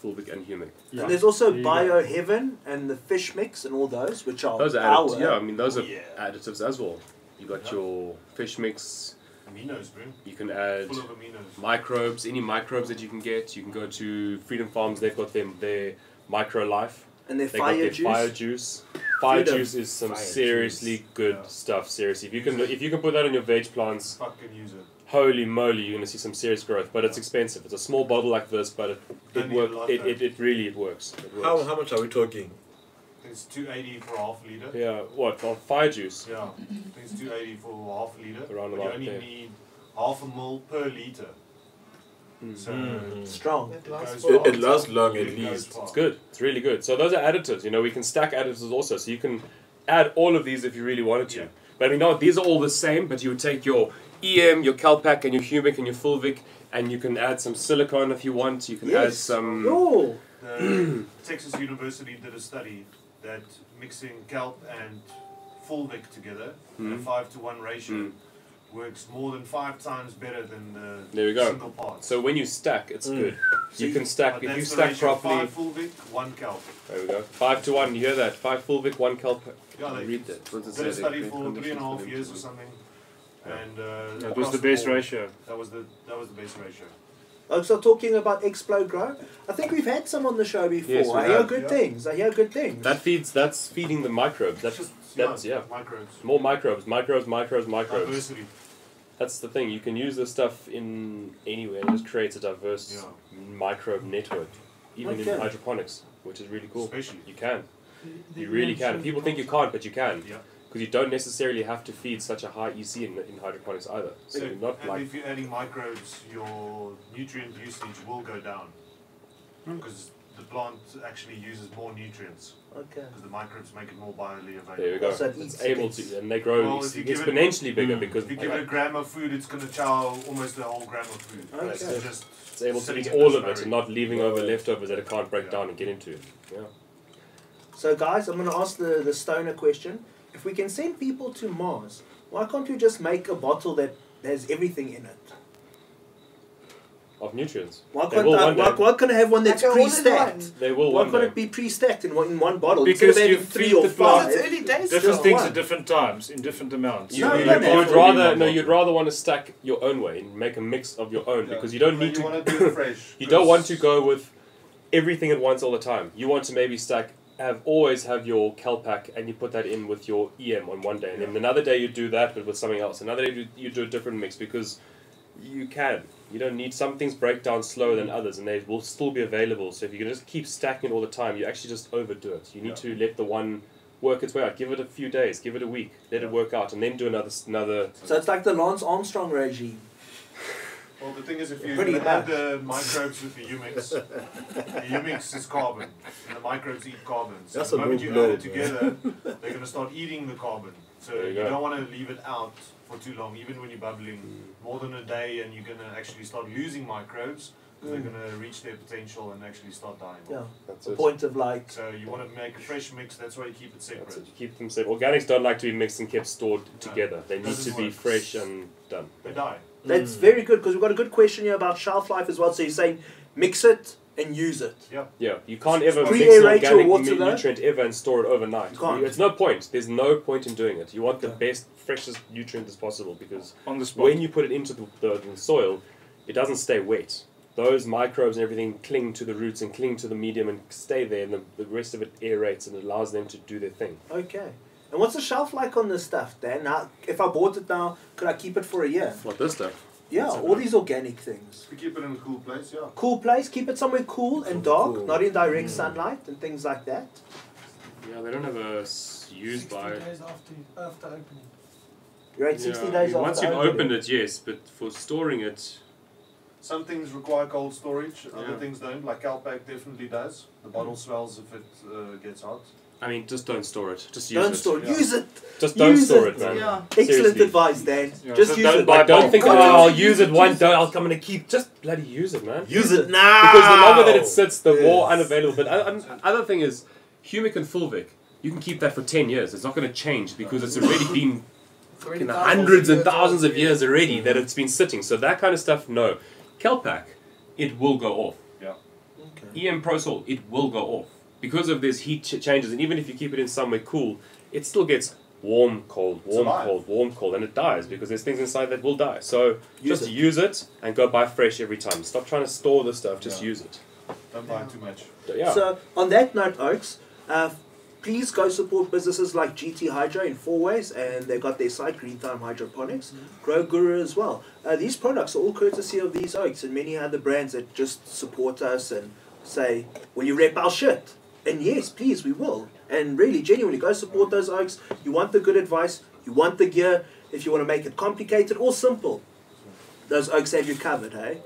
Speaker 1: fulvic and humic.
Speaker 5: Yeah.
Speaker 2: And there's also
Speaker 5: There you go.
Speaker 2: Bio Heaven and the Fish Mix and all those, which are
Speaker 1: Those are
Speaker 2: our.
Speaker 1: additives. Oh, Yeah, I mean, those are
Speaker 8: Yeah.
Speaker 1: additives as well. You got your fish mix,
Speaker 8: Aminos, bro.
Speaker 1: you can add
Speaker 8: Full of aminos.
Speaker 1: microbes, any microbes that you can get. You can go to Freedom Farms, they've got them, their micro life.
Speaker 2: And their
Speaker 1: They
Speaker 2: fire
Speaker 1: got their
Speaker 2: juice.
Speaker 1: fire juice. Fire
Speaker 2: Freedom.
Speaker 1: juice is some
Speaker 8: Fire
Speaker 1: seriously
Speaker 8: juice.
Speaker 1: good
Speaker 8: Yeah.
Speaker 1: stuff. Seriously, if you can if you can put that on your veg plants,
Speaker 8: Fucking use it.
Speaker 1: holy moly, you're gonna see some serious growth. But it's expensive. It's a small bottle like this, but it
Speaker 8: Don't
Speaker 1: it
Speaker 8: need a lot,
Speaker 1: works. It,
Speaker 8: though.
Speaker 1: it, it really it works. It works.
Speaker 3: How, how much are we talking?
Speaker 8: It's 280 for a half liter.
Speaker 1: yeah, what for fire juice?
Speaker 8: Yeah, I think it's 280 for half a litre.
Speaker 1: Around
Speaker 8: but you
Speaker 1: about
Speaker 8: only
Speaker 1: there.
Speaker 8: need half a mil per litre.
Speaker 1: Hmm.
Speaker 8: So
Speaker 2: Strong.
Speaker 4: It lasts
Speaker 8: goes
Speaker 4: for
Speaker 8: It-
Speaker 3: It,
Speaker 8: it
Speaker 4: hours.
Speaker 3: lasts long at
Speaker 8: it goes
Speaker 3: least.
Speaker 8: far.
Speaker 1: It's good. It's really good. So those are additives. You know, we can stack additives also. So you can add all of these if you really wanted to.
Speaker 8: Yeah.
Speaker 1: But I mean, no, these are all the same. But you would take your EM, your Calpac, and your Humic and your Fulvic, and you can add some silicone if you want. You can add
Speaker 2: Yes.
Speaker 1: some.
Speaker 2: Oh,
Speaker 8: The Texas University did a study that mixing kelp and fulvic together in
Speaker 1: Hmm.
Speaker 8: a 5 to 1 ratio
Speaker 1: Mm.
Speaker 8: works more than 5 times better than the
Speaker 1: There we go.
Speaker 8: single parts.
Speaker 1: So when you stack, it's good. You can
Speaker 8: But
Speaker 1: stack if you
Speaker 8: Hmm. that's the
Speaker 1: stack
Speaker 8: ratio,
Speaker 1: properly.
Speaker 8: 5 fulvic, 1 kelp.
Speaker 1: There we go. Five to one. You hear that? Five fulvic, one Calpac.
Speaker 8: Yeah, they
Speaker 1: Read that. What does
Speaker 8: did a
Speaker 1: it say?
Speaker 8: study
Speaker 1: Great
Speaker 8: for three and
Speaker 1: conditions
Speaker 8: a
Speaker 1: for
Speaker 8: half
Speaker 1: them to
Speaker 8: years or
Speaker 1: work.
Speaker 8: something. And uh,
Speaker 5: That was
Speaker 8: across
Speaker 5: the base
Speaker 8: board,
Speaker 5: ratio.
Speaker 8: That was the that was the base ratio.
Speaker 2: folks are Oh, talking about Explo Grow. I think we've had some on the show before.
Speaker 1: Yes, we
Speaker 2: I hear
Speaker 1: have,
Speaker 2: good
Speaker 8: yeah.
Speaker 2: things. I hear good things.
Speaker 1: That feeds. That's feeding the microbes. That's that's yeah.
Speaker 8: Microbes.
Speaker 1: More microbes, microbes, microbes, microbes.
Speaker 8: Diversity.
Speaker 1: That's the thing. You can use this stuff in anywhere. It just creates a diverse
Speaker 8: Yeah.
Speaker 1: microbe network, even
Speaker 2: Okay.
Speaker 1: in hydroponics, which is really cool.
Speaker 8: Especially.
Speaker 1: You can. You really can. People think you can't, but you can.
Speaker 8: Yeah.
Speaker 1: Because you don't necessarily have to feed such a high EC in, in hydroponics either. So,
Speaker 8: So,
Speaker 1: you're not
Speaker 8: and
Speaker 1: like
Speaker 8: if you're adding microbes, your nutrient usage will go down
Speaker 1: Hmm.
Speaker 8: because the plant actually uses more nutrients
Speaker 2: okay.
Speaker 8: because the microbes make it more biologically available.
Speaker 1: there we go.
Speaker 2: Also, it
Speaker 1: it's
Speaker 2: eats-
Speaker 1: able
Speaker 2: it's-
Speaker 1: to, and they grow
Speaker 8: Well,
Speaker 1: ex-
Speaker 8: if you give it-
Speaker 1: exponentially bigger
Speaker 5: Mm.
Speaker 1: because
Speaker 8: If you give it a
Speaker 1: like,
Speaker 8: gram of food, it's going to chow almost the whole gram of food.
Speaker 2: Okay.
Speaker 8: It's just
Speaker 1: it's able to
Speaker 8: sitting
Speaker 1: eat
Speaker 8: in
Speaker 1: all
Speaker 8: the
Speaker 1: of it
Speaker 8: slurry.
Speaker 1: and not leaving over leftovers that it can't break
Speaker 8: Yeah.
Speaker 1: down and get into. Yeah.
Speaker 2: So, guys, I'm going to ask the, the stoner question. If we can send people to Mars, why can't we just make a bottle that has everything in it?
Speaker 1: Of nutrients.
Speaker 2: Why
Speaker 1: They
Speaker 2: can't
Speaker 1: will
Speaker 2: I,
Speaker 1: one day.
Speaker 2: why, why can't I have one that's
Speaker 4: Like a
Speaker 2: pre
Speaker 4: all-in-one.
Speaker 2: stacked?
Speaker 1: They will
Speaker 2: Why
Speaker 1: one
Speaker 2: can't
Speaker 1: day.
Speaker 2: it be pre stacked in one in one bottle?
Speaker 5: Because
Speaker 2: Instead of
Speaker 5: you
Speaker 2: having three
Speaker 5: feed
Speaker 2: or
Speaker 5: the plant.
Speaker 2: five.
Speaker 4: Because it's early days.
Speaker 5: Different
Speaker 2: just
Speaker 5: things
Speaker 2: one.
Speaker 5: at different times, in different amounts.
Speaker 1: You,
Speaker 2: No,
Speaker 1: you,
Speaker 2: no,
Speaker 1: would
Speaker 2: no.
Speaker 1: rather no, you'd rather want to stack your own way and make a mix of your own
Speaker 14: Yeah.
Speaker 1: because you don't
Speaker 14: But
Speaker 1: need
Speaker 14: you
Speaker 1: to.
Speaker 14: want to do it fresh.
Speaker 1: you don't want to
Speaker 14: 'cause
Speaker 1: go with everything at once all the time. You want to maybe stack have always have your Calpac and you put that in with your EM on one day and then another day you do that but with something else. Another day you, you do a different mix because you can. You don't need some things break down slower than others and they will still be available. So if you can just keep stacking it all the time, you actually just overdo it. You need to let the one work its way out. Give it a few days, give it a week, let it work out and then do another s- another
Speaker 2: So it's like the Lance Armstrong regime.
Speaker 8: Well, the thing is, if you
Speaker 2: Pretty
Speaker 8: add
Speaker 2: much.
Speaker 8: the microbes with the humics, the humics is carbon, and the microbes eat carbon. So
Speaker 3: That's
Speaker 8: the
Speaker 3: a
Speaker 8: moment
Speaker 3: low
Speaker 8: you
Speaker 3: blow,
Speaker 8: add it
Speaker 3: man.
Speaker 8: together, they're going to start eating the carbon. So
Speaker 1: There you
Speaker 8: you,
Speaker 1: go.
Speaker 8: don't want to leave it out for too long, even when you're bubbling more than a day, and you're going to actually start losing microbes because they're going to reach their potential and actually start dying. off.
Speaker 2: Yeah.
Speaker 1: That's
Speaker 2: The
Speaker 1: it.
Speaker 2: point of like.
Speaker 5: Mm.
Speaker 8: So you want to make a fresh mix. That's why you keep it separate.
Speaker 1: That's it. You keep them separate. Organics don't like to be mixed and kept stored together. They need to
Speaker 8: Doesn't
Speaker 1: be
Speaker 8: work.
Speaker 1: fresh and done.
Speaker 8: They die.
Speaker 2: That's very good because we've got a good question here about shelf life as well. So you're saying mix it and use it.
Speaker 1: Yeah, you can't ever
Speaker 2: Pre-
Speaker 1: mix an
Speaker 2: aerate your
Speaker 1: organic
Speaker 2: water,
Speaker 1: nu-
Speaker 2: though?
Speaker 1: nutrient ever and store it overnight.
Speaker 2: You can't.
Speaker 1: It's no point. There's no point in doing it. You want the
Speaker 2: Yeah.
Speaker 1: best, freshest nutrient as possible because
Speaker 5: On the spot.
Speaker 1: when you put it into the, the, the soil, it doesn't stay wet. Those microbes and everything cling to the roots and cling to the medium and stay there, and the, the rest of it aerates and allows them to do their thing.
Speaker 2: Okay. And what's the shelf like on this stuff, Dan? Now, if I bought it now, could I keep it for a year?
Speaker 1: Like this stuff.
Speaker 2: Yeah, all these organic things.
Speaker 14: If you keep it in a cool place, yeah.
Speaker 2: Cool place, keep it somewhere cool and dark,
Speaker 3: Cool.
Speaker 2: not in direct
Speaker 1: Mm.
Speaker 2: sunlight and things like that.
Speaker 1: Yeah, they don't have a s- use
Speaker 15: 60
Speaker 1: by.
Speaker 15: days after, after opening.
Speaker 2: You're at
Speaker 1: Yeah,
Speaker 2: 60
Speaker 1: I
Speaker 2: days
Speaker 1: mean,
Speaker 2: after
Speaker 1: once you've
Speaker 2: opening.
Speaker 1: opened it, yes, but for storing it,
Speaker 14: Some things require cold storage, other
Speaker 1: Yeah. Mm.
Speaker 14: things don't. Like Calpac definitely does. The bottle swells if it uh, gets hot.
Speaker 1: I mean, just don't store it. Just use
Speaker 2: Don't
Speaker 1: it.
Speaker 2: store it.
Speaker 14: Yeah.
Speaker 2: Use it.
Speaker 1: Just don't
Speaker 2: Use
Speaker 1: store it,
Speaker 2: it.
Speaker 1: man.
Speaker 4: Yeah.
Speaker 2: Excellent
Speaker 1: Seriously.
Speaker 2: advice, Dan.
Speaker 5: Yeah,
Speaker 2: just
Speaker 5: so
Speaker 2: use
Speaker 5: don't
Speaker 2: it.
Speaker 5: buy
Speaker 1: Like, don't
Speaker 5: bulk.
Speaker 1: think, oh,
Speaker 2: Content.
Speaker 1: I'll use it one day. I'll come and keep. Just bloody use it, man.
Speaker 2: Use it now.
Speaker 1: Because the longer that it sits, the more unavailable. But o- o- other thing is, humic and fulvic, you can keep that for ten years. It's not going to change because it's already been fucking hundreds and thousands of years already that
Speaker 16: Mhm.
Speaker 1: it's been sitting. So that kind of stuff, no. Kelpak, it will go off.
Speaker 8: Yeah.
Speaker 1: EM Prosol, it will go off because of these heat ch- changes. And even if you keep it in somewhere cool, it still gets warm, cold, warm,
Speaker 8: alive.
Speaker 1: cold, warm, cold, and it dies because there's things inside that will die. So
Speaker 16: Use
Speaker 1: just
Speaker 16: it.
Speaker 1: use it and go buy fresh every time. Stop trying to store the stuff. Just
Speaker 8: Yeah.
Speaker 1: use it.
Speaker 8: Don't buy too much.
Speaker 1: So, yeah.
Speaker 2: So, on that note, Oaks, uh, please go support businesses like GT Hydro in four ways, and they've got their site, Green Thumb Hydroponics, Grow Guru as well. Uh, these products are all courtesy of these Oaks and many other brands that just support us and say, Will you rep our shit? And yes, please, we will. And really, genuinely, go support those Oaks. You want the good advice, you want the gear, if you want to make it complicated or simple. Those Oaks have you covered, hey?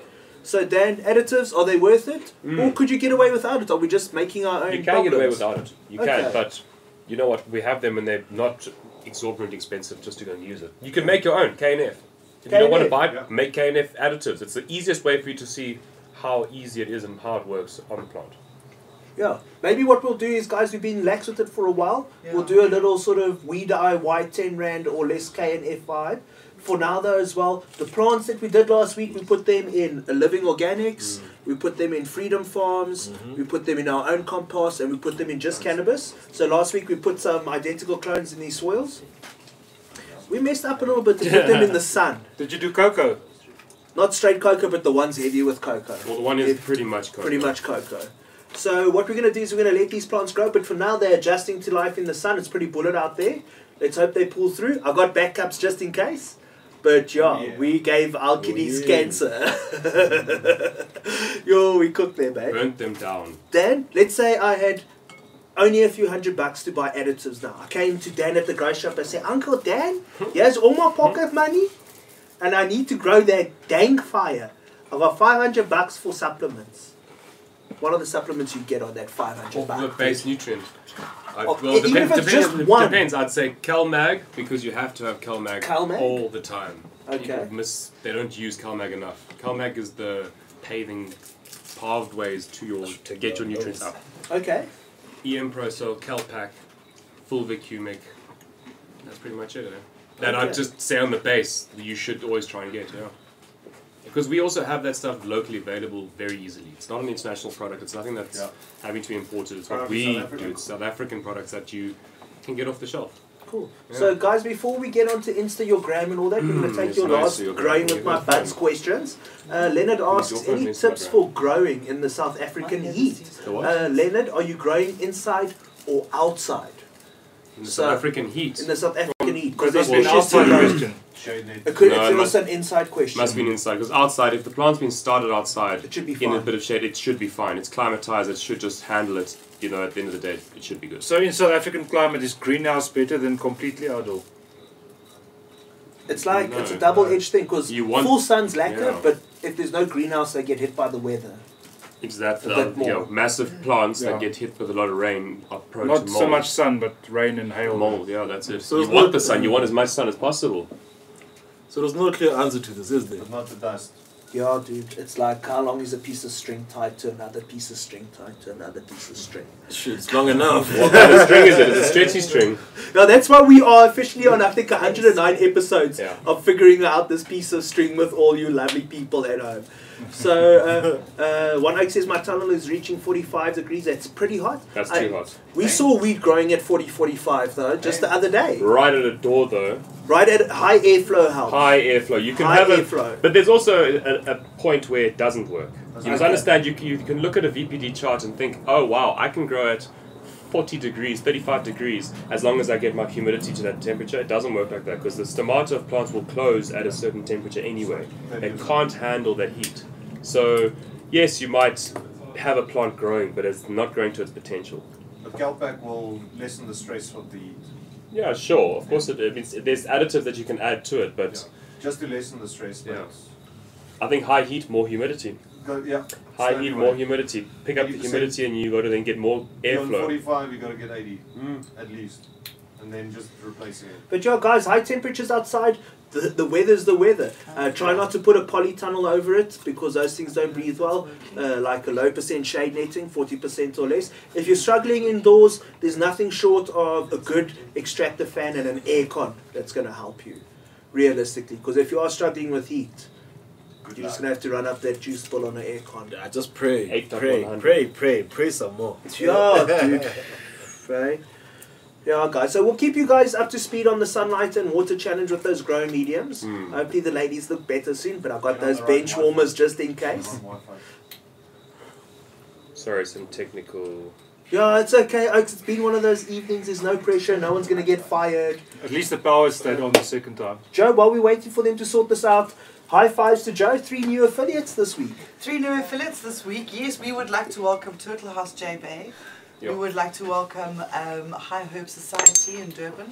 Speaker 2: So, Dan, additives, are they worth it?
Speaker 1: Mm.
Speaker 2: Or could you get away without it? Are we just making our own
Speaker 1: You can get away
Speaker 2: problems?
Speaker 1: without it. You
Speaker 2: Okay.
Speaker 1: can, but you know what? We have them and they're not exorbitant expensive just to go and use it. You can make your own KNF. If you don't want to
Speaker 2: KNF,
Speaker 1: buy,
Speaker 8: yeah.
Speaker 1: make KNF additives. It's the easiest way for you to see how easy it is and how it works on the plant.
Speaker 2: Yeah. Maybe what we'll do is, guys, we've been lax with it for a while. We'll
Speaker 4: Yeah.
Speaker 2: do a little sort of we DIY 10 Rand or less K and F vibe. For now, though, as well, the plants that we did last week, we put them in a Living Organics,
Speaker 1: Mm.
Speaker 2: we put them in Freedom Farms,
Speaker 1: Mm-hmm.
Speaker 2: we put them in our own compost, and we put them in just cannabis. So last week, we put some identical clones in these soils. We messed up a little bit to put them in the sun.
Speaker 5: Did you do cocoa?
Speaker 2: Not straight cocoa, but the ones heavy with cocoa.
Speaker 1: Well, the one is
Speaker 2: Yeah,
Speaker 1: pretty much covered.
Speaker 2: pretty much cocoa. So what we're going to do is we're going to let these plants grow, but for now they're adjusting to life in the sun. It's pretty bullet out there. Let's hope they pull through. I've got backups just in case. But yeah,
Speaker 8: Yeah.
Speaker 2: we gave our kiddies
Speaker 1: yeah.
Speaker 2: cancer. Yo, we cooked them, eh?
Speaker 1: Burnt them down.
Speaker 2: Dan, let's say I had only a few hundred bucks to buy additives now. I came to Dan at the grocery shop. I said, Uncle Dan,
Speaker 1: Hmm?
Speaker 2: here's all my pocket money, and I need to grow that dang fire. I got 500 bucks for supplements. What are the supplements you get on that 500
Speaker 1: Or the
Speaker 2: bucks?
Speaker 1: base nutrient. I,
Speaker 2: Oh,
Speaker 1: well,
Speaker 2: even
Speaker 1: depends.
Speaker 2: if it's
Speaker 1: depends,
Speaker 2: just one.
Speaker 1: depends. I'd say CalMag because you have to have CalMag,
Speaker 2: CalMag?
Speaker 1: all the time.
Speaker 2: Okay.
Speaker 1: People miss. They don't use CalMag enough. CalMag is the paving, paved ways to your to get your nutrients up.
Speaker 2: Okay.
Speaker 1: EM Procel, CalPac, Fulvic Humic. That's pretty much it. Eh?
Speaker 8: Oh,
Speaker 1: That I'd
Speaker 2: Okay.
Speaker 1: just say on the base that you should always try and get. Yeah. Because we also have that stuff locally available very easily. It's not an international product. It's nothing that's
Speaker 8: Yeah.
Speaker 1: having to be imported. It's
Speaker 8: Product
Speaker 1: what
Speaker 8: is
Speaker 1: we
Speaker 8: South African.
Speaker 1: do. It's South African products that you can get off the shelf.
Speaker 2: Cool. So, guys, before we get onto Insta, your gram, and all that, we're going to take
Speaker 1: it's
Speaker 2: your
Speaker 1: nice
Speaker 2: last
Speaker 1: to your
Speaker 2: growing
Speaker 1: gram,
Speaker 2: with
Speaker 1: yeah,
Speaker 2: my
Speaker 1: it's
Speaker 2: buds
Speaker 1: fun.
Speaker 2: questions. Uh, Leonard asks,
Speaker 1: your phone
Speaker 2: any
Speaker 1: is my
Speaker 2: tips
Speaker 1: gram.
Speaker 2: for growing in the South African
Speaker 4: never
Speaker 2: heat?
Speaker 4: sees
Speaker 1: The what?
Speaker 2: Uh, Leonard, are you growing inside or outside?
Speaker 1: in the
Speaker 2: so-
Speaker 1: South African heat.
Speaker 2: In the South African heat? Because
Speaker 5: Because that's
Speaker 2: there's
Speaker 5: been
Speaker 2: been
Speaker 5: outside question.
Speaker 8: Shade net.
Speaker 2: It could,
Speaker 1: No,
Speaker 2: it's
Speaker 1: it must-
Speaker 2: also an inside question.
Speaker 1: Must be inside because outside, if the plant's been started outside,
Speaker 2: It should be
Speaker 1: in a
Speaker 2: fine.
Speaker 1: bit of shade, it should be fine. It's climatized. It should just handle it. You know, at the end of the day, it should be good.
Speaker 5: So in South African climate, is greenhouse better than completely outdoor?
Speaker 2: It's like
Speaker 1: No,
Speaker 2: it's a double-edged thing because
Speaker 1: You want-
Speaker 2: full sun's lacquer,
Speaker 1: yeah.
Speaker 2: but if there's no greenhouse, they get hit by the weather.
Speaker 1: It's that
Speaker 2: A
Speaker 1: uh,
Speaker 2: bit
Speaker 1: you know,
Speaker 2: more.
Speaker 1: massive plants
Speaker 5: Yeah.
Speaker 1: that get hit with a lot of rain are prone to
Speaker 5: Not
Speaker 1: mold.
Speaker 5: so much sun, but rain and hail.
Speaker 1: mold. Yeah, that's it.
Speaker 3: So
Speaker 1: you
Speaker 3: it's
Speaker 1: want
Speaker 3: not-
Speaker 1: the sun. You want as much sun as possible.
Speaker 3: So there's no clear answer to this, is there?
Speaker 8: But not the dust.
Speaker 2: Yeah, dude. It's like how long is a piece of string tied to another piece of string tied to another piece of string?
Speaker 3: Shit, it's long enough.
Speaker 1: What kind of string is it? Is it stretchy string?
Speaker 2: Now that's why we are officially on I think 109 episodes
Speaker 1: Yeah.
Speaker 2: of figuring out this piece of string with all you lovely people at home. So uh, uh, one oak says my tunnel is reaching 45 degrees. That's pretty hot.
Speaker 1: That's
Speaker 2: I-
Speaker 1: too hot.
Speaker 2: We saw weed growing at 40, 45 though, just the other day.
Speaker 1: Right at a door though.
Speaker 2: Right at high airflow health.
Speaker 1: High airflow. You can
Speaker 2: High
Speaker 1: have a,
Speaker 2: airflow.
Speaker 1: but there's also a, a point where it doesn't work. You must
Speaker 2: Okay.
Speaker 1: understand. You, c- you can look at a VPD chart and think, oh wow, I can grow at 40 degrees, 35 degrees, as long as I get my humidity to that temperature. It doesn't work like that because the stomata of plants will close at a certain temperature anyway. They can't handle that heat. So yes, you might have a plant growing, but it's not growing to its potential.
Speaker 8: But Calpac will lessen the stress of the heat.
Speaker 1: Yeah, sure. Of course, it, it means there's additives that you can add to it, but
Speaker 8: Just to lessen the stress. but
Speaker 1: Yeah. I think high heat, more humidity.
Speaker 8: Go, yeah. it's the
Speaker 1: High
Speaker 8: only
Speaker 1: heat,
Speaker 8: way.
Speaker 1: more humidity. Pick up the
Speaker 8: 80%.
Speaker 1: humidity, and you got to then get more
Speaker 8: Beyond
Speaker 1: airflow.
Speaker 8: 45, you got to get
Speaker 1: Mm.
Speaker 8: 80 at least, and then just replacing it.
Speaker 2: But yeah, guys, high temperatures outside The, the weather's the weather. Uh, try not to put a polytunnel over it because those things don't breathe well, uh, like a low percent shade netting, 40% or less. If you're struggling indoors, there's nothing short of a good extractor fan and an aircon that's going to help you, realistically. Because if you are struggling with heat, you're just going to have to run up that juice bill on an aircon.
Speaker 3: I just pray,
Speaker 1: Eight dot
Speaker 3: pray,
Speaker 1: one hundred.
Speaker 3: pray, pray, pray some more.
Speaker 2: Yeah, dude. Right? Yeah, guys. So we'll keep you guys up to speed on the sunlight and water challenge with those growing mediums. Hopefully the ladies look better soon, but I've got
Speaker 8: Get on
Speaker 2: those
Speaker 8: the right
Speaker 2: bench
Speaker 8: one.
Speaker 2: warmers just in case.
Speaker 8: Wi-Fi.
Speaker 1: Sorry, some technical.
Speaker 2: Yeah, it's okay. Oaks, it's been one of those evenings. There's no pressure. No one's going to get fired.
Speaker 5: At least the power stayed on the second time.
Speaker 2: Joe, while we're waiting for them to sort this out, high fives to Joe. Three new affiliates this week.
Speaker 4: Three new affiliates this week. Yes, we would like to welcome Turtle House J Bay.
Speaker 1: Yeah.
Speaker 4: We would like to welcome um, High Herb Society in Durban.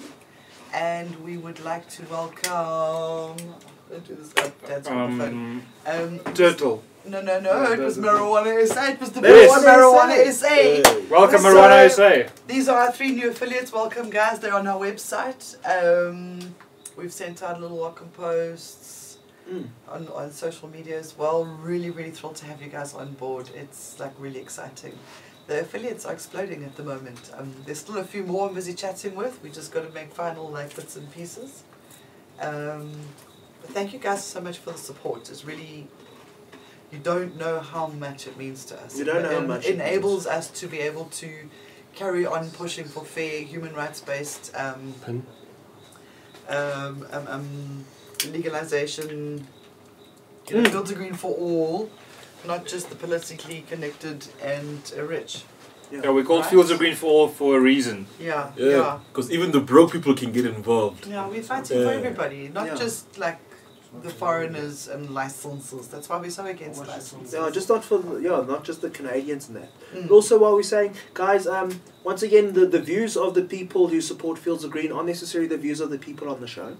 Speaker 4: And we would like to welcome. Don't do this. Oh, Dad's on the phone.
Speaker 5: Um,
Speaker 4: Um,
Speaker 5: turtle.
Speaker 4: no, no, no.
Speaker 5: No,
Speaker 4: it was
Speaker 5: no,
Speaker 4: Marijuana SA. It was the
Speaker 2: Yes.
Speaker 4: best Marijuana SA.
Speaker 5: Welcome,
Speaker 4: So-
Speaker 5: Marijuana SA.
Speaker 4: These are our three new affiliates. Welcome, guys. They're on our website. Um, we've sent out little welcome posts
Speaker 2: Mm.
Speaker 4: on, on social media as well. Really, really thrilled to have you guys on board. It's like really exciting. The affiliates are exploding at the moment. Um, there's still a few more I'm busy chatting with. We just got to make final like bits and pieces. Um, but thank you guys so much for the support. It's really you don't know how much it means to us.
Speaker 2: You don't know how
Speaker 4: En-
Speaker 2: much it
Speaker 4: enables us to be able to carry on pushing for fair human rights based um,
Speaker 1: Pin.
Speaker 4: um, um, um, legalization, you know, build a green for all, not just the politically connected and uh, rich.
Speaker 5: Yeah, we called Fields of Green for all for a reason.
Speaker 4: Yeah,
Speaker 3: Yeah,
Speaker 4: yeah,
Speaker 3: because even the broke people can get involved.
Speaker 4: yeah. We're fighting for
Speaker 3: Yeah.
Speaker 4: everybody, not
Speaker 2: Yeah.
Speaker 4: just like the foreigners and licenses. That's why we're so against licenses.
Speaker 2: No, just not for the, yeah, not just the Canadians and that.
Speaker 4: Mm.
Speaker 2: But also, while we're saying, guys, um, once again, the, the views of the people who support Fields of Green aren't necessarily the views of the people on the show.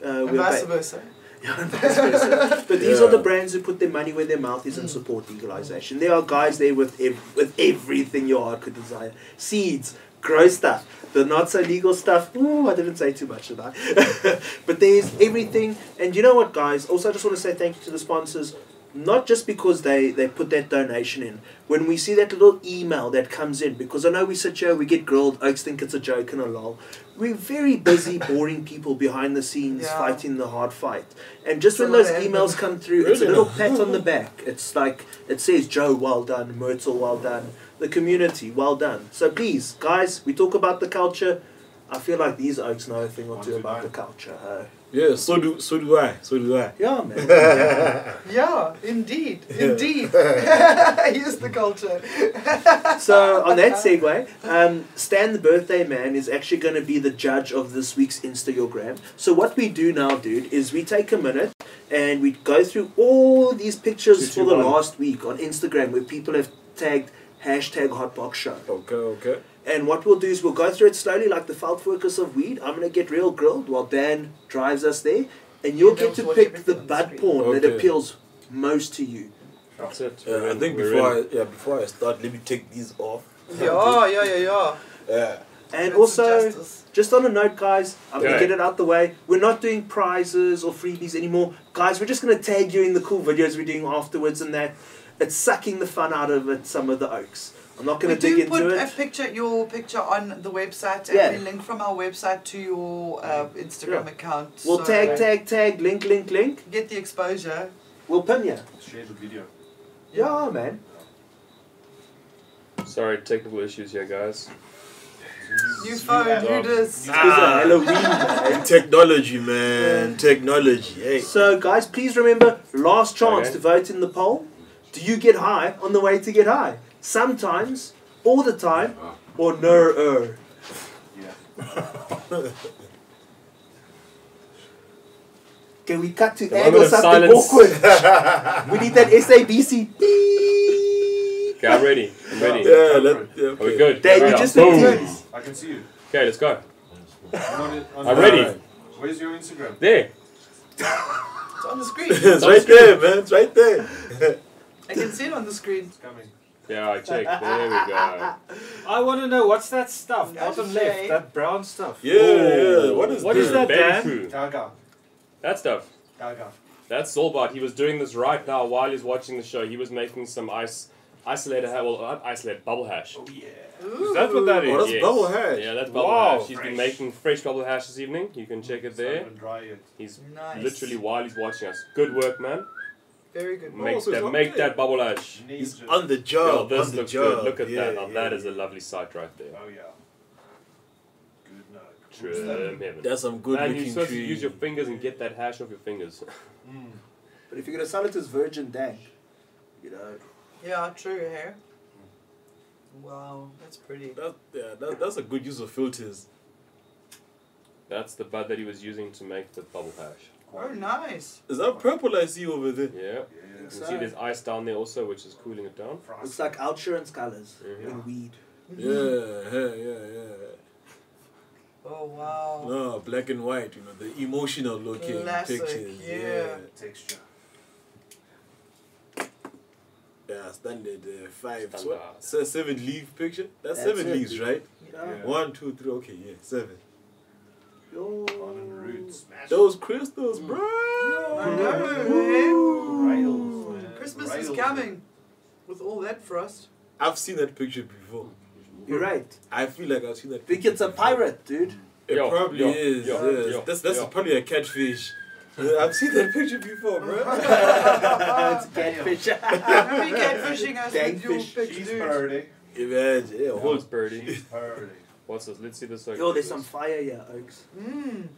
Speaker 2: Uh,
Speaker 4: and
Speaker 2: we're
Speaker 4: vice
Speaker 2: ba-
Speaker 4: versa.
Speaker 2: Yeah, and vice versa. but these are
Speaker 3: Yeah.
Speaker 2: the brands who put their money where their mouth is and
Speaker 4: Mm.
Speaker 2: support legalization. There are guys there with ev- with everything your heart could desire: seeds, grow stuff, the not so legal stuff. Ooh, I didn't say too much did I? but there's everything, and you know what, guys? Also, I just want to say thank you to the sponsors. Not just because they, they put that donation in. When we see that little email that comes in, because I know we sit here, we get grilled, oaks think it's a joke and a lol. We're very busy, boring people behind the scenes
Speaker 4: Yeah.
Speaker 2: fighting the hard fight. And just when
Speaker 4: Some of
Speaker 2: those
Speaker 4: them.
Speaker 2: emails come through, it's a
Speaker 3: Really?
Speaker 2: little pat on the back. It's like it says, "Joe, well done. Myrtle, well done. The community, well done." So please, guys, we talk about the culture. I feel like these oaks know a thing or
Speaker 8: One,
Speaker 2: two
Speaker 8: two,
Speaker 2: about
Speaker 8: nine.
Speaker 2: the culture. Uh,
Speaker 3: Yeah, so do so do I. So do I.
Speaker 2: yeah, man.
Speaker 4: Yeah, indeed, indeed. Here's the culture.
Speaker 2: so on that segue, um, Stan the birthday man is actually going to be the judge of this week's Instagram. So what we do now, dude, is we take a minute and we go through all these pictures
Speaker 1: Two, two,
Speaker 2: for the
Speaker 1: one.
Speaker 2: last week on Instagram where people have tagged hashtag Hotbox Show.
Speaker 3: Okay, okay.
Speaker 2: And what we'll do is we'll go through it slowly, like the felt workers of weed. I'm gonna get real grilled while Dan drives us there, and you'll
Speaker 4: You
Speaker 2: get
Speaker 4: don't
Speaker 2: to
Speaker 4: watch
Speaker 2: pick the
Speaker 4: everything on the
Speaker 2: bud
Speaker 4: screen.
Speaker 2: porn that
Speaker 3: Okay.
Speaker 2: appeals most to you.
Speaker 1: That's it.
Speaker 3: Yeah,
Speaker 1: We're
Speaker 3: Uh, I
Speaker 1: in-
Speaker 3: think
Speaker 1: we're
Speaker 3: before
Speaker 1: in.
Speaker 3: I, yeah before I start, let me take these off. Uh,
Speaker 4: yeah, yeah, yeah, yeah.
Speaker 3: Yeah.
Speaker 2: And
Speaker 4: That's
Speaker 2: also,
Speaker 4: justice.
Speaker 2: just on a note, guys, I'm gonna
Speaker 1: Yeah.
Speaker 2: get it out the way. We're not doing prizes or freebies anymore, guys. We're just gonna tag you in the cool videos we're doing afterwards, and that it's sucking the fun out of it. Some of the oaks. I'm not gonna
Speaker 4: we
Speaker 2: dig
Speaker 4: do
Speaker 2: into
Speaker 4: put
Speaker 2: it.
Speaker 4: a picture, your picture on the website, and
Speaker 2: Yeah.
Speaker 4: we link from our website to your uh, Instagram account.
Speaker 2: we'll
Speaker 4: so
Speaker 2: tag, tag, tag, link, link, link.
Speaker 4: Get the exposure.
Speaker 2: We'll pin you.
Speaker 8: Share the video.
Speaker 2: Yeah, man.
Speaker 1: Sorry, technical issues here, guys.
Speaker 4: New phone, who does?
Speaker 2: It's a Halloween. man.
Speaker 3: Technology, man. Technology. Hey.
Speaker 2: So, guys, please remember last chance
Speaker 1: Okay.
Speaker 2: to vote in the poll. Do you get high on the way to get high? Sometimes, all the time,
Speaker 1: Uh-huh.
Speaker 2: or no? er.
Speaker 8: Yeah.
Speaker 2: Can we cut to
Speaker 1: The
Speaker 2: ad or
Speaker 1: moment of
Speaker 2: something
Speaker 1: silence.
Speaker 2: awkward? we need that SABC. beep.
Speaker 1: Okay, I'm ready. I'm ready.
Speaker 3: Yeah. Let, yeah
Speaker 1: Are we
Speaker 3: okay.
Speaker 1: good?
Speaker 2: Dad,
Speaker 1: Right
Speaker 2: you
Speaker 1: on.
Speaker 2: just
Speaker 1: Boom.
Speaker 2: need to.
Speaker 8: I can see you.
Speaker 1: Okay, let's go.
Speaker 8: I'm, on it, on
Speaker 1: I'm
Speaker 8: it.
Speaker 1: ready.
Speaker 8: Where's your Instagram?
Speaker 1: There.
Speaker 4: It's on the screen.
Speaker 3: it's right there, man. It's right there.
Speaker 4: I can see it on the screen.
Speaker 8: It's coming.
Speaker 1: Yeah, I checked. There we go.
Speaker 5: I want to know what's that stuff?
Speaker 4: Yeah,
Speaker 5: Bottom
Speaker 4: okay.
Speaker 5: left, that brown stuff.
Speaker 1: Oh.
Speaker 3: Yeah, yeah. What is
Speaker 5: What is
Speaker 3: that?
Speaker 5: that, Dan?
Speaker 1: Bamboo.
Speaker 8: Gaga.
Speaker 1: That stuff.
Speaker 8: Gaga.
Speaker 1: That's Solbart. He was doing this right now while he's watching the show. He was making some ice isolated ha- well not isolated bubble hash.
Speaker 8: Oh yeah.
Speaker 5: Is that what that is?
Speaker 17: Oh, that's
Speaker 1: Yes.
Speaker 17: bubble hash.
Speaker 1: Yeah, that's bubble
Speaker 5: Wow.
Speaker 1: hash. He's been
Speaker 8: Fresh.
Speaker 1: making fresh bubble hash this evening. You can check it
Speaker 8: It's not
Speaker 1: there.
Speaker 8: even dry yet.
Speaker 1: He's
Speaker 4: Nice.
Speaker 1: literally while he's watching us. Good work, man.
Speaker 4: Very good.
Speaker 1: Make
Speaker 17: Oh, so it's
Speaker 1: that
Speaker 17: not
Speaker 1: make
Speaker 17: dead.
Speaker 1: that bubble hash.
Speaker 17: He's
Speaker 8: Ninja.
Speaker 17: on the
Speaker 1: Yo,
Speaker 17: job.
Speaker 1: this
Speaker 17: on the
Speaker 1: looks
Speaker 17: job.
Speaker 1: good. Look at
Speaker 17: yeah,
Speaker 1: that. Now
Speaker 17: yeah,
Speaker 1: that is
Speaker 17: yeah.
Speaker 1: a lovely sight right there.
Speaker 8: Oh yeah. Good night.
Speaker 1: Trim heaven.
Speaker 3: That's some good
Speaker 1: Man, you're
Speaker 3: looking
Speaker 1: supposed
Speaker 3: tree.
Speaker 1: to use your fingers and get that hash off your fingers.
Speaker 2: But if you're gonna sell it as virgin dank, you know,
Speaker 4: Yeah, true hair. Wow, that's pretty.
Speaker 3: That, yeah, that, that's a good use of filters.
Speaker 1: That's the bud that he was using to make the bubble hash.
Speaker 4: Oh, nice.
Speaker 3: Is that purple I see over there?
Speaker 1: Yeah. You
Speaker 8: Yeah.
Speaker 1: can see there's ice down there also, which is cooling it down.
Speaker 8: Fries.
Speaker 2: it's like outsurance colors
Speaker 1: Mhm.
Speaker 2: in weed.
Speaker 3: Yeah, yeah, yeah, yeah.
Speaker 4: Oh, wow.
Speaker 3: No, black and white, you know, the emotional looking
Speaker 4: Classic,
Speaker 3: pictures.
Speaker 4: yeah.
Speaker 8: texture.
Speaker 3: Yeah, standard uh, five.
Speaker 1: Standard.
Speaker 3: What? Se- seven leaf picture? That's,
Speaker 2: That's
Speaker 3: seven
Speaker 2: it.
Speaker 3: leaves, right?
Speaker 2: Yeah.
Speaker 3: One, two, three. Okay, yeah, seven.
Speaker 2: Yo.
Speaker 8: Modern roots. Smash.
Speaker 3: Those crystals,
Speaker 1: Mm.
Speaker 3: bro.
Speaker 4: I know, eh?
Speaker 8: Rails, man.
Speaker 4: Christmas
Speaker 8: Rails.
Speaker 4: is coming with all that frost.
Speaker 3: I've seen that picture before.
Speaker 2: You're right.
Speaker 3: I feel like I've seen that.
Speaker 2: Think
Speaker 3: picture
Speaker 2: it's a
Speaker 3: before.
Speaker 2: pirate, dude.
Speaker 3: It
Speaker 1: Yo,
Speaker 3: probably
Speaker 1: yo,
Speaker 3: is.
Speaker 1: yo,
Speaker 3: yes.
Speaker 1: yo,
Speaker 3: that's that's
Speaker 1: yo.
Speaker 3: probably a catfish. Uh, I've seen that picture before,
Speaker 1: Uh-huh.
Speaker 3: bro.
Speaker 2: it's catfish.
Speaker 4: Happy catfishing us
Speaker 2: Dang
Speaker 4: with your
Speaker 2: fish.
Speaker 4: big
Speaker 8: She's
Speaker 4: dude.
Speaker 8: purdy.
Speaker 3: Imagine, yeah,
Speaker 1: Who's
Speaker 3: hold.
Speaker 1: birdie?
Speaker 8: She's purdy.
Speaker 1: What's this? Let's see this.
Speaker 2: Yo, Oh, there's some fire here, Oaks.
Speaker 4: Mm.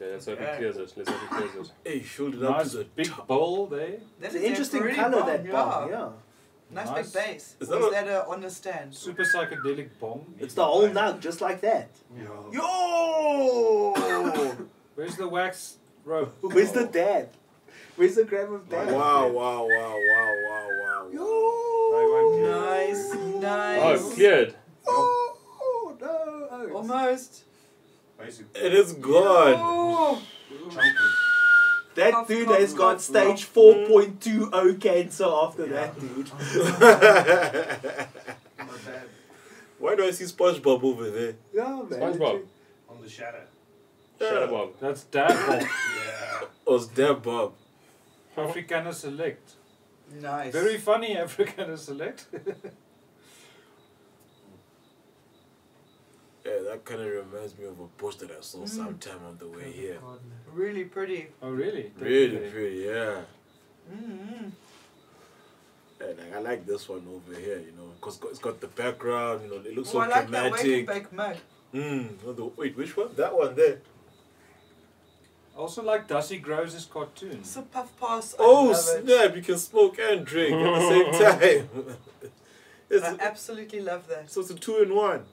Speaker 1: Okay, let's hope he
Speaker 4: Yeah.
Speaker 1: clears it. Let's hope he clears it.
Speaker 3: Hey, shoulder
Speaker 5: Nice
Speaker 3: up to the
Speaker 5: big
Speaker 3: top.
Speaker 5: bowl there.
Speaker 4: That is
Speaker 2: It's an interesting
Speaker 4: really
Speaker 2: color,
Speaker 4: bomb,
Speaker 2: that
Speaker 4: yeah.
Speaker 2: bomb, yeah.
Speaker 4: Nice,
Speaker 5: Nice.
Speaker 4: big bass.
Speaker 3: Is
Speaker 4: Is
Speaker 3: that
Speaker 4: that,
Speaker 3: a-
Speaker 4: is that a, on the stand?
Speaker 5: Super psychedelic bong.
Speaker 2: It's the whole nug, just like that.
Speaker 8: Yo.
Speaker 2: Yo!
Speaker 5: Where's the wax rope?
Speaker 2: Where's the dad? Where's the gram of dad?
Speaker 3: Wow, wow, wow, wow, wow, wow, wow.
Speaker 8: I went here.
Speaker 4: Nice, nice.
Speaker 1: Oh, cleared.
Speaker 2: Oh, no. Oaks.
Speaker 4: Almost.
Speaker 8: Basically.
Speaker 3: It is gone.
Speaker 4: Oh,
Speaker 8: Chunky.
Speaker 2: That
Speaker 4: Cough,
Speaker 2: dude
Speaker 4: cough,
Speaker 2: has got
Speaker 4: cough,
Speaker 2: stage
Speaker 4: cough.
Speaker 2: 4.20 cancer after that, dude.
Speaker 8: My bad.
Speaker 3: Why do I see SpongeBob over there?
Speaker 2: Yeah, man.
Speaker 1: SpongeBob.
Speaker 8: On the shadow.
Speaker 1: Shadow Bob.
Speaker 5: That's dad bong.
Speaker 8: Yeah.
Speaker 3: Oh, it's that Bob.
Speaker 5: Africana Select.
Speaker 4: nice.
Speaker 5: Very funny Africana Select.
Speaker 3: Yeah, that kind of reminds me of a post that I saw
Speaker 2: Mm.
Speaker 3: sometime on the way here.
Speaker 4: really pretty.
Speaker 5: oh really?
Speaker 3: Really pretty, yeah.
Speaker 4: Mm-hmm.
Speaker 3: Yeah, like, I like this one over here, you know, because it's got the background, you know, it looks
Speaker 4: oh,
Speaker 3: so
Speaker 4: I like that wake and
Speaker 3: dramatic.
Speaker 4: bake mug.
Speaker 3: Mm, no, the, wait, which one? That one there.
Speaker 5: Also like Dusty Groves' cartoon.
Speaker 4: It's a puff pass. I
Speaker 3: Oh
Speaker 4: love it.
Speaker 3: snap! You can smoke and drink at the same time. it's,
Speaker 4: I absolutely love that.
Speaker 3: so it's a two in one.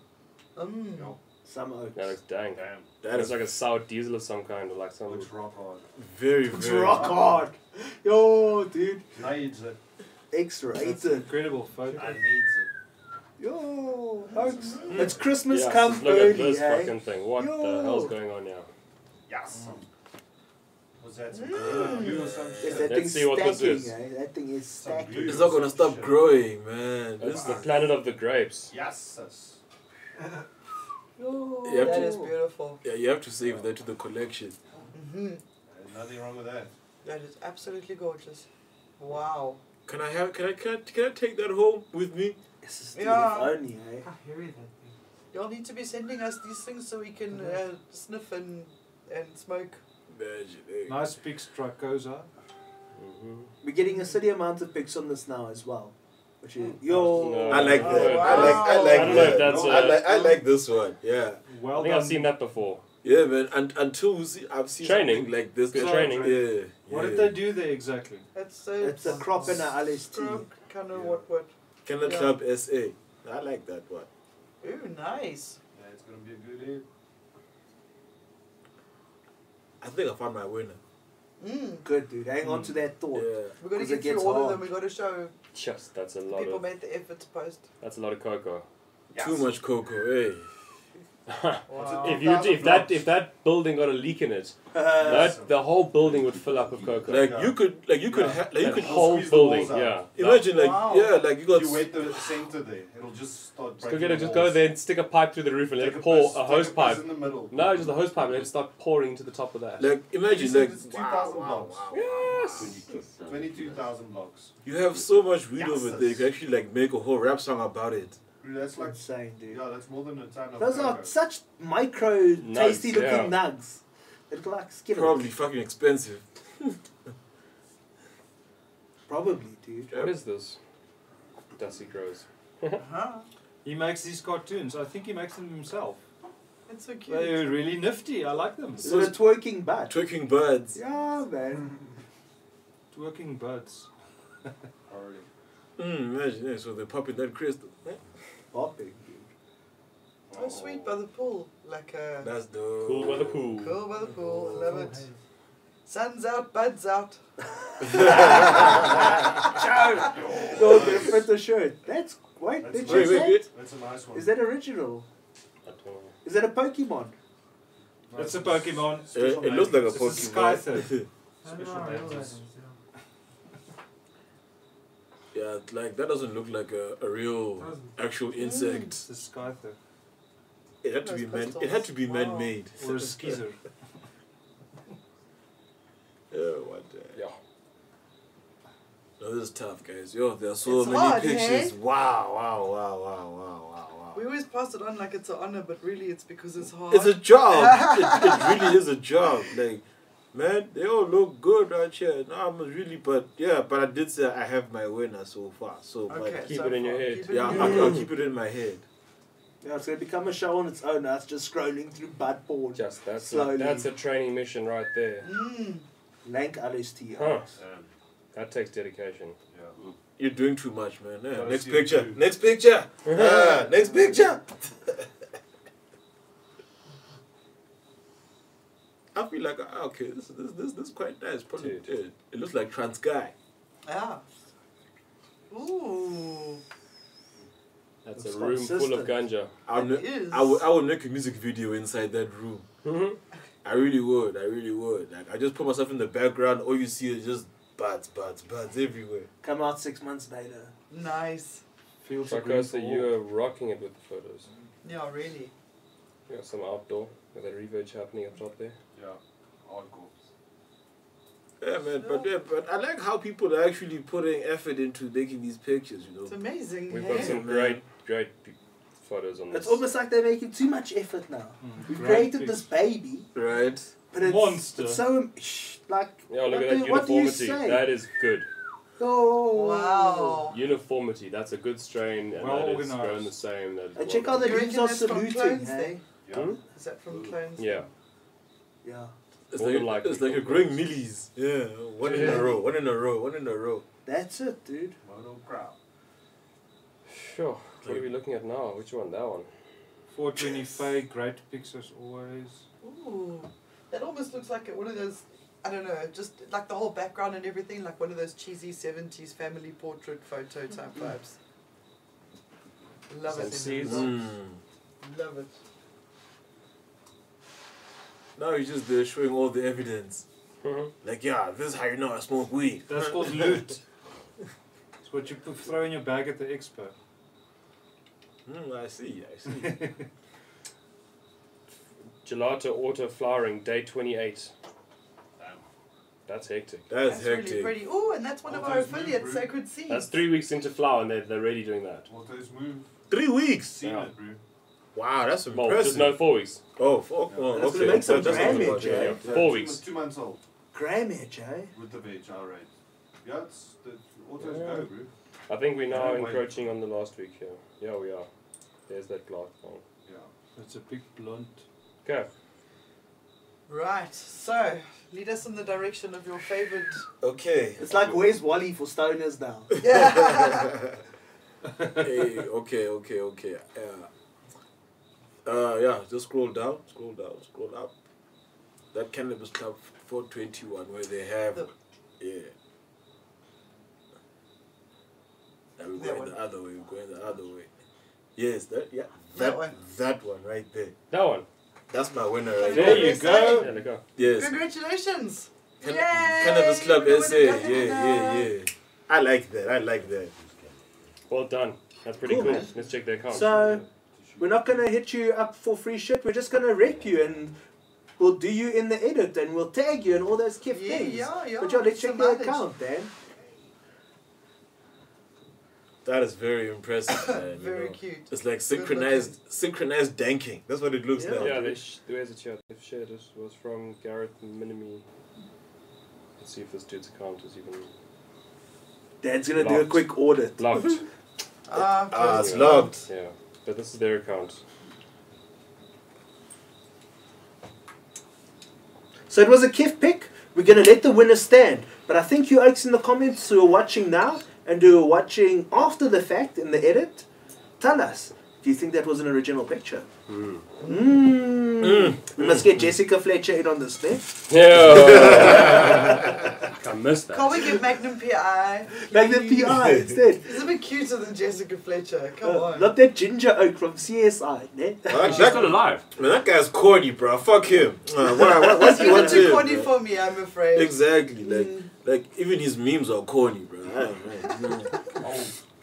Speaker 4: Mm.
Speaker 2: Some Oaks.
Speaker 1: That looks dang.
Speaker 8: Damn.
Speaker 3: That
Speaker 1: That's
Speaker 3: is
Speaker 1: like a sour diesel or some kind or like some.
Speaker 8: Looks rock hard.
Speaker 3: very
Speaker 2: It's
Speaker 3: very.
Speaker 2: rock hard. Yo, dude.
Speaker 8: I needs it.
Speaker 2: X-rated.
Speaker 5: Incredible
Speaker 8: I
Speaker 5: photo.
Speaker 8: needs it.
Speaker 2: Yo, Oaks. It's Christmas
Speaker 1: Mm. Yeah,
Speaker 2: come
Speaker 1: just look at
Speaker 2: early,
Speaker 1: this
Speaker 2: eh?
Speaker 1: fucking thing. What the
Speaker 2: Yo.
Speaker 1: hell's going on now?
Speaker 8: Yes. Was that
Speaker 4: Mm.
Speaker 8: some glue or some
Speaker 2: Is
Speaker 8: shit?
Speaker 2: that
Speaker 1: Let's
Speaker 2: thing
Speaker 1: see what this
Speaker 2: stacking,
Speaker 1: is.
Speaker 2: eh? That thing is
Speaker 8: Some
Speaker 2: stacking.
Speaker 8: glue.
Speaker 3: It's not gonna stop
Speaker 8: Shit.
Speaker 3: growing, man.
Speaker 1: It's
Speaker 3: This,
Speaker 1: the planet of the grapes.
Speaker 8: Yes. sis.
Speaker 2: Yo,
Speaker 3: You have
Speaker 4: That
Speaker 3: to-
Speaker 4: is beautiful.
Speaker 3: yeah, you have to save that to the collection.
Speaker 4: hmm
Speaker 8: There's Nothing wrong with that.
Speaker 4: That is absolutely gorgeous. Wow.
Speaker 3: Can I have? Can I? Can I, can I take that home with me?
Speaker 2: This is dude,
Speaker 4: Yeah.
Speaker 2: if only, eh?
Speaker 4: Y'all need to be sending us these things so we can uh, sniff and, and smoke.
Speaker 3: Imagine. eh?
Speaker 5: Nice big stricosa.
Speaker 1: Mm-hmm.
Speaker 2: We're getting a silly amount of pics on this now as well. Which is,
Speaker 1: No.
Speaker 2: yo.
Speaker 3: I like
Speaker 1: Oh,
Speaker 3: that. I
Speaker 4: wow.
Speaker 3: like. I like
Speaker 1: I don't know if
Speaker 3: that.
Speaker 1: that's
Speaker 3: I
Speaker 1: a-
Speaker 3: like. I like this one. Yeah.
Speaker 1: I
Speaker 5: Well
Speaker 1: think
Speaker 5: done.
Speaker 1: I've seen that before.
Speaker 3: Yeah, man. And until we see, I've seen
Speaker 1: Training.
Speaker 3: something like this.
Speaker 1: Good
Speaker 3: Yeah,
Speaker 1: training.
Speaker 3: Yeah.
Speaker 5: What
Speaker 3: yeah.
Speaker 5: did they do there exactly?
Speaker 4: It's a,
Speaker 2: It's a crop and a LST.
Speaker 4: Scrub, kind of
Speaker 3: Yeah.
Speaker 4: what what.
Speaker 3: Canada
Speaker 4: Yeah.
Speaker 3: Club SA. I like that one.
Speaker 4: Ooh, nice.
Speaker 8: Yeah, it's gonna be a good day.
Speaker 3: I think I found my winner.
Speaker 4: Mm.
Speaker 2: Good, dude. Hang on to that thought.
Speaker 3: Yeah.
Speaker 4: We've got to
Speaker 2: 'Cause
Speaker 4: get
Speaker 2: it
Speaker 4: through
Speaker 2: gets
Speaker 4: all of
Speaker 2: hard.
Speaker 4: them. We've got to show
Speaker 1: Just that's a lot
Speaker 4: people
Speaker 1: of
Speaker 4: made the effort to post.
Speaker 1: that's a lot of cocoa.
Speaker 8: Yes.
Speaker 3: Too much cocoa, eh?
Speaker 2: Oh,
Speaker 1: if you if that if that building got a leak in it, Uh, that the whole building would fill up with cocoa.
Speaker 3: Like you could, like you could, ha- like you
Speaker 1: that
Speaker 3: could
Speaker 1: whole
Speaker 3: squeeze the
Speaker 1: building,
Speaker 3: walls out.
Speaker 1: yeah.
Speaker 3: Imagine, like
Speaker 8: Wow.
Speaker 3: yeah, like you got.
Speaker 8: you wait the center there. It'll just start.
Speaker 1: Go
Speaker 8: breaking
Speaker 1: get it.
Speaker 8: the
Speaker 1: Just
Speaker 8: walls.
Speaker 1: go there and stick a pipe through the roof and let
Speaker 8: Take
Speaker 1: it
Speaker 8: a
Speaker 1: pour
Speaker 8: piss-
Speaker 1: a
Speaker 8: take
Speaker 1: hose
Speaker 8: piss
Speaker 1: pipe.
Speaker 8: in the middle.
Speaker 1: No, just a hose pipe. Let it start pouring to the top of that.
Speaker 3: like
Speaker 8: You
Speaker 3: imagine,
Speaker 8: said
Speaker 3: like
Speaker 8: it's 2,000 blocks.
Speaker 1: yes.
Speaker 8: 22,000 blocks.
Speaker 3: you have so much weed over
Speaker 8: Yes.
Speaker 3: there, you can actually like make a whole rap song about it.
Speaker 8: Dude, That's like,
Speaker 2: Insane, dude.
Speaker 8: yeah, that's more than a ton of
Speaker 2: Those
Speaker 8: cocoa.
Speaker 2: are such micro,
Speaker 1: Nugs,
Speaker 2: tasty looking
Speaker 1: yeah.
Speaker 2: nugs. They look like skin.
Speaker 3: Probably fucking expensive.
Speaker 2: Probably, dude.
Speaker 1: What is this? Dusty grows.
Speaker 4: Uh-huh.
Speaker 11: He makes these cartoons. I think he makes them himself.
Speaker 4: It's so cute.
Speaker 11: They're really nifty. I like them.
Speaker 2: So the twerking bad.
Speaker 3: Twerking birds.
Speaker 2: Yeah, man.
Speaker 11: Twerking birds.
Speaker 8: Already.
Speaker 3: Mm, imagine, yeah, so they're popping that crystal. Yeah.
Speaker 2: Bopping.
Speaker 4: Oh, sweet by the pool. Like a
Speaker 3: That's dope.
Speaker 1: Cool by the pool.
Speaker 4: cool by the pool. I love it. Sun's out, bud's out.
Speaker 2: No, they fit the shirt. That's quite.
Speaker 8: That's
Speaker 2: That's
Speaker 8: very
Speaker 2: is,
Speaker 3: Wait,
Speaker 2: that,
Speaker 3: wait, wait.
Speaker 8: That's a nice one.
Speaker 2: is that original? Is that a Pokemon?
Speaker 8: No,
Speaker 11: It's a Pokemon.
Speaker 3: Uh, it looks like a
Speaker 11: It's a sky thing.
Speaker 3: Pokemon.
Speaker 1: Special dances.
Speaker 3: yeah, like that doesn't look like a, a real actual insect.
Speaker 11: It's a scyther
Speaker 3: It had to be man. It had to be man-made.
Speaker 11: or a skeezer.
Speaker 3: Oh, what the?
Speaker 1: Yeah.
Speaker 3: No, this is tough, guys. Yo, there are so
Speaker 4: It's
Speaker 3: many
Speaker 4: hard, hey?
Speaker 3: pictures. Wow, wow, wow, wow, wow, wow, wow.
Speaker 4: We always pass it on like it's an honor, but really it's because it's hard.
Speaker 3: It's a job. it, it really is a job. Like, man, they all look good right here. No, I'm really, but yeah, but I did say I have my winner so far. So,
Speaker 4: okay,
Speaker 1: Keep
Speaker 4: so
Speaker 1: it in your
Speaker 4: far.
Speaker 1: head.
Speaker 4: Keep it
Speaker 3: but
Speaker 4: in
Speaker 3: yeah,
Speaker 4: your
Speaker 3: I'll, I'll keep it in my head.
Speaker 2: Yeah, it's gonna become a show on its own. Us just scrolling through bad porn.
Speaker 1: Just that's a,
Speaker 2: Slowly.
Speaker 1: that's a training mission right there.
Speaker 4: Mm.
Speaker 2: Lank LST.
Speaker 1: Huh.
Speaker 8: Um,
Speaker 1: That takes dedication.
Speaker 8: yeah.
Speaker 3: You're doing too much, man. Yeah,
Speaker 8: Gotta
Speaker 3: next
Speaker 8: see
Speaker 3: picture.
Speaker 8: you.
Speaker 3: Next picture. Ah, next picture. I feel like ah, okay, this this this this is quite nice. Probably,
Speaker 1: Dude.
Speaker 3: yeah, it looks like trans guy.
Speaker 4: Yeah. Ooh.
Speaker 1: That's
Speaker 2: Looks
Speaker 1: a room full of ganja.
Speaker 3: I'll
Speaker 4: It
Speaker 3: ne-
Speaker 4: is.
Speaker 3: I would I would make a music video inside that room.
Speaker 1: Mhm.
Speaker 3: I really would. I really would. Like I just put myself in the background. All you see is just bats, bats, bats everywhere.
Speaker 2: Come out six months later.
Speaker 4: Nice.
Speaker 11: Feels like green
Speaker 1: Carcosa,
Speaker 11: for
Speaker 1: you
Speaker 11: war.
Speaker 1: are rocking it with the photos.
Speaker 4: Yeah, really.
Speaker 1: Yeah, some outdoor. Got that reverb happening up top there.
Speaker 8: Yeah. Hardcore.
Speaker 3: Yeah, man. But yeah, but I like how people are actually putting effort into making these pictures. You know.
Speaker 4: It's amazing.
Speaker 1: We've
Speaker 4: hey?
Speaker 1: got some great, great p- photos on
Speaker 2: It's
Speaker 1: this.
Speaker 2: almost like they're making too much effort now. We've
Speaker 11: Great
Speaker 2: created
Speaker 11: pic-
Speaker 2: this baby,
Speaker 3: Right.
Speaker 2: but it's,
Speaker 11: Monster.
Speaker 2: it's so im- shh, like.
Speaker 1: Yeah, look
Speaker 2: what
Speaker 1: at that
Speaker 2: do, what do you
Speaker 1: uniformity.
Speaker 2: say?
Speaker 1: That is good.
Speaker 2: oh
Speaker 4: Wow.
Speaker 1: Uniformity. That's a good strain, and
Speaker 11: Well
Speaker 1: that is
Speaker 11: organized.
Speaker 1: grown the same. That is
Speaker 2: And check
Speaker 1: well
Speaker 2: out the
Speaker 4: You reckon
Speaker 2: leaves are
Speaker 4: that's from
Speaker 2: saluting.
Speaker 4: clones,
Speaker 2: Hey?
Speaker 8: Yeah.
Speaker 1: Hmm?
Speaker 4: Is that from clones?
Speaker 1: Yeah,
Speaker 2: Yeah,
Speaker 3: It's
Speaker 1: More
Speaker 3: like,
Speaker 1: than likely
Speaker 3: it's like a
Speaker 1: from
Speaker 3: growing
Speaker 1: those.
Speaker 3: millies. Yeah, one in a row, one in a row, one in a row.
Speaker 2: that's it, dude.
Speaker 8: Mono crowd.
Speaker 1: Sure. What are we looking at now? Which one? That one.
Speaker 11: 420 pay, great pictures always.
Speaker 4: Ooh. That almost looks like one of those. I don't know, just like the whole background and everything, like one of those cheesy 70s family portrait photo type vibes. Love
Speaker 1: Some
Speaker 4: it. Mm.
Speaker 1: seeds.
Speaker 3: Mm.
Speaker 4: Emily. Love it.
Speaker 3: Now you're just there showing all the evidence.
Speaker 1: Mhm.
Speaker 3: Like, yeah, this is how you know I smoke weed.
Speaker 11: That's called loot. It's what you put, throw in your bag at the expo.
Speaker 3: Mm, I see, I see.
Speaker 1: Gelato auto flowering day twenty eight.
Speaker 8: Damn.
Speaker 1: That's hectic.
Speaker 3: That's,
Speaker 4: really
Speaker 3: hectic.
Speaker 4: pretty. Ooh, and that's one
Speaker 8: All
Speaker 4: of our
Speaker 8: those new
Speaker 4: affiliates,
Speaker 8: brew-
Speaker 4: Sacred Seeds.
Speaker 1: That's three weeks into flower, and they're, they're already doing that.
Speaker 8: Walter's move.
Speaker 3: Three weeks.
Speaker 8: Seen
Speaker 1: Yeah.
Speaker 8: it, bro.
Speaker 3: Wow, that's
Speaker 1: Well, just
Speaker 3: impressive.
Speaker 1: no four weeks.
Speaker 3: oh, fuck.
Speaker 8: Yeah.
Speaker 3: Oh,
Speaker 2: That's
Speaker 3: okay.
Speaker 2: gonna make some
Speaker 3: That's- that's
Speaker 2: damage,
Speaker 3: about it.
Speaker 2: eh?
Speaker 1: Yeah,
Speaker 3: Yeah.
Speaker 1: four
Speaker 8: Two,
Speaker 1: weeks.
Speaker 8: two months old.
Speaker 2: Grammage, eh?
Speaker 8: With the veg, alright. Yeah, it's, the autos
Speaker 1: Yeah.
Speaker 8: go, bro.
Speaker 1: I think we're now
Speaker 8: Yeah, wait.
Speaker 1: encroaching on the last week here. Yeah, we are. There's that glass one.
Speaker 8: Yeah.
Speaker 11: That's a big blunt.
Speaker 1: Okay.
Speaker 4: Right, so lead us in the direction of your favorite.
Speaker 3: Okay.
Speaker 2: It's like where's Wally for stoners now?
Speaker 4: Yeah.
Speaker 3: hey, okay, okay, okay. Yeah. Uh, yeah, just scroll down, scroll down, scroll up. That cannabis club 421 where they have.
Speaker 4: The-
Speaker 3: Yeah. Now we're
Speaker 4: That
Speaker 3: going
Speaker 4: one.
Speaker 3: the other way, we're going the other way. Yes, that yeah.
Speaker 4: That one.
Speaker 3: That one right there.
Speaker 1: That one.
Speaker 3: That's my winner right
Speaker 1: There you
Speaker 4: go.
Speaker 1: There we go.
Speaker 3: Yes.
Speaker 4: Congratulations!
Speaker 3: Can-
Speaker 4: Yay!
Speaker 3: Cannabis Club
Speaker 4: We know
Speaker 3: SA.
Speaker 4: what
Speaker 3: Yeah,
Speaker 4: it is.
Speaker 3: yeah, yeah. I like that. I like that.
Speaker 1: Well done. That's pretty cool.
Speaker 2: Cool, man.
Speaker 1: Let's check their account.
Speaker 2: So, we're not going to hit you up for free shit. We're just going to rep you and we'll do you in the edit and we'll tag you and all those kiff
Speaker 4: Yeah,
Speaker 2: things.
Speaker 4: yeah, yeah.
Speaker 2: But yo, let's
Speaker 4: Some
Speaker 2: check the
Speaker 4: mileage.
Speaker 2: account, Dan.
Speaker 3: That is very impressive, man. you
Speaker 4: Very
Speaker 3: know.
Speaker 4: cute.
Speaker 3: It's like synchronized, synchronized danking. That's what it looks
Speaker 2: Yeah.
Speaker 3: like.
Speaker 1: yeah, they sh- where's it here? They've shared it. was from Gareth Minimi. Let's see if this dude's account is even
Speaker 2: Dan's going to do a
Speaker 1: Locked.
Speaker 2: quick audit.
Speaker 1: logged.
Speaker 4: Ah,
Speaker 3: Ah,
Speaker 4: good.
Speaker 3: it's logged.
Speaker 1: yeah, but this is their account.
Speaker 2: So it was a kiff pick. We're going to let the winner stand. But I think you oaks in the comments who are watching now and who are watching after the fact in the edit, tell us, do you think that was an original picture? Hmm. Mm. We must get Jessica Fletcher in on this eh? thing.
Speaker 1: Yeah. I missed that.
Speaker 4: Can't we get Magnum PI?
Speaker 2: Like the
Speaker 4: please?
Speaker 2: PI instead.
Speaker 4: It's a bit cuter than Jessica Fletcher. Come
Speaker 2: Uh,
Speaker 4: on.
Speaker 2: not that ginger oak from CSI, ne?
Speaker 3: Ah,
Speaker 1: She's
Speaker 3: that,
Speaker 1: still alive.
Speaker 3: man, that guy's corny, bro. Fuck him. Uh, what, what, what's he
Speaker 4: You're
Speaker 3: want
Speaker 4: too
Speaker 3: to
Speaker 4: corny
Speaker 3: do, bro?
Speaker 4: for Mm. me, I'm afraid.
Speaker 3: Exactly. Like, like even his memes are corny, bro. I don't know.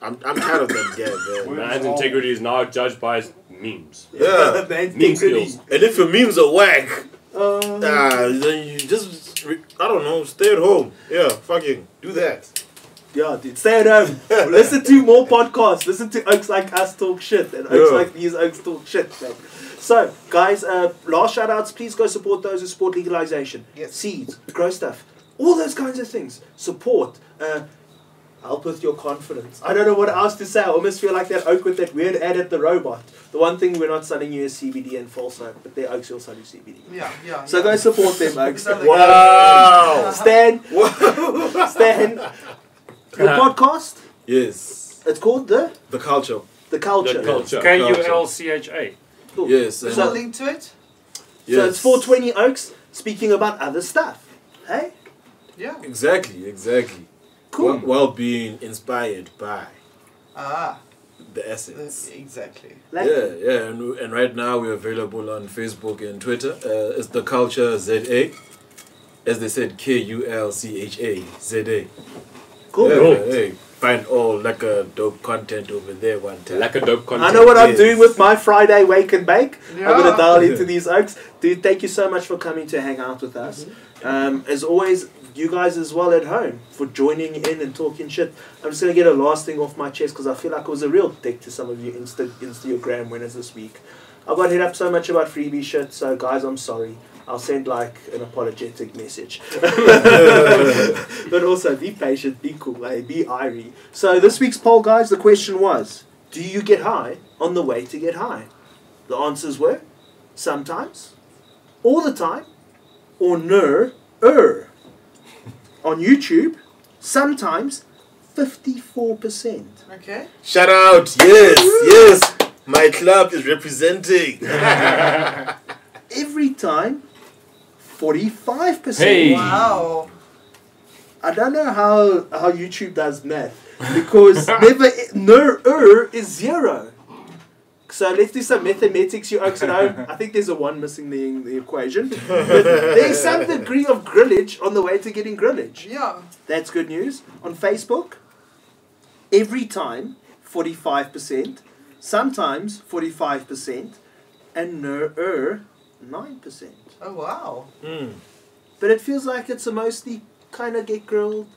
Speaker 3: I'm, I'm tired of that guy, man.
Speaker 1: Man's integrity is now judged by his memes.
Speaker 3: Yeah.
Speaker 2: Man's
Speaker 1: Meme
Speaker 2: dignity.
Speaker 1: skills.
Speaker 3: And if your memes are whack,
Speaker 4: Um,
Speaker 2: Uh,
Speaker 3: ah, then you just, re- I don't know, stay at home. Yeah, fucking do that.
Speaker 2: yeah, dude, stay at home. Listen to more podcasts. Listen to oaks like us talk shit and oaks
Speaker 3: Yeah.
Speaker 2: like these oaks talk shit. man. So, guys, uh, last shout outs. Please go support those who support legalization.
Speaker 4: Yes.
Speaker 2: Seeds, grow stuff, all those kinds of things. Support. Uh, help with your confidence. I don't know what else to say. I almost feel like that oak with that weird ad at the robot. The one thing we're not selling you is CBD and false oak, but their oaks will sell you CBD.
Speaker 4: Yeah, yeah.
Speaker 2: So
Speaker 4: yeah.
Speaker 2: go support them, oaks.
Speaker 4: Another
Speaker 3: Wow.
Speaker 2: Stan, Stan, your
Speaker 1: Uh-huh.
Speaker 2: podcast.
Speaker 3: Yes.
Speaker 2: It's called the
Speaker 3: The culture.
Speaker 2: the culture.
Speaker 1: The culture.
Speaker 5: K U L C H A.
Speaker 2: Cool.
Speaker 3: Yes.
Speaker 4: There's
Speaker 3: and-
Speaker 4: a link to it?
Speaker 2: So
Speaker 3: yes.
Speaker 2: it's 420 Oaks speaking about other stuff. Hey,
Speaker 4: Yeah.
Speaker 3: Exactly, exactly.
Speaker 2: cool.
Speaker 3: Well, well being inspired by
Speaker 4: Ah,
Speaker 3: the
Speaker 4: that's-
Speaker 3: essence.
Speaker 4: exactly.
Speaker 2: Like-
Speaker 3: yeah, yeah, and, we- and right now we're available on Facebook and Twitter. Uh, it's the culture Z A, as they said, K U L C H A Z A.
Speaker 2: Cool.
Speaker 3: Yeah, hey, find all like a dope content over there one time.
Speaker 1: Lack of dope content.
Speaker 2: I know what I'm
Speaker 3: Yes.
Speaker 2: doing with my Friday wake and bake. I'm gonna
Speaker 4: Yeah.
Speaker 2: dial into these oaks, dude. Thank you so much for coming to hang out with us. Um, as always, you guys as well at home for joining in and talking shit. I'm just gonna get a last thing off my chest because I feel like I was a real dick to some of you Insta Instagram winners this week. I got hit up so much about freebie shit, so guys, I'm sorry. I'll send like an apologetic message. but also be patient, be cool, eh? be irie. So this week's poll, guys, the question was: Do you get high on the way to get high? The answers were sometimes, all the time, or no, er. On YouTube, sometimes 54%.
Speaker 4: Okay.
Speaker 3: Shout out! Yes, yes! My club is representing.
Speaker 2: Every time, 45%.
Speaker 1: Hey.
Speaker 4: Wow.
Speaker 2: I don't know how, how YouTube does math because never no er is zero. So let's do some mathematics, you oaks at home. I think there's a one missing the, in the equation. But there's some degree of grillage on the way to getting grillage.
Speaker 4: Yeah.
Speaker 2: That's good news. On Facebook, every time, 45%, sometimes 45%, and no er, 9%.
Speaker 4: Oh, wow.
Speaker 3: Mm.
Speaker 2: But it feels like it's a mostly kind of get grilled,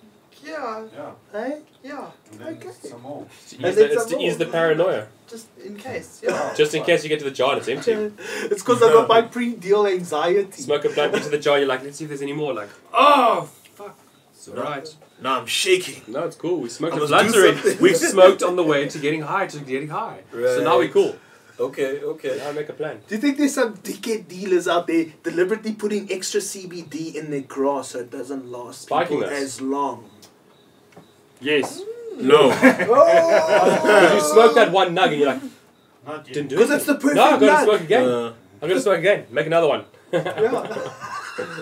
Speaker 4: Yeah,
Speaker 8: Yeah,
Speaker 2: eh?
Speaker 4: yeah.
Speaker 8: and then
Speaker 2: Okay.
Speaker 8: some more.
Speaker 1: It's to ease the,
Speaker 2: it's
Speaker 1: it's to
Speaker 2: a
Speaker 1: ease the
Speaker 2: law.
Speaker 1: paranoia.
Speaker 4: Just in case. Yeah.
Speaker 1: Just in case you get to the jar and it's empty.
Speaker 2: it's because I got my pre-deal anxiety.
Speaker 1: Smoke a blunt into the jar, you're like, let's see if there's any more. Like, oh, fuck. It's alright.
Speaker 3: Now I'm shaking.
Speaker 1: No, it's cool. We smoked
Speaker 3: I
Speaker 1: a
Speaker 3: must
Speaker 1: blunt
Speaker 3: do
Speaker 1: already.
Speaker 3: something.
Speaker 1: We've smoked on the way to getting high, to getting high. So now we're
Speaker 3: Right.
Speaker 1: cool.
Speaker 3: Okay, okay.
Speaker 1: Now make a plan.
Speaker 2: Do you think there's some dickhead dealers out there deliberately putting extra CBD in their grass so it doesn't last
Speaker 1: Spiking
Speaker 2: people
Speaker 1: us.
Speaker 2: as long?
Speaker 5: Yes.
Speaker 3: No.
Speaker 1: Because you smoke that one nug and you're like,
Speaker 18: Not yet.
Speaker 1: didn't do it.
Speaker 2: Because it's the perfect
Speaker 1: No, I gotta
Speaker 2: nut.
Speaker 1: smoke again.
Speaker 3: Uh,
Speaker 1: I'm gonna smoke again. Make another one.
Speaker 2: Yeah.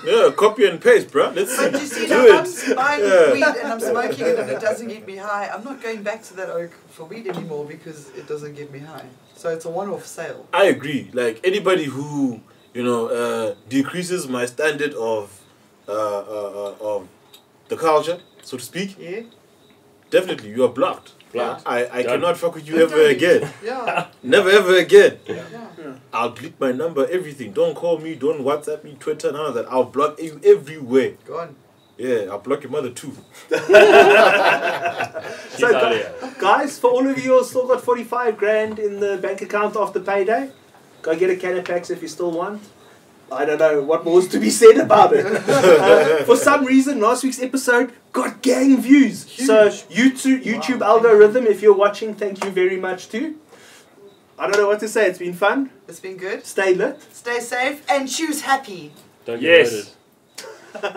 Speaker 3: Yeah, copy and paste, bro. Let's
Speaker 4: But you see,
Speaker 3: do
Speaker 4: now I'm
Speaker 3: it.
Speaker 4: buying
Speaker 3: Yeah.
Speaker 4: weed and I'm smoking it and it doesn't get me high. I'm not going back to that oak for weed anymore because it doesn't get me high. So it's a one-off sale.
Speaker 3: I agree. Like anybody who you know uh, decreases my standard of uh, uh, uh, of the culture, so to speak,
Speaker 4: Yeah.
Speaker 3: definitely you are blocked.
Speaker 1: Blocked.
Speaker 3: I, I
Speaker 1: Done.
Speaker 3: cannot fuck with you
Speaker 4: Don't
Speaker 3: ever
Speaker 4: do it.
Speaker 3: again.
Speaker 4: Yeah.
Speaker 3: Never ever again.
Speaker 4: yeah.
Speaker 3: I'll delete my number, everything. Don't call me, don't WhatsApp me, Twitter, none of that. I'll block you everywhere.
Speaker 4: Go on.
Speaker 3: Yeah, I'll block your mother too.
Speaker 1: He's out of here.
Speaker 2: Guys, for all of you who still got 45 grand in the bank account after payday, go get a can of Pax if you still want. I don't know what more is to be said about it. Uh, for some reason, last week's episode got gang views. So, YouTube, YouTube
Speaker 4: Wow.
Speaker 2: algorithm, if you're watching, thank you very much too. I don't know what to say. It's been fun.
Speaker 4: It's been good.
Speaker 2: Stay lit.
Speaker 4: Stay safe and choose happy.
Speaker 1: Don't get
Speaker 5: Yes.
Speaker 1: murdered.